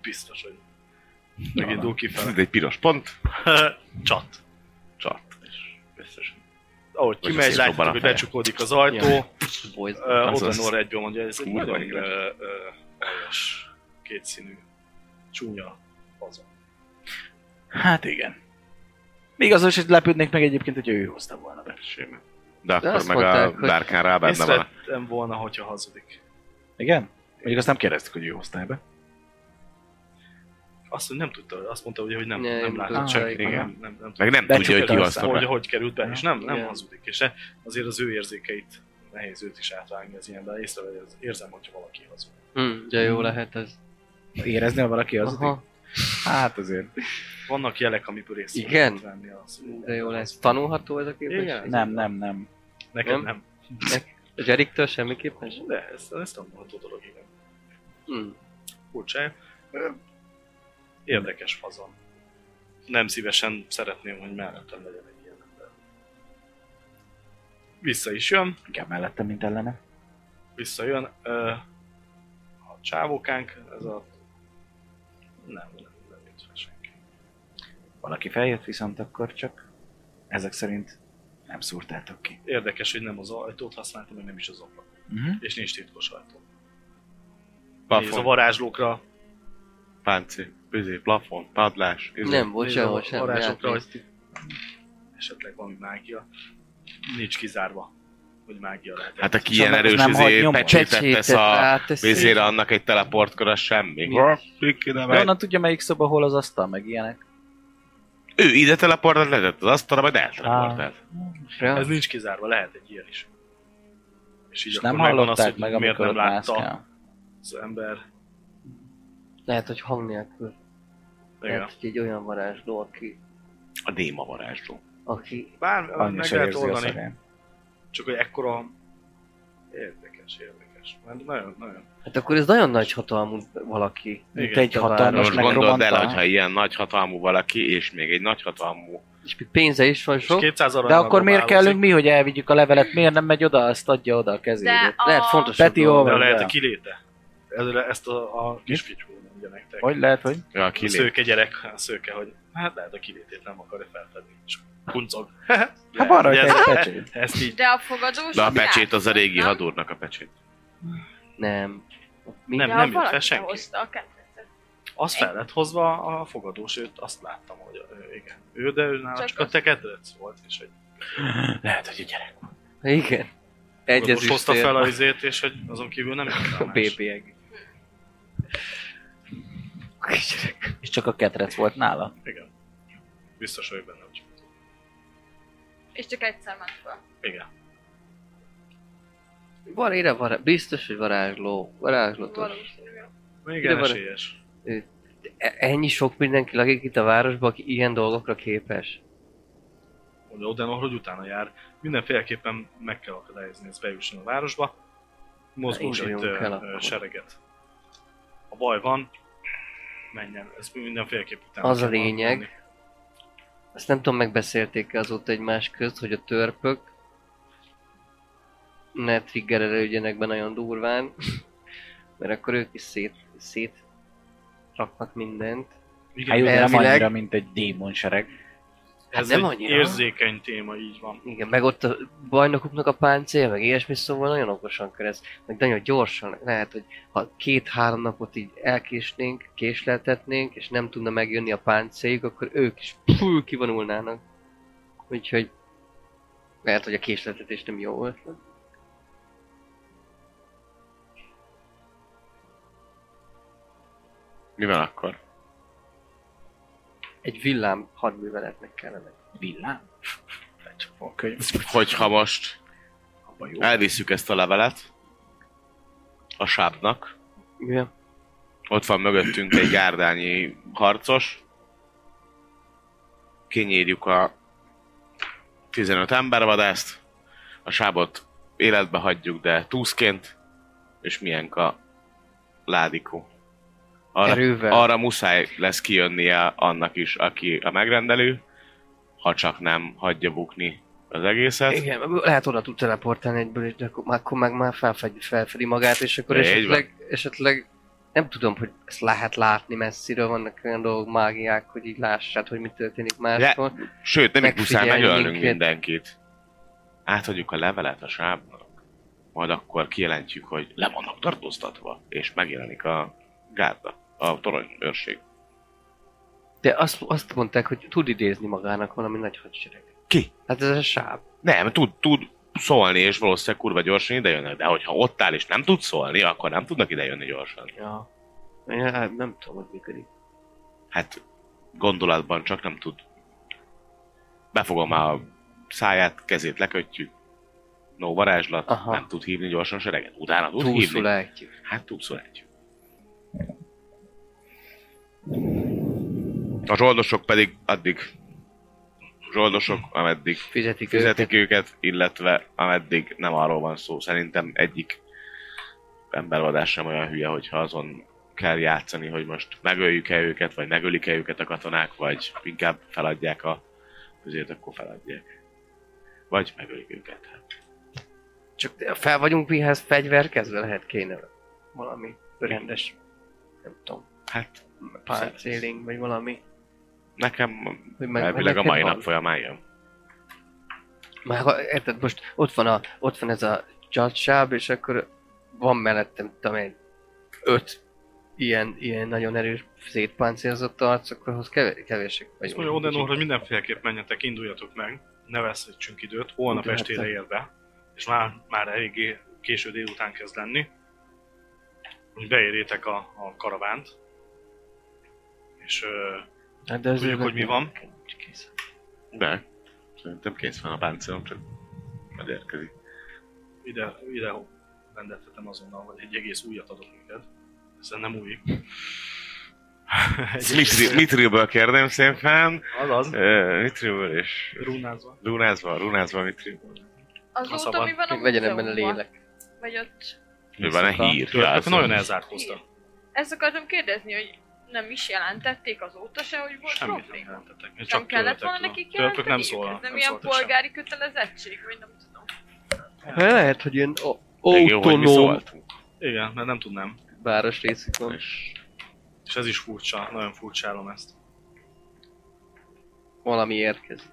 biztos, hogy megindul kifele. Ez egy piros pont. Csat. Csat. És Összesen. Ahogy Vagy a kimegy, szép látjuk, robban a hogy feje. becsukódik az ajtó. Boys. Ö, Azaz. Odenor egyből mondja, ez egy Kurva nagyon élet. ö, ö, aljas, kétszínű, csúnya haza. Hát igen. Még azon is lepődnék meg egyébként, hogy ő hozta volna be. Simán. De akkor azt meg a mondták, hogy- dárkán rá Én benne van. szerettem volna, hogyha hazudik. Igen? Mondjuk azt nem kérdeztük, hogy ő hozta be. Azt, hogy nem tudta, azt mondta, ugye, hogy nem, Ne, nem nem látta, tudta, csak igen. nem, nem, nem Meg nem De tudja, hogy ki csukta hozta hogy, be. hogy került be, és nem, nem Igen. hazudik. És e- azért az ő érzékeit nehéz őt is átvágni az ilyenben, észrevegy, az érzem, hogyha valaki hazug. Mm. Hm, de jó lehet ez. Érezni, ha valaki az Aha, Hát azért. Vannak jelek, amiből észre Igen. lehet venni az. de jó lesz. Tanulható ez a képesség? Nem, nem, nem. Nekem Nem? nem. A Jeriktől semmiképpen sem? De ez, ez tanulható dolog, igen. Mm. Hm. furcsa. Ö, Érdekes fazon. Nem szívesen szeretném, hogy mellettem legyen egy ilyen ember. Vissza is jön, Inkább mellette, mint ellene. visszajön. Ö, a csávókánk, ez a... Nem, nem, nem jött fel senki. Valaki feljött, viszont akkor csak ezek szerint nem szúrtátok ki. Érdekes, hogy nem az ajtót használtam, meg nem is az ablakot. Uh-huh. És nincs titkos ajtó. Néz a Plafon, varázslókra, páncél, büzé, izé, plafon, padlás. izé. Nem volt Nézd sehol a sem. varázsokra, hogy- átnéztük. esetleg valami mágia. Nincs kizárva, hogy mágia lehet. Hát aki És ilyen annak az erős nem hagy izé, nyomot. pecsétet tesz a ráteszi. vizére, annak egy teleportkora semmi. Mi? Ha, klik ide De megy. onnan tudja, melyik szoba, hol az asztal, meg ilyenek. Ő ide teleportált, letett az asztalra, majd elteleportált. Ja. Ez nincs kizárva, lehet egy ilyen is. így És akkor nem megvan az, hallották hogy meg, miért amikor nem ott látta mászkál. az Hát, ember. Lehet, hogy hang nélkül. Igen. Lehet, hogy egy olyan varázsló, aki, A déma varázsló. aki Bár Annyi meg se lehet érzi a oldani, szagán. csak hogy ekkora... Érdekes, érdekes. Mert nagyon, nagyon. Hát akkor ez nagyon nagy hatalmú valaki. Mint Igen. egy Tovább. Na hatalmas most gondold el, nekromanta. hogyha ilyen nagy hatalmú valaki, és még egy nagy hatalmú És még pénze is van És sok. 200 aranyra De akkor miért kellünk mi, hogy elvigyük a levelet? Miért nem megy oda, azt adja oda a kezébe? De a... Lehet fontos. Peti, hol De van? lehet a De. kiléte. Ezzel- Ezt a, a kis fityú mondja nektek. Hogy lehet, hogy? ja, A kilép. szőke gyerek, a szőke, hogy hát lehet a kilétét nem akarja felfedni. Csak puncog. Hát van rajta Ugye egy ez- pecsét. Ezt így De a fogadós... De a pecsét az a régi nem? hadúrnak a pecsét. Nem. Mi? Nem. De ha jött fel valaki senki. hozta a kettőt. Az fel lett hozva a fogadós, őt azt láttam, hogy ő, igen. Ő, de ő nála Csak csak, a az- te kedvenc volt, és hogy Lehet, hogy egy gyerek. Igen. fogadós Egyezés hozta fel a izét, és hogy azon kívül nem jött a rá más. BB-eg. És csak a ketrec volt nála. Igen. Biztos, hogy benne úgy. És csak egyszer ment fel. Igen. Van ére varázs... Biztos, hogy varázsló. Varázslatos. Valószínű. Igen, Ide van- esélyes. E- Ennyi sok mindenki lakik itt a városban, aki ilyen dolgokra képes. Mondja Odenor, hogy utána jár. Mindenféleképpen meg kell akadályozni, hogy ez bejusson a városba. Mozgósít induljunk ö, el ö, akkor. sereget. A baj van, menjen. Ez mindenféleképp utána. Az a kell lényeg. menni. Azt nem tudom, megbeszélték-e azóta egymás közt, hogy a törpök ne triggerelődjenek be nagyon durván, mert akkor ők is szét, szét raknak mindent. Igen, Hát jó, de nem elvileg- annyira, mint egy démon sereg. ez Hát nem egy annyira. érzékeny téma, így van. Igen, meg ott a bajnokoknak a páncél, meg ilyesmi, szóval nagyon okosan kell ez, meg nagyon gyorsan. Lehet, hogy ha két-három napot így elkésnénk, késleltetnénk, és nem tudna megjönni a páncéljuk, akkor ők is pú, kivonulnának. Úgyhogy lehet, hogy a késleltetés nem jó ötlet. Mi van akkor? Egy villám hadműveletnek kellene. Villám? Lecsapom a könyv. Hogyha most Abba jó. elviszük ezt a levelet a sápnak, Igen. ott van mögöttünk egy gárdányi harcos, kinyírjuk a 15 embervadást, a sábot életbe hagyjuk, de túszként, és milyen a ládikó. Arra, Erővel. arra muszáj lesz kijönnie annak is, aki a megrendelő, ha csak nem hagyja bukni az egészet. Igen, lehet oda tud teleportálni egyből, és de akkor, már- akkor meg már felfedi, felfedi magát, és akkor Így van. esetleg, esetleg, nem tudom, hogy ezt lehet látni messziről, vannak olyan dolgok, mágiák, hogy így lássát, hogy mi történik máshol. Sőt, nem is muszáj Megfigyelj megölnünk minket. mindenkit. Átadjuk a levelet a sávnak, majd akkor kijelentjük, hogy le vannak tartóztatva, és megjelenik a gárda, a torony őrség. De azt, azt mondták, hogy tud idézni magának valami nagy hadsereg. Ki? Hát ez a sáv. Nem, tud, tud szólni, és valószínűleg kurva gyorsan idejönnek, de hogyha ott áll és nem tud szólni, akkor nem tudnak idejönni gyorsan. Ja. ja. hát nem tudom, hogy működik. Hát gondolatban csak nem tud. Befogom a száját, kezét lekötjük, no varázslat, Aha. nem tud hívni gyorsan sereget. Utána tud hívni. Túlszul ejtjük. Hát túlszor egy. A zsoldosok pedig addig zsoldosok, ameddig Fizetik, fizetik Fizetik őket. őket, illetve ameddig nem arról van szó. Szerintem egyik embervadás sem olyan hülye, hogyha azon kell játszani, hogy most megöljük-e őket, vagy megölik-e őket a katonák, vagy inkább feladják a közét, akkor feladják. Vagy megölik őket. Csak fel vagyunk mihez fegyverkezve lehet kéne valami rendes, nem tudom, Hát páncéling, vagy valami. nekem Hogy meg- elvileg a neked mai van. nap folyamán jön. Már ha- érted, most ott van, a, ott van ez a csatsáv, és akkor van mellettem, tudom én, öt ilyen, ilyen nagyon erős szétpáncélzott arc, akkor ahhoz kevés, kevések Azt vagyunk. mondja Oden úr, Úgyhogy- hogy mindenféleképp menjetek, induljatok meg, ne veszítsünk időt, holnap De hát estére te- ér be, és már, már eléggé késő délután kezd lenni, hogy beérjétek a, a karavánt, és ö, Hát de azért tudjuk, hogy mi nem- van. kész. De, szerintem kész van a páncélom, csak megérkezik. ide, ide rendeltetem azonnal, hogy egy egész újat adok neked, hiszen nem új. Egy egész- Mitri- Mitrilből kérdem szépen. Azaz, Ö, Mitrilből és runázva. Runázva, Runázva Mitrilből. Azóta szabad. mi van a Még legyen ebben a múzeumban? lélek. Vagy ott... Ő van egy hír. Tőletek jelző. nagyon elzárkóztak. Ezt akartam kérdezni, hogy nem is jelentették azóta se, hogy volt Semmit nem probléma. jelentettek. Csak nem kellett tőletek volna tudom. nekik Tőletek jelenteni? nem szól. Ez nem, ilyen szóltak sem. polgári kötelezettség, vagy nem tudom. Lehet, hogy ilyen o- Még jó, hogy mi autonóm szóltunk. Igen, mert nem tudnám. város részük van. És És ez is furcsa, nagyon furcsálom ezt. Valami érkezik.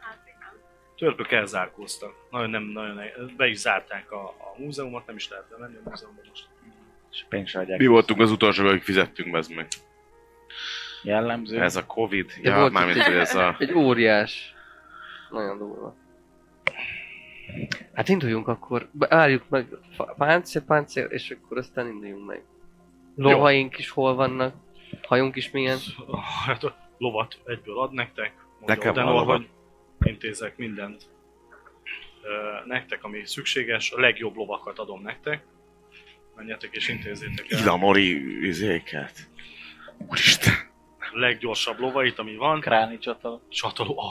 Hát igen. Törpök elzárkóztak. Nagyon nem, nagyon be is zárták a, a múzeumot, nem is lehet bemenni a múzeumba most. És pénzt se adják. mi voltunk az utolsó, akik fizettünk, ez meg. Jellemző. Ez a Covid, De ja, volt mármint, itt- hogy ez a... Egy óriás. Nagyon durva. Hát induljunk akkor, Be- álljuk meg fa- páncél, páncél, és akkor aztán induljunk meg. Lovaink is hol vannak, hajunk is milyen. Hát a lovat egyből ad nektek. Mondja Nekem van Odenor, lovat. hogy intézek mindent ö, nektek, ami szükséges. A legjobb lovakat adom nektek. Menjetek és intézzétek el. Ilamori izéket. Úristen. A leggyorsabb lovait, ami van. Kráni csatala. Csatoló. Oh.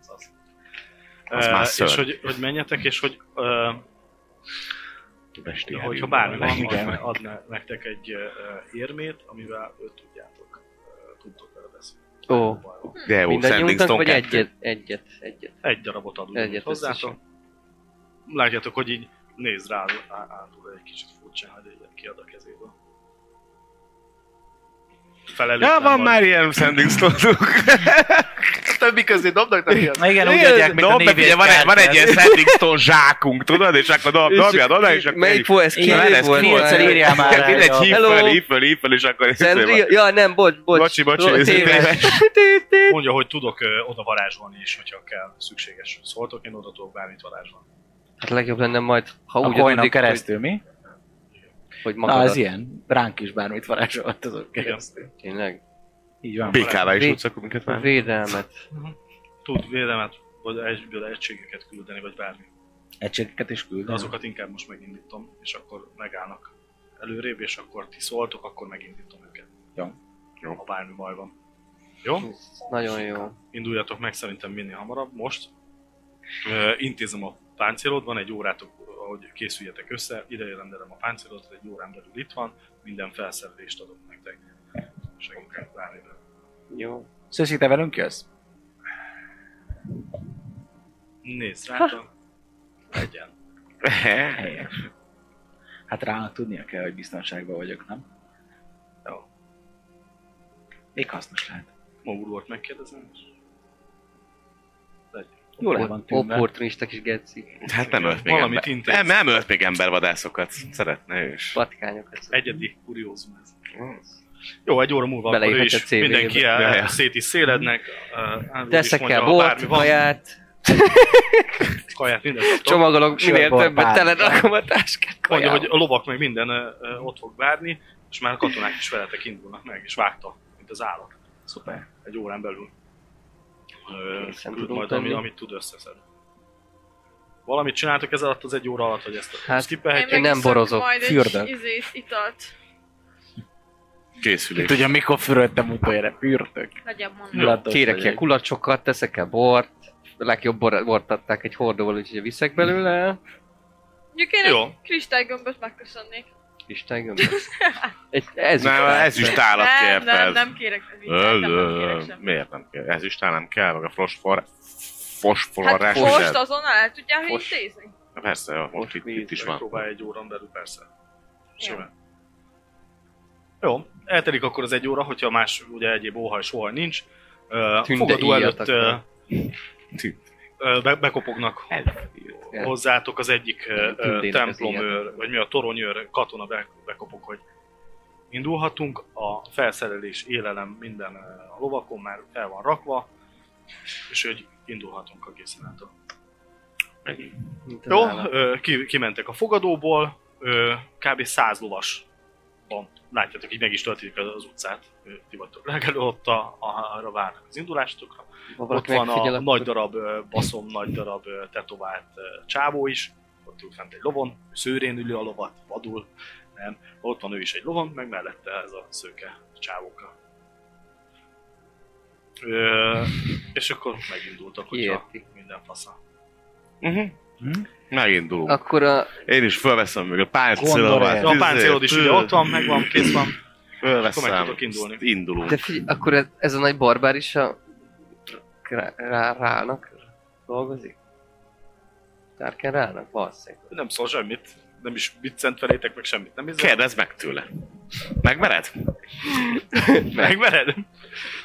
Az, az. Az Ö, már szörny. és hogy, hogy menjetek, és hogy ö, Besti Ja, erő. hogyha bármi van, Igen. adna, adna nektek egy ö, ö, érmét, amivel őt tudjátok, ö, tudtok vele beszélni. Ó. De jó, Sending Mindannyiunknak, Stone vagy kettő. egyet, egyet, egyet. Egy darabot adunk Egyet Egyet hozzátok. Látjátok, hogy így néz rá á- átul egy kicsit furcsán, hogy egyet kiad a kezéből. Felelőtlen Ja, van már ilyen Sending Stone-unk. A többi közé dobnak neki Na igen, úgy Igen, adják, mint a dob, de figyelj, névjegyet. van, egy, van egy ilyen Sending Stone zsákunk, tudod? És akkor dob, dobjad oda, és akkor... Melyik volt? Ez Igen, kinél ez volt? Klinzel írjál már rá, Mindegy, jó. hív Hello. föl, hív föl, hív föl, és akkor... Szentri- Ja, nem, bocs, bocs. Bocsi, bocsi, Ro- ez téves. Mondja, hogy tudok ö, oda varázsolni is, hogyha kell, szükséges. Szóltok, én oda tudok bármit varázsolni. Hát legjobb lenne majd, ha A úgy koinon adódik, hogy, keresztül, mi? hogy Na, magadat. az ilyen. Ránk is bármit varázsolt azok keresztül. Tényleg. Így van. Békává is Vé- utcak minket A már. védelmet. Tud vélemet, vagy egyből egységeket küldeni, vagy bármi. Egységeket is küld. De azokat inkább most megindítom, és akkor megállnak előrébb, és akkor ti szóltok, akkor megindítom őket. Jó. Jó. Ha bármi baj van. Jó? Ez Nagyon jó. Induljatok meg szerintem minél hamarabb, most. Ö, intézem a páncélod, van egy órátok hogy készüljetek össze, ideje rendelem a páncélodat, egy órán belül itt van, minden felszerelést adok nektek. Segítek bármiben. Jó. Szöszi, te velünk jössz? Nézd rád, legyen. Helyes. Hát rá tudnia kell, hogy biztonságban vagyok, nem? Jó. Még hasznos lehet. Magulort megkérdezem, és Jól el van tűnve. Opportunisták is geci. Hát nem ölt még Valamit ember. intéz. Nem, nem ölt még embervadászokat. Szeretne ő is. Patkányokat. egyedi kuriózum ez. Jó, egy óra múlva akkor ő Beleírhatja is a CV-be. mindenki el, Ja, ja, ja. szét is szélednek. eh, Ávil is Teszek mondja, el ha bort, bármi van, kaját, kaját, mindent. Csomag csomagolok minél Sörbolt, többet, bármi. tele rakom a táskát mondja, hogy kajával. a lovak meg minden eh, eh, ott fog várni, és már a katonák is veletek indulnak meg, és vágta, mint az állat. Szuper. Egy órán belül. Ö, Készen küld tudunk majd, ami, tenni. amit tud összeszed. Valamit csináltok ez alatt az egy óra alatt, hogy ezt Hát, hát, skipelhetjük. Én nem megiszok borozok, majd egy fürdök. Izét, italt. Készülés. Tudja, mikor fürödtem utoljára? Fürtök. Legyen mondom. Mulatos Kérek vagy ki a egy- kulacsokat, teszek el bort, a legjobb bor- bort adták egy hordóval, úgyhogy viszek belőle. Mondjuk én Jó. egy kristálygömböt megköszönnék. Isten gömböz. Egy, ez Nem, ez is tálat Nem, nem, kérted. nem kérek ez így. Ö, Nem, nem kérek ö, semmit. Miért nem kell? Ezüstál nem kell, meg a fosfor... Hát Fosforrás most azonnal el tudják, hogy Fos. intézni. Persze, jó, most itt, víz, itt is van. Próbálj egy órán belül, persze. Simán. Jó, eltelik akkor az egy óra, hogyha más ugye egyéb óhaj soha nincs. Ö, Tünde Fogadó előtt íjatak ö, meg. Tű. ö, be, bekopognak hozzátok az egyik ö, ö, Tündének az templomőr, íjatak. vagy mi a toronyőr katona be- bekopog, hogy indulhatunk. A felszerelés, élelem, minden ö, a lovakon már fel van rakva, és hogy indulhatunk a készenától. Jó, ö, ki, kimentek a fogadóból, ö, kb. 100 lovas van. Látjátok, így meg is töltik az az utcát. Ö, Ti vagytok legelő, ott a, a, arra várnak az indulásokra. Ott van a nagy darab ö, baszom, nagy darab ö, tetovált ö, csávó is. Ott ül fent egy lovon, szőrén ülő a lovat, vadul. Nem. Ott van ő is egy lovon, meg mellette ez a szőke csávóka. Ö, és akkor megindultak, hogyha Kiérti. minden fasza. Mhm. Mhm. Megindulunk. Akkor a... Én is fölveszem még a Gondolom. páncélomat. A páncélod is ugye ott van, megvan, kész van. Akkor meg Fölveszem. tudok indulni. Indulunk. De figyelj, akkor ez, ez a nagy barbár is a... Rá, rá, rának dolgozik? Tárken rának, valószínűleg. Nem szól semmit, nem is viccent felétek, meg semmit nem izzel. Kérdezd meg tőle. Megmered? Megmered?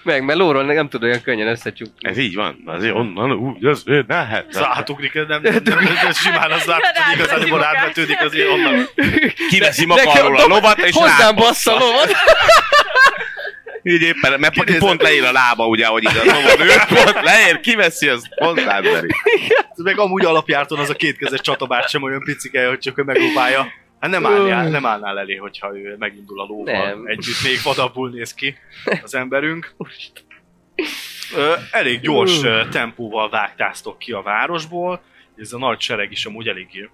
Meg, mert lóról nem tud olyan könnyen összecsukni. Ez így van. Azért onnan úgy, az ő Az nehet. átugrik, nem, nem, nem, nem, nem simán az látod, hogy igazából átvetődik, az ilyen onnan. Kiveszi De- de- maga alól a lovat, és Hozzám rábassza. bassza lovat! Így éppen, mert pont, Kérdezem. pont leír a lába, ugye, ahogy így a lovon ő pont leír, kiveszi, az pont átveri. Ez meg amúgy alapjárton az a kétkezes csatabárt sem olyan picike, hogy csak ő megpróbálja. Hát nem állnál, nem állnál elé, hogyha ő megindul a lóval. Nem. Együtt még vadabbul néz ki az emberünk. Ö, elég gyors ö, tempóval vágtáztok ki a városból. Ez a nagy sereg is amúgy elég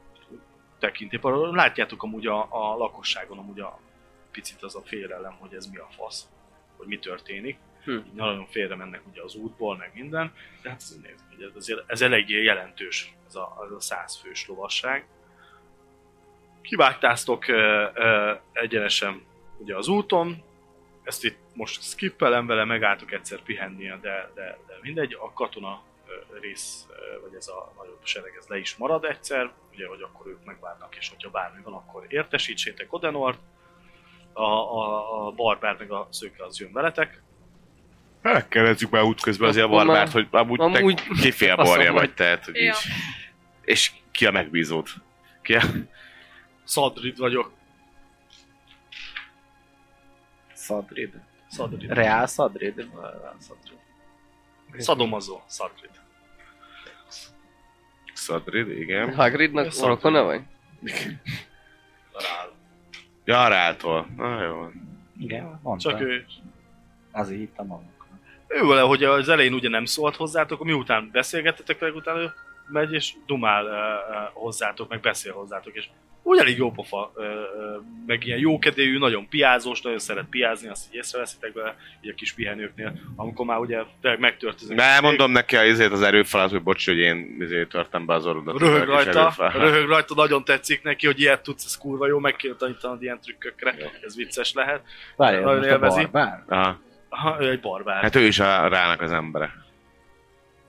tekintély. Látjátok amúgy a, a lakosságon amúgy a picit az a félelem, hogy ez mi a fasz, hogy mi történik. Hm. Így nagyon félre mennek ugye az útból, meg minden. De hát nézd, hogy ez, azért, ez eléggé jelentős, ez a, ez a százfős lovasság. Kivágtáztok ö, ö, egyenesen ugye az úton, ezt itt most skippelem vele, megálltok egyszer pihenni, de, de, de mindegy, a katona ö, rész, ö, vagy ez a nagyobb sereg, ez le is marad egyszer, ugye, hogy akkor ők megvárnak, és hogyha bármi van, akkor értesítsétek Odenort, a, a, a barbár meg a szőke az jön veletek, Megkérdezzük már útközben azért a Akkor már- barbárt, hogy amúgy, amúgy te kifél faszom barja vagy. vagy, tehát, hogy Ja. így. És ki a megbízód? Ki a... Szadrid vagyok, Szadrid. Szadrid. Reál szadrid? Reál szadrid. Szadomazó, Szadrid. Szadrid, igen. Hagridnak Viszont- orokona vagy? Talál. Jaráltól. Na jó. Igen, mondta. Csak ő, Azért hittem magunknak. ő vele, hogy az elején ugye nem szólt hozzátok, miután beszélgettetek, meg utána ő megy, és dumál ö, ö, hozzátok, meg beszél hozzátok, és úgy elég jó pofa, ö, ö, meg ilyen jókedélyű, nagyon piázós, nagyon szeret piázni, azt így észreveszitek vele, így a kis pihenőknél, amikor már ugye tényleg megtörténik. De mondom neki a izét az erőfalat, hogy bocs, hogy én izét törtem be az orrodat. Röhög a kis rajta, erőfalát. röhög rajta, nagyon tetszik neki, hogy ilyet tudsz, ez kurva jó, meg kéne tanítanod ilyen trükkökre, ez vicces lehet. Várjál, Nagyon most a élvezi. barbár? Aha. Aha, ő egy barbár. Hát ő is a rának az embere.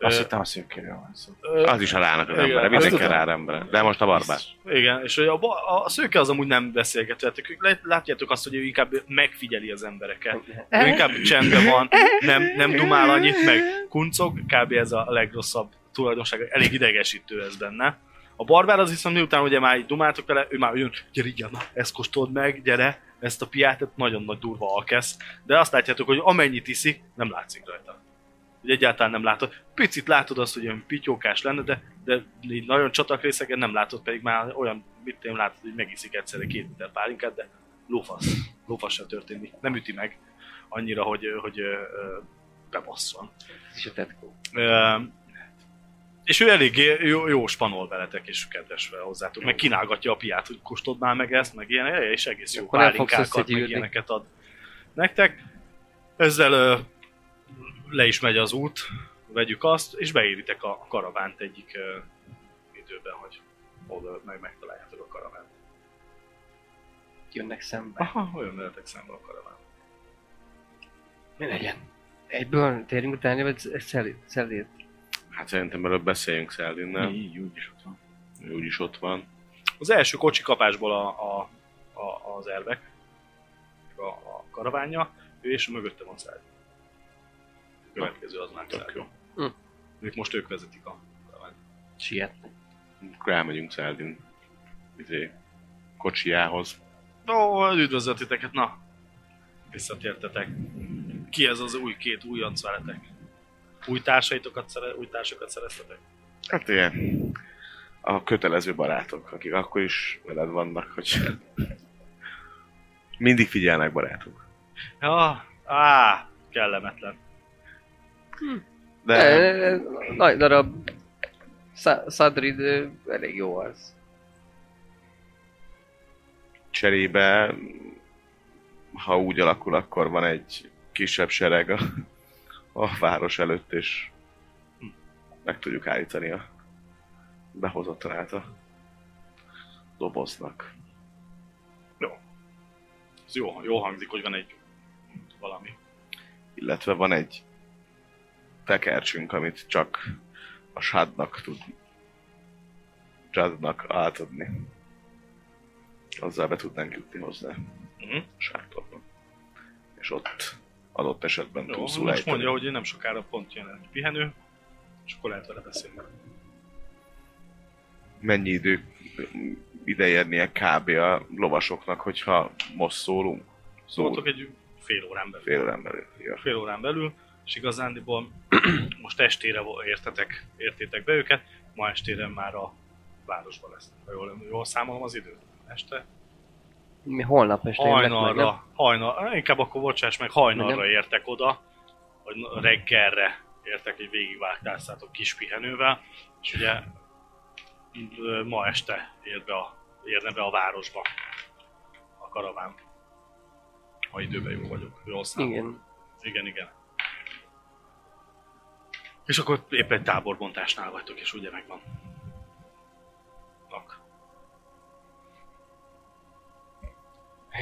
Azt Ö, hittem a szűkőről van szó. ö, Az is a rának az Igen, embere. azt Mindenki a tudom. rá embere. De most a barbár. Igen, és a, a, a szőke az amúgy nem beszélget veletek. Ők lát- Látjátok azt, hogy ő inkább megfigyeli az embereket. Ő inkább csendben van, nem, nem dumál annyit, meg kuncog. Kb. ez a legrosszabb tulajdonsága. Elég idegesítő ez benne. A barbár az viszont miután ugye már így dumáltok vele, ő már jön, gyere, igen, na, ezt kóstold meg, gyere, ezt a piát, tehát nagyon nagy durva alkesz. De azt látjátok, hogy amennyit iszik, nem látszik rajta. Ugye egyáltalán nem látod. Picit látod azt, hogy olyan pityókás lenne, de de így nagyon csatak részeken nem látod, pedig már olyan, mit én látod, hogy megiszik egyszerre két liter pálinkát, de lófasz, lófasz sem történik, nem üti meg annyira, hogy, hogy ö, ö, bebasszon. Ez is a tetkó. Ö, És ő eléggé jó, jó spanol veletek, és kedves vele hozzátok, meg kínálgatja a piát, hogy kóstold már meg ezt, meg ilyen, és egész jó Akkor nem fogsz pálinkákat, meg összegyűrni. ilyeneket ad nektek. Ezzel ö, le is megy az út, vegyük azt, és beéritek a karavánt egyik ö, időben, hogy oda meg megtaláljátok a karavánt. Jönnek szembe. Aha, olyan veletek szembe a karaván. Mi legyen? Egyből térjünk utána, vagy szelét? Hát szerintem előbb beszéljünk Szeldinnel. Így, úgy is ott van. Ő úgyis ott van. Az első kocsi kapásból a, a, a, az elvek, a, a karavánja, ő és mögötte van szád. A következő az már Tök jó. Hm. szád. Ők most ők vezetik a karaványt. Siet. Akkor elmegyünk Szeldin izé, kocsiához. Ó, üdvözlök titeket, na! Visszatértetek. Ki ez az új két újonc veletek? Új társaitokat, szere, új társakat szereztetek? Hát igen. A kötelező barátok, akik akkor is veled vannak, hogy mindig figyelnek barátok. Ja, á, kellemetlen. De Eh, Nagy darab. Szá- Szadrid ö, elég jó az. cserébe, ha úgy alakul, akkor van egy kisebb sereg a, a város előtt, és meg tudjuk állítani a behozatlanát a doboznak. Ez jó, jó hangzik, hogy van egy valami. Illetve van egy tekercsünk, amit csak a sádnak tud Jadnak átadni. Azzal be tudnánk jutni hozzá. Mhm. sártorban. És ott adott esetben Jó, túlszul most ejteni. mondja, hogy nem sokára pont jön egy pihenő, és akkor lehet vele beszélni. Szóval. Mennyi idő ideérnie kb. a lovasoknak, hogyha most szólunk? Szóltok Szólunk Szóval egy fél órán belül. fél órán belül. Ja. Fél órán belül, és igazándiból most estére vo- értetek, értétek be őket, ma estére már a városban lesz. Ha jól, jól számolom az időt? Este? Mi holnap este jönnek meg, nem? Hajnalra, hajnal, inkább akkor bocsáss meg, hajnalra Nem. értek oda, vagy na- reggelre értek, hogy végigvágtáztátok kis pihenővel, és ugye ö, ma este ér be a, érne be a városba a karaván. Ha időben jó vagyok, jól számolom. Igen. Igen, igen. És akkor épp egy táborbontásnál vagytok, és ugye megvan. Nak.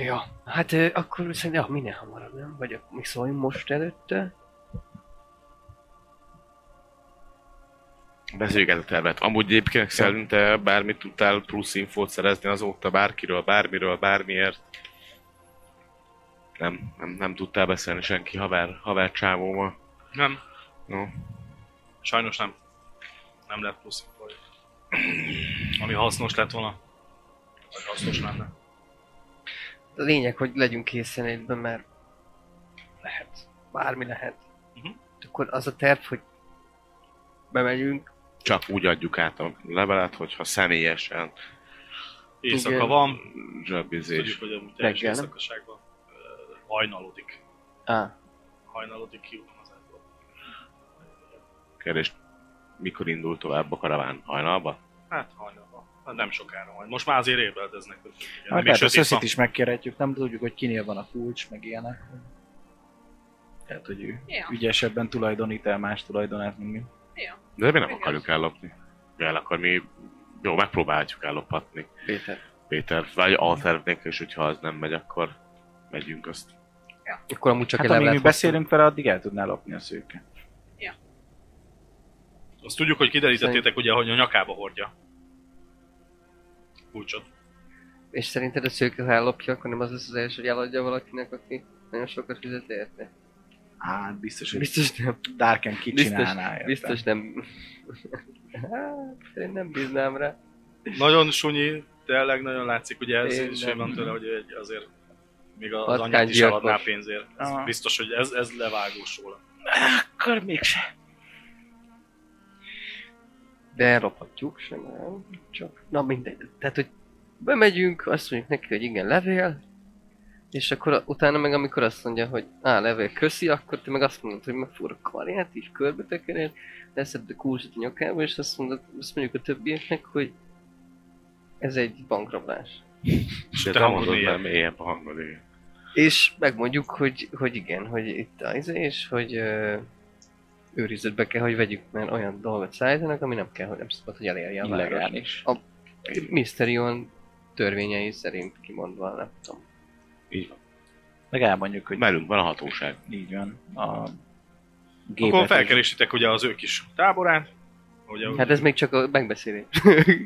Ja, hát ö, akkor szerintem, ja, minél hamarabb, nem? Vagy akkor mi szóljunk most előtte? Beszéljük el a tervet. Amúgy egyébként szerint te bármit tudtál plusz infót szerezni azóta bárkiről, bármiről, bármiért? Nem, nem, nem tudtál beszélni senki haver, haver csávóval. Nem, No. sajnos nem. Nem lett plusz infója. Ami hasznos lett volna. Vagy hasznos lenne. A lényeg, hogy legyünk készen egyben, mert lehet. Bármi lehet. Mhm. Akkor az a terv, hogy bemegyünk, Csak úgy adjuk át a levelet, hogyha személyesen Éjszaka Igen. van, tudjuk, zsebizés. hogy a teljes Reggel, nem? éjszakaságban ö, hajnalodik. Á, Hajnalodik ki az ebből. Kérdés, mikor indul tovább a karaván? Hajnalba? Hát hajnalban. Hát nem sokára majd. Most már azért ébredeznek. hogy ugye Hát még lehet, a sötét szöszit van. is megkérhetjük, nem tudjuk, hogy kinél van a kulcs, meg ilyenek. Tehát, hogy ő Ja, ügyesebben tulajdonít el más tulajdonát, mint mi. ja. De mi nem Igen. akarjuk ellopni. El akar mi... Jó, megpróbáljuk ellopatni. Péter. Péter, vagy alternék, és hogyha az nem megy, akkor megyünk azt. Akkor amúgy csak Hát egy amíg mi levelet beszélünk vele, addig el tudná lopni a szőke. Azt tudjuk, hogy kiderítettétek ugye, hogy a nyakába hordja. Kulcsot. hoztunk. És szerinted a szőke, ha ellopja, akkor nem az lesz az első, hogy eladja valakinek, aki nagyon sokat fizet érte? Hát biztos, hogy Biztos nem. Darken Biztos, kicsinálná. érte. biztos nem. Hát, én nem bíznám rá. Nagyon sunyi, tényleg nagyon látszik, ugye ez Én is nem. van tőle, hogy egy- azért még a- az Patkány anyját is gyilkos. eladná pénzért. Ez Aha. biztos, hogy ez, ez levágós róla. Akkor mégsem. De elrophatjuk, sem nem. Csak, na mindegy. Tehát, hogy bemegyünk, azt mondjuk neki, hogy igen, levél, és akkor a- utána meg amikor azt mondja, hogy á, levél, köszi, akkor te meg azt mondod, hogy megfúr a karját, így körbe tekered, leszed a kulcsot a nyakába, és azt, mondod, azt mondjuk a többieknek, hogy ez egy bankrablás. És te te nem hangod mondod, ilyen. nem éjjebb a hangod, igen. És megmondjuk, hogy, hogy igen, hogy itt az, és hogy ö, őrizetbe kell, hogy vegyük, mert olyan dolgot szállítanak, ami nem kell, hogy nem szabad, hogy elérje a város. Illegális. Mysterion törvényei szerint kimondva, nem tudom. Így van. Meg elmondjuk, hogy Velünk van a hatóság. így van. A gépet, Akkor felkerésitek ugye az ő kis táborát. Ugye, Hát ez még csak a megbeszélés.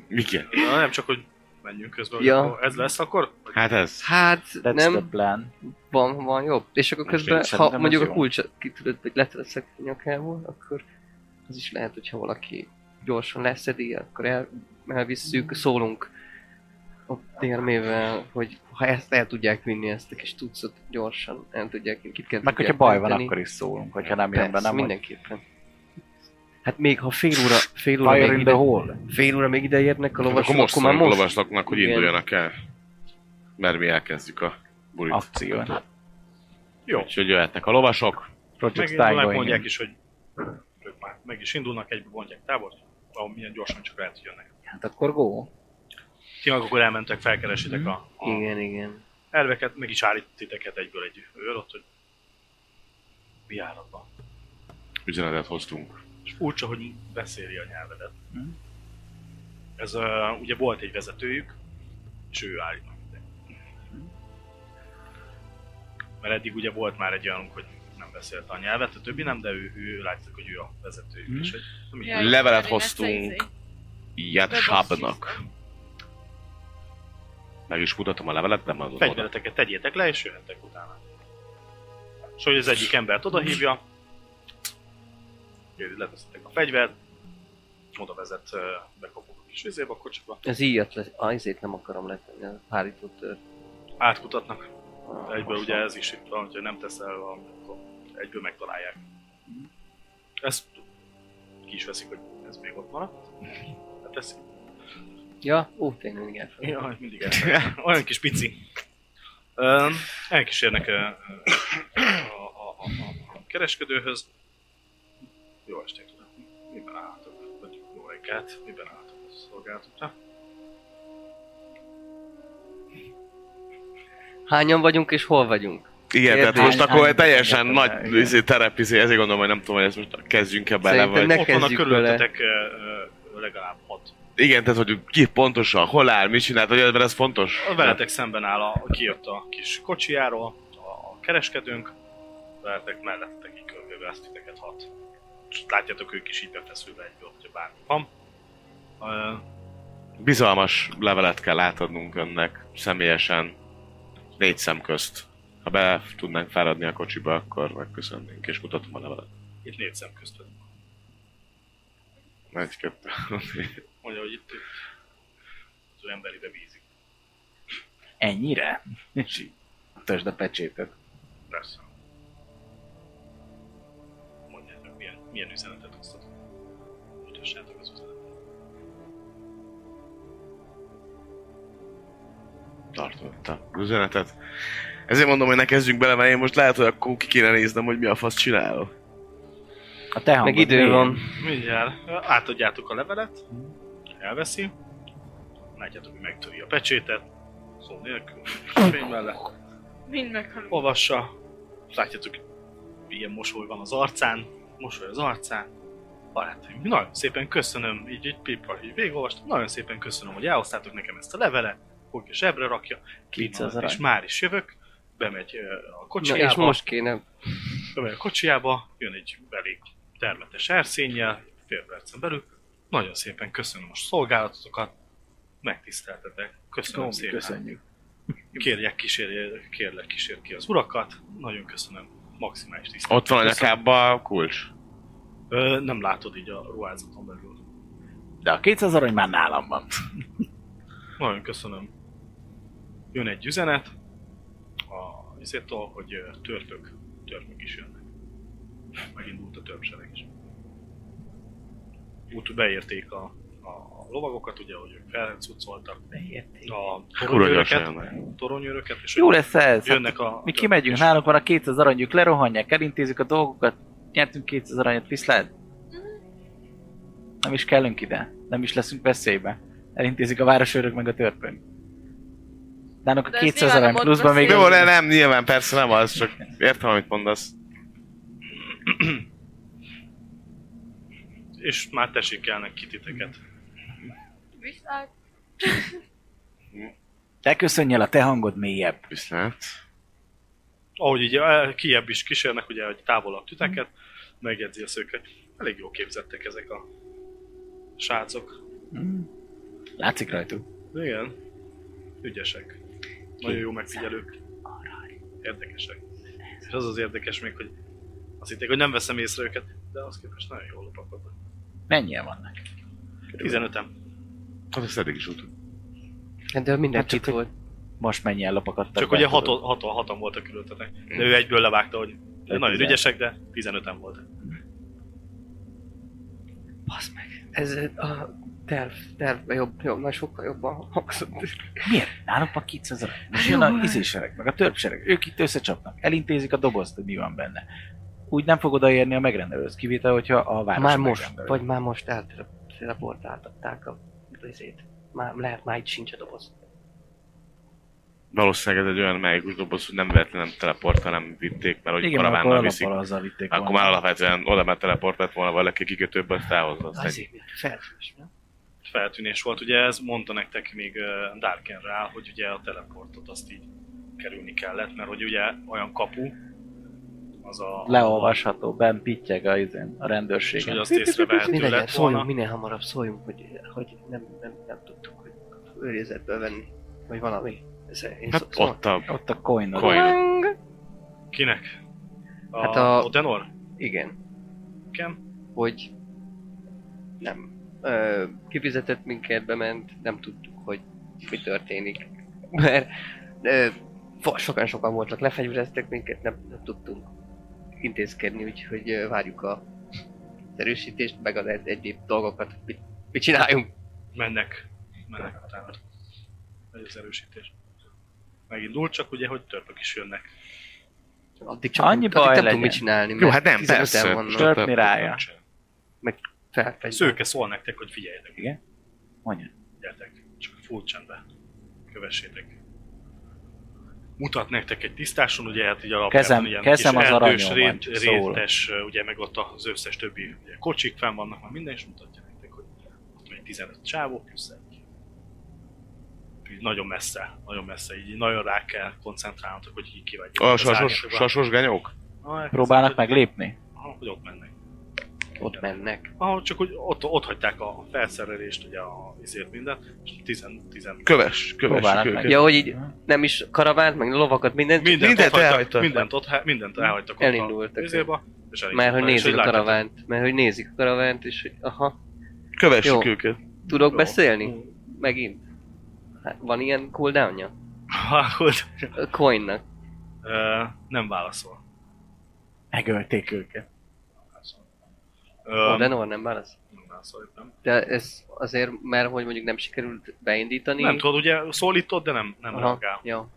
Igen. Na, nem csak, hogy menjünk közben, Ja. ja. akkor ez lesz akkor? Hát ez. Hát That's nem. the nem, plan. van, van jobb. És akkor Most közben, így ha szerintem mondjuk ez a jó. kulcsot ki tudod, vagy le tudod szedni a nyakából, akkor az is lehet, hogyha valaki gyorsan leszedi, akkor el, elvisszük, szólunk a térmével, hogy ha ezt el tudják vinni, ezt a kis tucot gyorsan el tudják, kit kell Meg hogyha baj van, akkor is szólunk, hogyha nem jön be, Persze, nem hogy mindenképpen. Hát még ha fél óra, fél óra Fire még in the ide, hole. fél óra még ide érnek a Hát lovasok, akkor most már szólunk a most lovasoknak, hogy Igen. induljanak el. Mert mi elkezdjük a bulit. Akció. Jó. Úgyhogy jöhetnek a lovasok. Project Megindulnak, mondják Style is, hogy ők már meg is indulnak, egybe bontják tábort, milyen gyorsan csak el jönnek. Hát akkor go. Ti meg akkor elmentek, felkeresitek a, a Igen, igen. elveket, meg is állít titeket egyből egy őr ott, hogy viáratban. Üzenetet hoztunk. És furcsa, hogy beszéli a nyelvedet. Mhm. Ez uh, ugye volt egy vezetőjük, és ő állít meg ide. Mhm. Mert eddig ugye volt már egy olyanunk, hogy nem beszélt a nyelvet, a többi nem, de ő, ő látszik, hogy ő a vezetőjük. Mhm. És hogy, na mi? Ja, Levelet igen, ezt hoztunk. izé. Ilyet sábnak. Meg is mutatom a levelet, de már oda. fegyvereteket tegyétek le, és jöhetek utána. És hogy az egyik embert odahívja, jöjjön, leteszitek a fegyvert, oda vezet, ö, bekapok a kis vizébe, akkor csak Ez íjat le, ah, ezért nem akarom letenni, a hárító tört. átkutatnak. Egyből ugye ez is itt van, hogyha nem teszel valamit, akkor egyből megtalálják. Mhm. Ezt ki is veszik, hogy ez még ott maradt. Hát teszik. Ja, ó, tényleg mindig elfelejtem. Jaj, mindig elfelejtem. Olyan kis pici. Um, elkísérnek a, a, a, a, a kereskedőhöz. Jó estét kívánok. Miben álltok? Vagy jó reggelt. Miben álltok a szolgálatokra? Hányan vagyunk és hol vagyunk? Igen, tehát Érdekes. most akkor Hány- teljesen hány- nagy igen. izé, terepizé, ezért gondolom, hogy nem tudom, hogy ezt most kezdjünk-e bele, Szerintem vagy... ne Ott vannak kezdjük vele. körülöttetek ö, ö, legalább hat. Igen, tehát hogy ki pontosan, hol áll, mit csinált, hogy mert ez fontos. Veletek szemben áll a, kijött a kis kocsijáról, a, a kereskedőnk. Veletek mellettetek így körülbelül ezt titeket hat. És Látjátok, ők is így befeszülve egyből, hogyha bármi van. Ö, Bizalmas levelet kell átadnunk önnek, személyesen, négy szem közt. Ha be tudnánk fáradni a kocsiba, akkor megköszönnénk, és mutatom a levelet. itt négy szem köztött. Egy, kettő. Mondja, hogy itt, itt az ő emberibe bízik. Ennyire? És így Tösd a pecsétet. Persze. Mondják meg, milyen, milyen üzenetet hoztatok. Mutassátok az üzenetet. Tartotta az üzenetet. Ezért mondom, hogy ne kezdjünk bele, mert én most lehet, hogy akkor ki kéne néznem, hogy mi a fasz csinálok. A te Meg hangod hát idő milyen? van. Mindjárt átadjátok a levelet, elveszi, látjátok, hogy megtöri a pecsétet, szó nélkül, fény mellett, Mind meghalunk. olvassa, látjátok, ilyen mosoly van az arcán, mosoly az arcán, barátaim, nagyon szépen köszönöm, így egy pipa, így végigolvastam, nagyon szépen köszönöm, hogy elhoztátok nekem ezt a levelet, fogja zsebre rakja, az klímát, és arany? már is jövök, bemegy ö, a Na, kocsijába, és most kéne. Bemegy a kocsijába, jön egy elég termetes erszénnyel, fél percen belül. Nagyon szépen köszönöm a szolgálatotokat, megtiszteltetek, köszönöm Ó, szépen. Köszönjük. Kérjek, kísérj, kérlek, kísér ki az urakat, nagyon köszönöm, maximális tisztelet. Ott van a nyakában a kulcs. Ö, nem látod így a ruházaton belül. De a 200 arany már nálam van. Nagyon köszönöm. Jön egy üzenet, a izétől, hogy ö, törpök, törpök is jönnek. Megindult a törpsereg is. Úgy beérték a, a lovagokat, ugye, hogy ők felcucoltak a Kurva gyorsan toronyőröket, jönnek. toronyőröket és Jó hogy lesz ez. Hát, jönnek a... mi kimegyünk, nálunk van a 200 aranyjuk, lerohanják, elintézzük a dolgokat, nyertünk 200 aranyat, viszlát. Nem is kellünk ide, nem is leszünk veszélybe. Elintézik a városőrök meg a törpön. Nálunk a De ez 200 nyilván arany a bot pluszban még... Jó, de nem, nyilván persze nem az, csak értem, amit mondasz. És már tessékelnek ki titeket. Viszlát. Te köszönj el, a te hangod mélyebb. Viszlát. Ahogy így eh, kijebb is kísérnek, ugye, hogy távolabb titeket, megjegyzi a szőke. Elég jó képzettek ezek a srácok. Hm? Látszik rajtuk. Igen. Ügyesek. Nagyon jó megfigyelők. Érdekesek. És az az érdekes még, hogy azt hitték, hogy nem veszem észre őket, de az képest nagyon jól lopakodnak. Mennyien vannak? 15-en. Hát ezt eddig is úgy. Hát de mindenki hát, Hát csak, volt. Most mennyien lopakadtak? Csak be, ugye tudod? hato- hato- hatan voltak körülöttetek. De ő egyből levágta, hogy nagyon ügyesek, de 15-en voltak. Basz meg. Ez a terv, tervbe jobb, jobb, na sokkal jobban hangzott. Miért? Nálunk van 200 arany. Most jön a izésereg, meg a törpsereg. Ők itt összecsapnak. Elintézik a dobozt, hogy mi van benne. Úgy nem fog odaérni a megrendelőhöz, kivétel, hogyha a város Már most, megrendelő. vagy már most elteleportáltatták a vizét. Már, lehet, már itt sincs a doboz. Valószínűleg ez egy olyan mellikus doboz, hogy nem véletlenül nem teleport, hanem vitték, mert hogy Igen, mert karavánnal akkor viszik. alappal azzal vitték Akkor már alapvetően oda már teleport lett volna valaki kikötőből, azt elhozza. azt egy- Azért, mert felfős, nem? Feltűnés volt, ugye ez mondta nektek még ö, Darkenre áll, hogy ugye a teleportot azt így kerülni kellett, mert hogy ugye olyan kapu, az a... Leolvasható, ben pittyeg a, izén, a rendőrség. És hogy azt észrevehető Mi legyen, lett volna. szóljunk minél hamarabb, szóljunk, hogy, hogy nem, nem, nem tudtuk, hogy őrizetbe venni, vagy valami. Ez, én szóval, Hát ott a... Ott a coinod. Coin. Kinek? A, Hát hát a- a... Odenor? Igen, Igen? hogy nem. Ö, kifizetett minket, bement, nem tudtuk, hogy mi történik. Mert ö, fo- sokan-sokan voltak, lefegyvereztek minket, nem, nem tudtunk intézkedni, úgyhogy ö, várjuk a az erősítést, meg az egy- egyéb dolgokat, mit, mit csináljunk. mennek, mennek utána. Megy az erősítés. Megindul, csak ugye, hogy törpök is jönnek. Addig csak Annyi addig baj nem tudunk legyen. mit csinálni, Jó, hát nem, 15-en persze. vannak. Stört mirája. Felfegyver. Szőke szól nektek, hogy figyeljetek, Mondja. gyertek, csak full csendbe. Kövessétek. Mutat nektek egy tisztáson, ugye hát így alapjában Kezem- ilyen kezem kis az erdős aranyon van, rét, csak szól. rétes, ugye meg ott az összes többi ugye, kocsik fenn vannak, már minden, és mutatja nektek, hogy ott megy 15 csávó plusz egy. Így nagyon messze, nagyon messze, így nagyon rá kell koncentrálnotok, hogy így kivagyjuk. A az sasos, árnyékba. sasos ganyók? Ah, Próbálnak hogy- meg lépni? Aha, hogy ott mennek. Ott mennek. Ah, csak hogy ott, ott hagyták a felszerelést, ugye a izért mindent, és 10 10 Köves, köves, Próbálnak meg. köves. Ja, hogy így nem is karavánt, meg lovakat, mindent, mindent, mindent ott hagytak, elhagytak. Mindent, ott, há- mindent elhagytak ott Elindultak. a izéba, és mert hogy és nézik a látjátok, karavánt, mert hogy nézik a karavánt, és hogy aha, Kövessük Jó. őket. tudok Jó. beszélni? Megint. Hát van ilyen cooldownja? Ha, hogy, A coinnak. ö, nem válaszol. Megölték őket. Ö, Odenor nem válasz. nem válaszol éppen. De ez azért, mert hogy mondjuk nem sikerült beindítani. Nem tudod, ugye szólítod, de nem, nem Aha, reagál. jó.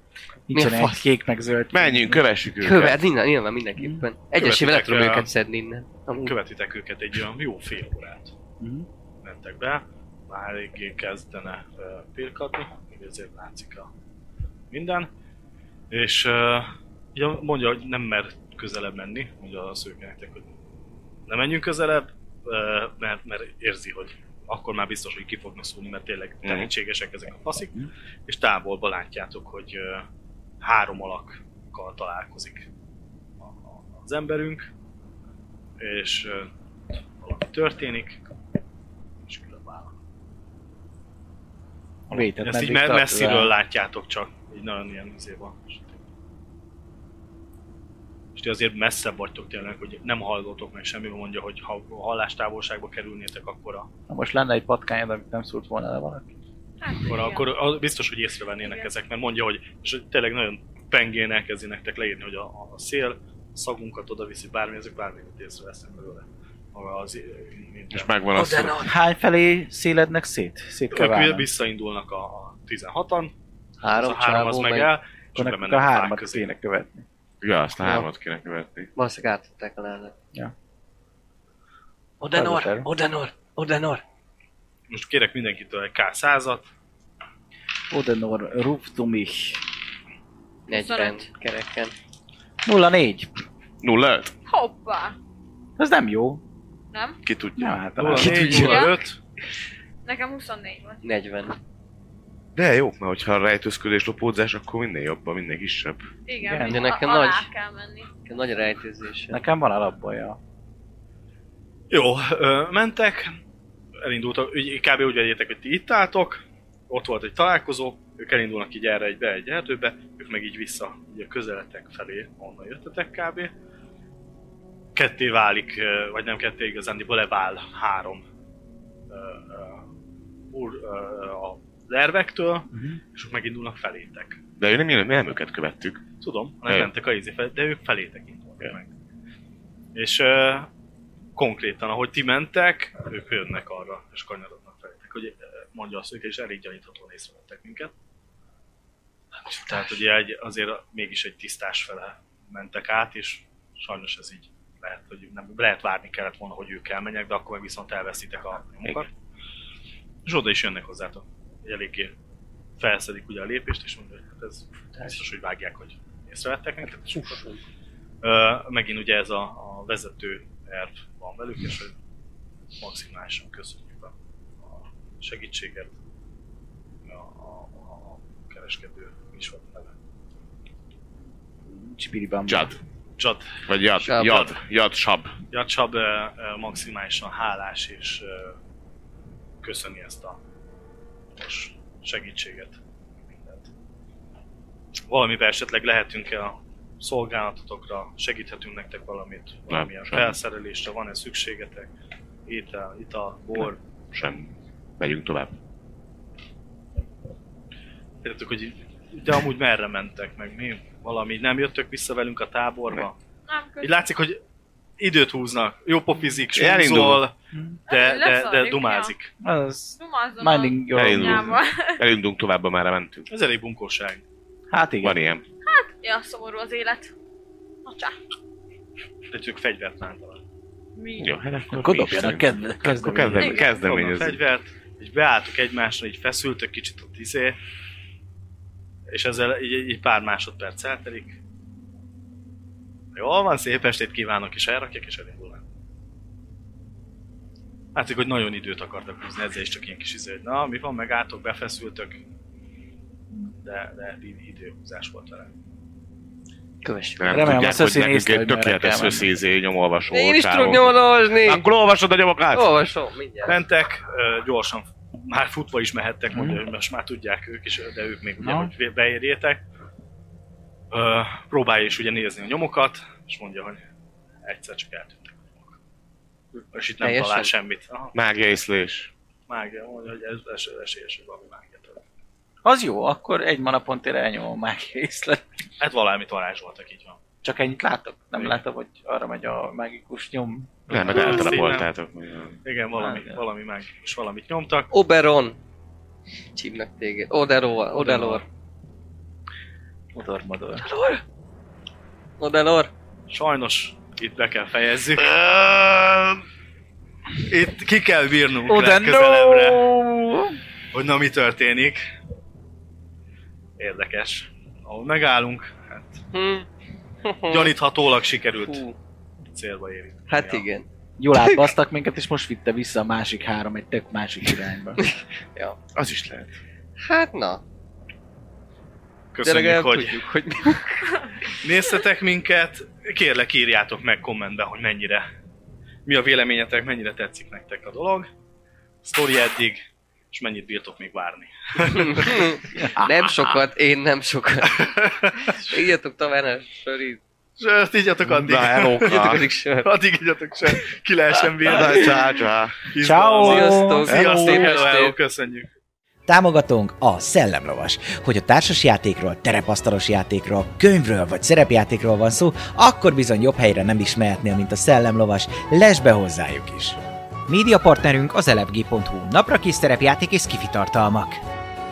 Nincsen egy fasz? kék meg zöld. Menjünk, kövessük őket. Követ, nyilván, nyilván mindenképpen. Egyesével el Követitek tudom el. őket szedni innen. Amúgy Követitek őket egy olyan jó fél órát. Mhm. Mentek be, már eléggé kezdene ö, pirkadni, így azért látszik a minden. És ö, ugye mondja, hogy nem mer közelebb menni, mondja a szőkenektek, hogy nem menjünk közelebb, ö, mert, mert érzi, hogy akkor már biztos, hogy ki fognak szólni, mert tényleg Mhm. tehetségesek ezek a paszik. És távolba látjátok, hogy ö, három alakkal találkozik a- a- az emberünk, és ö, valami történik, és külön válnak. A vétet Ezt így meddig me- tartod messziről el? látjátok csak, így nagyon ilyen izé van. És ti azért messzebb vagytok tényleg, hogy nem hallotok meg semmi, mondja, hogy ha a hallástávolságba kerülnétek, akkor, a, Na most lenne egy patkányod, amit nem szúrt volna le valaki. Hát, akkor, igen. akkor az biztos, hogy észrevennének Igen. ezek, mert mondja, hogy és hogy tényleg nagyon pengén elkezdi nektek leírni, hogy a, a- a szél szagunkat oda viszi, bármi, ezek bármit észrevesznek belőle. Maga az, minden. És megvan az, Oda, hány felé szélednek szét? Szét kell Ők ugye válnod. visszaindulnak a a 16-an, az a három három az csávó meg meg. el, és Akkor nekünk bemennek a a fák hármat közé. kéne követni. ja, azt a Ja. hármat kéne követni. Valószínűleg átadták a lelnet. Az a Odenor, terv. Odenor, Odenor. Most kérek mindenkitől egy K100-at, Odenor, ruf to mich. 40 kereken. 04. 0 Hoppá! Ez nem jó. Nem? Ki tudja? Nem hát. Nulla négy, tudja? nulla öt. Nekem 24 volt. 40. De jó, mert hogyha rejtőzködés lopódzás, akkor minél jobban, minél kisebb. Igen, Igen, igen de nekem alá nagy. kell menni. Nagy rejtőzés. Nekem van alapból, ja. Jó, ö, mentek, elindultak, ügy- kb. úgy vegyétek, hogy ti itt álltok, ott volt egy találkozó, ők elindulnak így erre egy be egy erdőbe, ők meg így vissza, így a közeletek felé, onnan jöttetek kb. Ketté válik, ö, vagy nem ketté, igazándiból levál három ö, ö, úr ö, a lervektől, Mhm. és ők megindulnak felétek. De ő nem, nem, nem őket követtük. Tudom, hanem Ő. mentek a izé fel, de ők felétek indulnak meg. És ö, konkrétan, ahogy ti mentek, ők jönnek arra, és kanyarodnak felétek, hogy ö, mondja azt ők, és elég gyaníthatóan észrevettek minket. Tehát ugye egy, azért mégis egy tisztás fele mentek át, és sajnos ez így lehet, hogy nem, lehet várni kellett volna, hogy ők elmenjek, de akkor meg viszont elveszítek a nyomokat. És oda is jönnek hozzátok. Egy Eléggé felszedik ugye a lépést, és mondja, hogy hát ez biztos, hogy vágják, hogy észrevettek minket. és akkor- Ö, megint ugye ez a, a vezető erv van velük, és hogy maximálisan köszönjük a, a segítséget. A, a, a kereskedő mi is volt a neve. Csipiribam. Jad. Jad, Vagy Jad. Sab. Jad. Jad Sab. Jad Csab ö, ö, maximálisan hálás, és ö, köszöni ezt a most segítséget. Mindent. Valamiben esetleg lehetünk-e a szolgálatotokra, segíthetünk nektek valamit, valamilyen semmi. felszerelésre, van-e szükségetek, étel, ital, bor, Semmi. Megyünk tovább. Értettük, hogy így- de amúgy merre mentek, meg mi? Valami, nem jöttök vissza velünk a táborba? Nem, Így köszönöm. látszik, hogy időt húznak, jó pofizik, Elindul. súzol, de, Elindul, de, de leszarjuk, dumázik. Az Dumázom a minding your Elindul. anyával. Elindulunk tovább, amerre mentünk. Ez elég bunkóság. Hát igen. Van ilyen. Ja, szomorú az élet. Na csá. De csak fegyvert nándalak. Mi? Jó, hát akkor, Akkor mi is dobjanak szerint- kezd- kezdeményezést. Akkor kezdem, Igen. Fognak kezdeményezzük. fegyvert, így beálltok egymásra, így feszültök kicsit ott izé, és ezzel így, így pár másodperc eltelik. Jól van, szép estét kívánok, és elrakják, és elindulnak. Látszik, hogy nagyon időt akartak húzni, ezzel is csak ilyen kis izé, hogy na, mi van, megálltok, befeszültök. De, de id- időhúzás volt vele. Kövessük. De nem Remélem, tudják, a szöszi hogy nekünk nézte, egy hogy merre tökéletes kell menni. szöszízé nyomolvasó De én is volt tudok nálunk. nyomololni! Akkor olvasod a nyomokat? Olvasom, mindjárt. Mentek, ö, gyorsan, már futva is mehettek, mondja, hogy most már tudják ők is, de ők még ugye, Na. hogy beérjétek. Ö, Próbálja is ugye nézni a nyomokat, és mondja, hogy egyszer csak eltűntek a nyomok. És itt nem Teljesen? talál semmit. Aha, Mágia észlés. mágia, mondja, hogy ez ez esélyes, hogy valami mágia történt. Az jó, akkor egy manapontért elnyomom már észlet. Hát valamit varázsoltak, így van. Csak ennyit látok. Nem Igen. látom, hogy arra megy a mágikus nyom. Nem, meg Színen. elteleportáltak. Igen, valami, Mágia. valami mágia, és valamit nyomtak. Oberon! Csímnek téged. Oderor, Odelor. Modor, modor. Modelor, Sajnos itt be kell fejezzük. Itt ki kell bírnunk Oh, de legközelebbre, hogy na mi történik. Érdekes. Ahol megállunk, hát Hm. gyaníthatólag sikerült Fú, célba érni. hát igen. Jól átbasztak minket, és most vitte vissza a másik három egy tök másik irányba. Az is lehet. Hát na, de Köszönjük, legalább hogy tudjuk, hogy mi néztetek minket. Kérlek írjátok meg kommentbe, hogy mennyire, mi a véleményetek, mennyire tetszik nektek a dolog. Sztori eddig, és mennyit bírtok még várni. Nem sokat, én nem sokat. Írjatok tavernás sörit. Sört ígyatok addig. Na, Írjatok elóka. addig sört. Addig ígyatok sört. Ki lehessen Na, bírni. csá, csá. Izgalmas. Sziasztok! Sziasztok, Szép hello, estét! hello, köszönjük. Támogatónk a Szellemlovas. Hogy a társasjátékról, terepasztalos játékról, könyvről vagy szerepjátékról van szó, akkor bizony jobb helyre nem is mehetnél, mint a Szellemlovas. Lesz be hozzájuk is! Média partnerünk az elefg.hu, napra kis szerepjáték és kifitartalmak.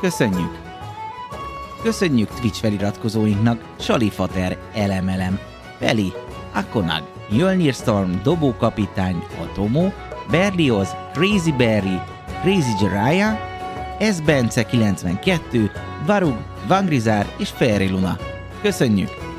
köszönjük! Köszönjük Twitch feliratkozóinknak Salifater, Elemelem, Feli, Akonag, Jölnir Storm, Dobókapitány, Atomo, Berlioz, Crazy Berry, Crazy Jiraiya, S. Bence 92, Varug, Vangrizár és Fairy Luna. Köszönjük!